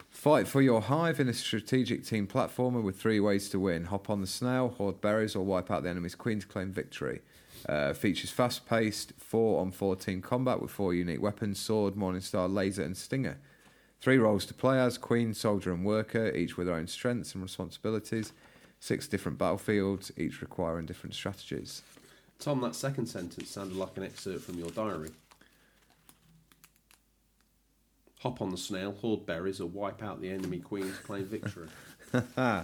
Speaker 2: Fight for your hive in a strategic team platformer with three ways to win hop on the snail, hoard berries, or wipe out the enemy's queen to claim victory. Uh, features fast paced 4 on 4 team combat with four unique weapons sword, morningstar, laser, and stinger. Three roles to play as queen, soldier, and worker, each with their own strengths and responsibilities. Six different battlefields, each requiring different strategies.
Speaker 1: tom that second sentence sounded like an excerpt from your diary hop on the snail hoard berries or wipe out the enemy queen to claim victory uh,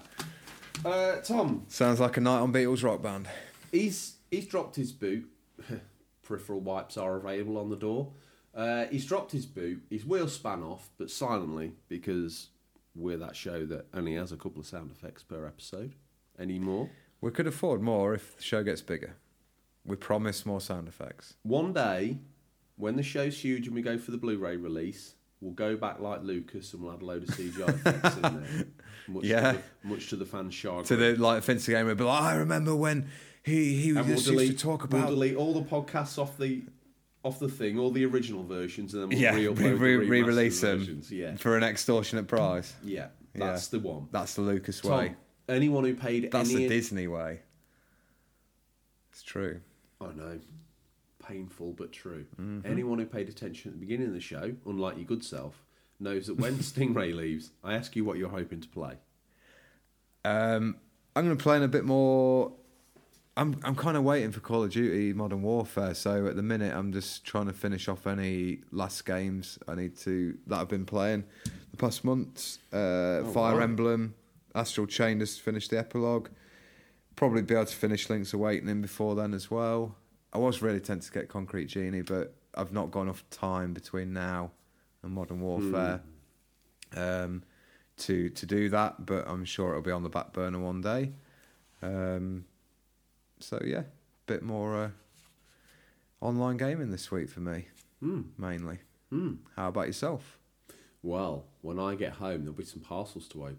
Speaker 1: tom
Speaker 2: Sounds like a night on Beatles Rock Band.
Speaker 1: He's he's dropped his boot. Peripheral wipes are available on the door. Uh, he's dropped his boot. His wheel span off, but silently because we're that show that only has a couple of sound effects per episode anymore.
Speaker 2: We could afford more if the show gets bigger. We promise more sound effects.
Speaker 1: One day, when the show's huge and we go for the Blu-ray release, we'll go back like Lucas and we'll add a load of CGI effects in there. Much
Speaker 2: Yeah.
Speaker 1: To the, much to the fans' chagrin.
Speaker 2: To the like fencing game, we'd be like, I remember when he he
Speaker 1: and we'll
Speaker 2: just used
Speaker 1: delete,
Speaker 2: to talk
Speaker 1: we'll
Speaker 2: about
Speaker 1: delete all the podcasts off the off the thing, all the original versions, and then we'll
Speaker 2: yeah,
Speaker 1: re-upload
Speaker 2: re-
Speaker 1: the
Speaker 2: re-
Speaker 1: remastered
Speaker 2: re-release them
Speaker 1: versions. Yeah,
Speaker 2: for an extortionate price.
Speaker 1: yeah, that's the one.
Speaker 2: That's the Lucas
Speaker 1: Tom,
Speaker 2: way.
Speaker 1: anyone who paid
Speaker 2: That's
Speaker 1: any
Speaker 2: the Disney way. It's true.
Speaker 1: I know. Oh, Painful but true.
Speaker 2: Mm-hmm.
Speaker 1: Anyone who paid attention at the beginning of the show, unlike your good self, knows that when Stingray leaves, I ask you what you're hoping to play.
Speaker 2: Um, I'm going to play in a bit more. I'm I'm kind of waiting for Call of Duty Modern Warfare. So at the minute, I'm just trying to finish off any last games I need to that I've been playing the past months. Uh, Fire
Speaker 1: right.
Speaker 2: Emblem, Astral Chain just finished the epilogue. Probably be able to finish Link's Awakening before then as well. I was really tempted to get Concrete Genie, but I've not got enough time between now and Modern Warfare um, to to do that, but I'm sure it'll be on the back burner one day. Um, so yeah, bit more uh, online gaming this week for me, mainly. Mm. How about yourself?
Speaker 1: Well, when I get home, there'll be some parcels to open.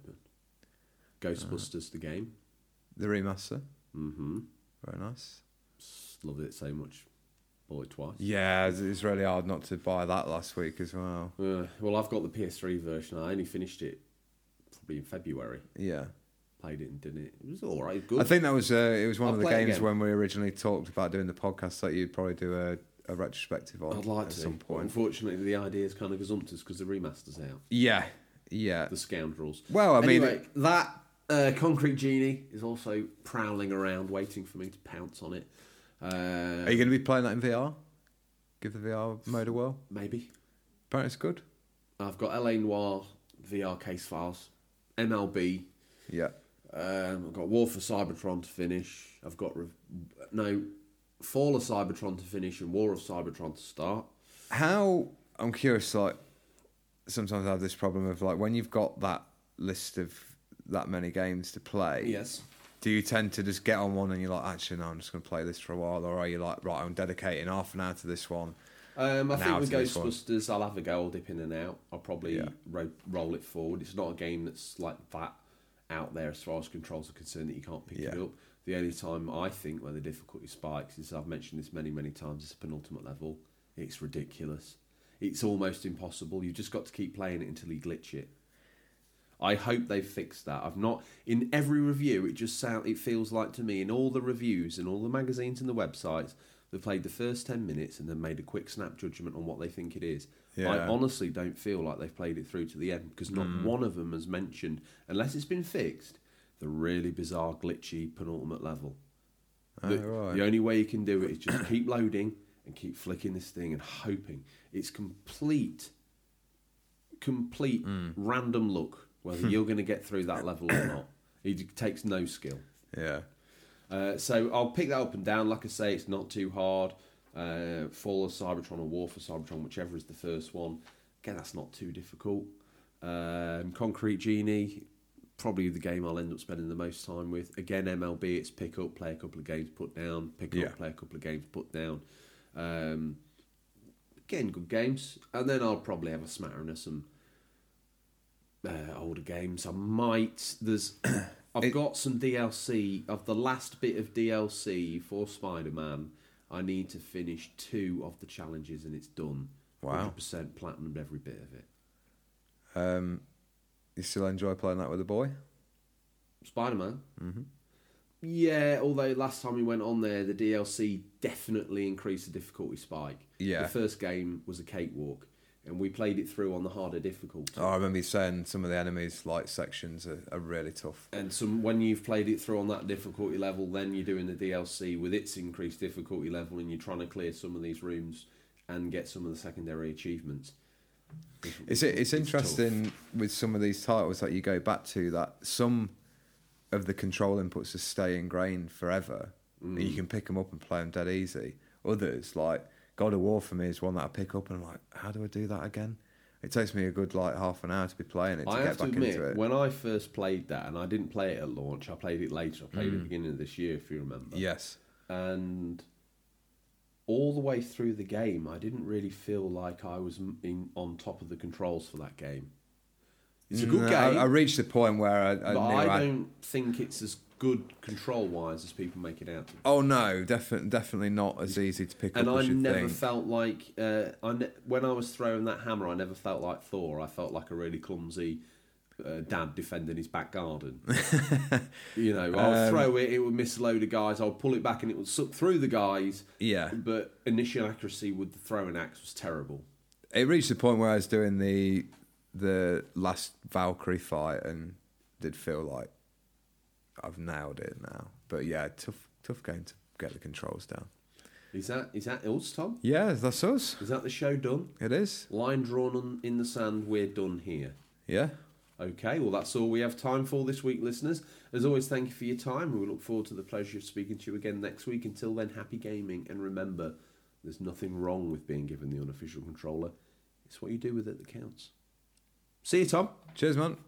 Speaker 2: Uh-huh.
Speaker 1: Ghostbusters, the game.
Speaker 2: The remaster,
Speaker 1: Mm-hmm.
Speaker 2: very nice.
Speaker 1: Loved it so much. Bought it twice.
Speaker 2: Yeah, it's- it's really hard not to buy that last week as well.
Speaker 1: Uh, well, I've got the PS3 version. I only finished it probably in February.
Speaker 2: Yeah,
Speaker 1: Played it and did it. It was all right. Good.
Speaker 2: I think that was uh, it was one
Speaker 1: I'll
Speaker 2: of the
Speaker 1: play it
Speaker 2: games
Speaker 1: again.
Speaker 2: when we originally talked about doing the podcast that you'd probably do a, a retrospective on.
Speaker 1: I'd like
Speaker 2: at
Speaker 1: to.
Speaker 2: some
Speaker 1: but
Speaker 2: point.
Speaker 1: Unfortunately, the idea is kind of gazumptus because the remaster's out.
Speaker 2: Yeah, yeah.
Speaker 1: the scoundrels.
Speaker 2: Well, I mean-
Speaker 1: Anyway, that uh, concrete genie is also prowling around, waiting for me to pounce on it.
Speaker 2: Are
Speaker 1: Uh,
Speaker 2: you going to be playing that in VR? Give the VR mode a whirl.
Speaker 1: maybe
Speaker 2: Apparently, it's good.
Speaker 1: I've got LA Noir VR case files, MLB.
Speaker 2: Yeah.
Speaker 1: Um, I've got War for Cybertron to finish. I've got re- no Fall of Cybertron to finish and War of Cybertron to start.
Speaker 2: How I'm curious. Like sometimes I have this problem of like when you've got that list of that many games to play.
Speaker 1: Yes.
Speaker 2: Do you tend to just get on one and you're like, actually, no, I'm just going to play this for a while, or are you like, right, I'm dedicating half an hour to this one?
Speaker 1: Um, I
Speaker 2: An
Speaker 1: think
Speaker 2: hour
Speaker 1: with
Speaker 2: to this one.
Speaker 1: Ghostbusters, I'll have a go. I'll dip in and out. I'll probably
Speaker 2: Yeah.
Speaker 1: ro- roll it forward. It's not a game that's like that out there as far as controls are concerned that you can't pick it
Speaker 2: Yeah.
Speaker 1: up. The only time I think where the difficulty spikes is I've mentioned this many, many times. It's a penultimate level. It's ridiculous. It's almost impossible. You've just got to keep playing it until you glitch it. I hope they've fixed that. I've not in every review. It just sound it feels like to me in all the reviews and all the magazines and the websites they've played the first ten minutes and then made a quick snap judgment on what they think it is. I
Speaker 2: Yeah.
Speaker 1: honestly don't feel like they've played it through to the end because not one of them has mentioned, unless it's been fixed, the really bizarre glitchy penultimate level. The,
Speaker 2: Oh, right.
Speaker 1: the only way you can do it is just keep loading and keep flicking this thing and hoping. It's complete complete
Speaker 2: Hmm.
Speaker 1: random look whether you're going to get through that level or not. It takes no skill.
Speaker 2: Yeah.
Speaker 1: Uh, so I'll pick that up and down. Like I say, it's not too hard. Uh, Fall of Cybertron or War for Cybertron, whichever is the first one. Again, that's not too difficult. Um, Concrete Genie, probably the game I'll end up spending the most time with. Again, MLB, it's pick up, play a couple of games, put down, pick
Speaker 2: Yeah.
Speaker 1: up, play a couple of games, put down. Um, again, good games. And then I'll probably have a smattering of some uh, older games. I might. There's. I've
Speaker 2: It-
Speaker 1: got some DLC of the last bit of DLC for Spider Man. I need to finish two of the challenges and it's done.
Speaker 2: Wow.
Speaker 1: 100% platinum every bit of it.
Speaker 2: Um, you still enjoy playing that with a boy?
Speaker 1: Spider Man. Mm-hmm. Yeah, although last time we went on there, the DLC definitely increased the difficulty spike.
Speaker 2: Yeah.
Speaker 1: The first game was a cakewalk, and we played it through on the harder difficulty.
Speaker 2: Oh, I remember you saying some of the enemies' like sections are, are really tough.
Speaker 1: And some when you've played it through on that difficulty level, then you're doing the DLC with its increased difficulty level, and you're trying to clear some of these rooms and get some of the secondary achievements.
Speaker 2: It's it, it's
Speaker 1: tough.
Speaker 2: interesting with some of these titles that you go back to that some of the control inputs just stay ingrained forever. And
Speaker 1: Mm.
Speaker 2: you can pick them up and play them dead easy. Others like God of War for me is one that I pick up and I'm like, how do I do that again? It takes me a good like half an hour to be playing it to
Speaker 1: I
Speaker 2: get
Speaker 1: have to
Speaker 2: back into
Speaker 1: admit,
Speaker 2: it.
Speaker 1: when I first played that, and I didn't play it at launch, I played it later. I played
Speaker 2: Mm.
Speaker 1: it at the beginning of this year, if you remember.
Speaker 2: yes.
Speaker 1: And all the way through the game, I didn't really feel like I was m- in, on top of the controls for that game. It's a good
Speaker 2: No,
Speaker 1: game,
Speaker 2: Mm, I, I reached the point where I, I
Speaker 1: but
Speaker 2: knew I.
Speaker 1: I don't think it's as good control wise as people make it out to be.
Speaker 2: Oh no, definitely, definitely not as easy to pick
Speaker 1: And
Speaker 2: up.
Speaker 1: I
Speaker 2: as you
Speaker 1: never
Speaker 2: think.
Speaker 1: felt like uh, I ne- when I was throwing that hammer, I never felt like Thor. I felt like a really clumsy uh, dad defending his back garden. you know, I'll
Speaker 2: Um,
Speaker 1: throw it, it would miss a load of guys. I'll pull it back, and it would suck through the guys.
Speaker 2: Yeah.
Speaker 1: But initial accuracy with the throwing axe was terrible.
Speaker 2: it reached the point where I was doing the the last Valkyrie fight and did feel like I've nailed it now. But yeah, tough tough game to get the controls down.
Speaker 1: Is that is that Ills, Tom?
Speaker 2: Yeah, that's us.
Speaker 1: Is that the show done?
Speaker 2: It is.
Speaker 1: Line drawn on, in the sand. We're done here.
Speaker 2: Yeah.
Speaker 1: Okay, well, that's all we have time for this week, listeners. As always, thank you for your time. We look forward to the pleasure of speaking to you again next week. Until then, happy gaming. And remember, there's nothing wrong with being given the unofficial controller, it's what you do with it that counts. See you, Tom.
Speaker 2: Cheers, man.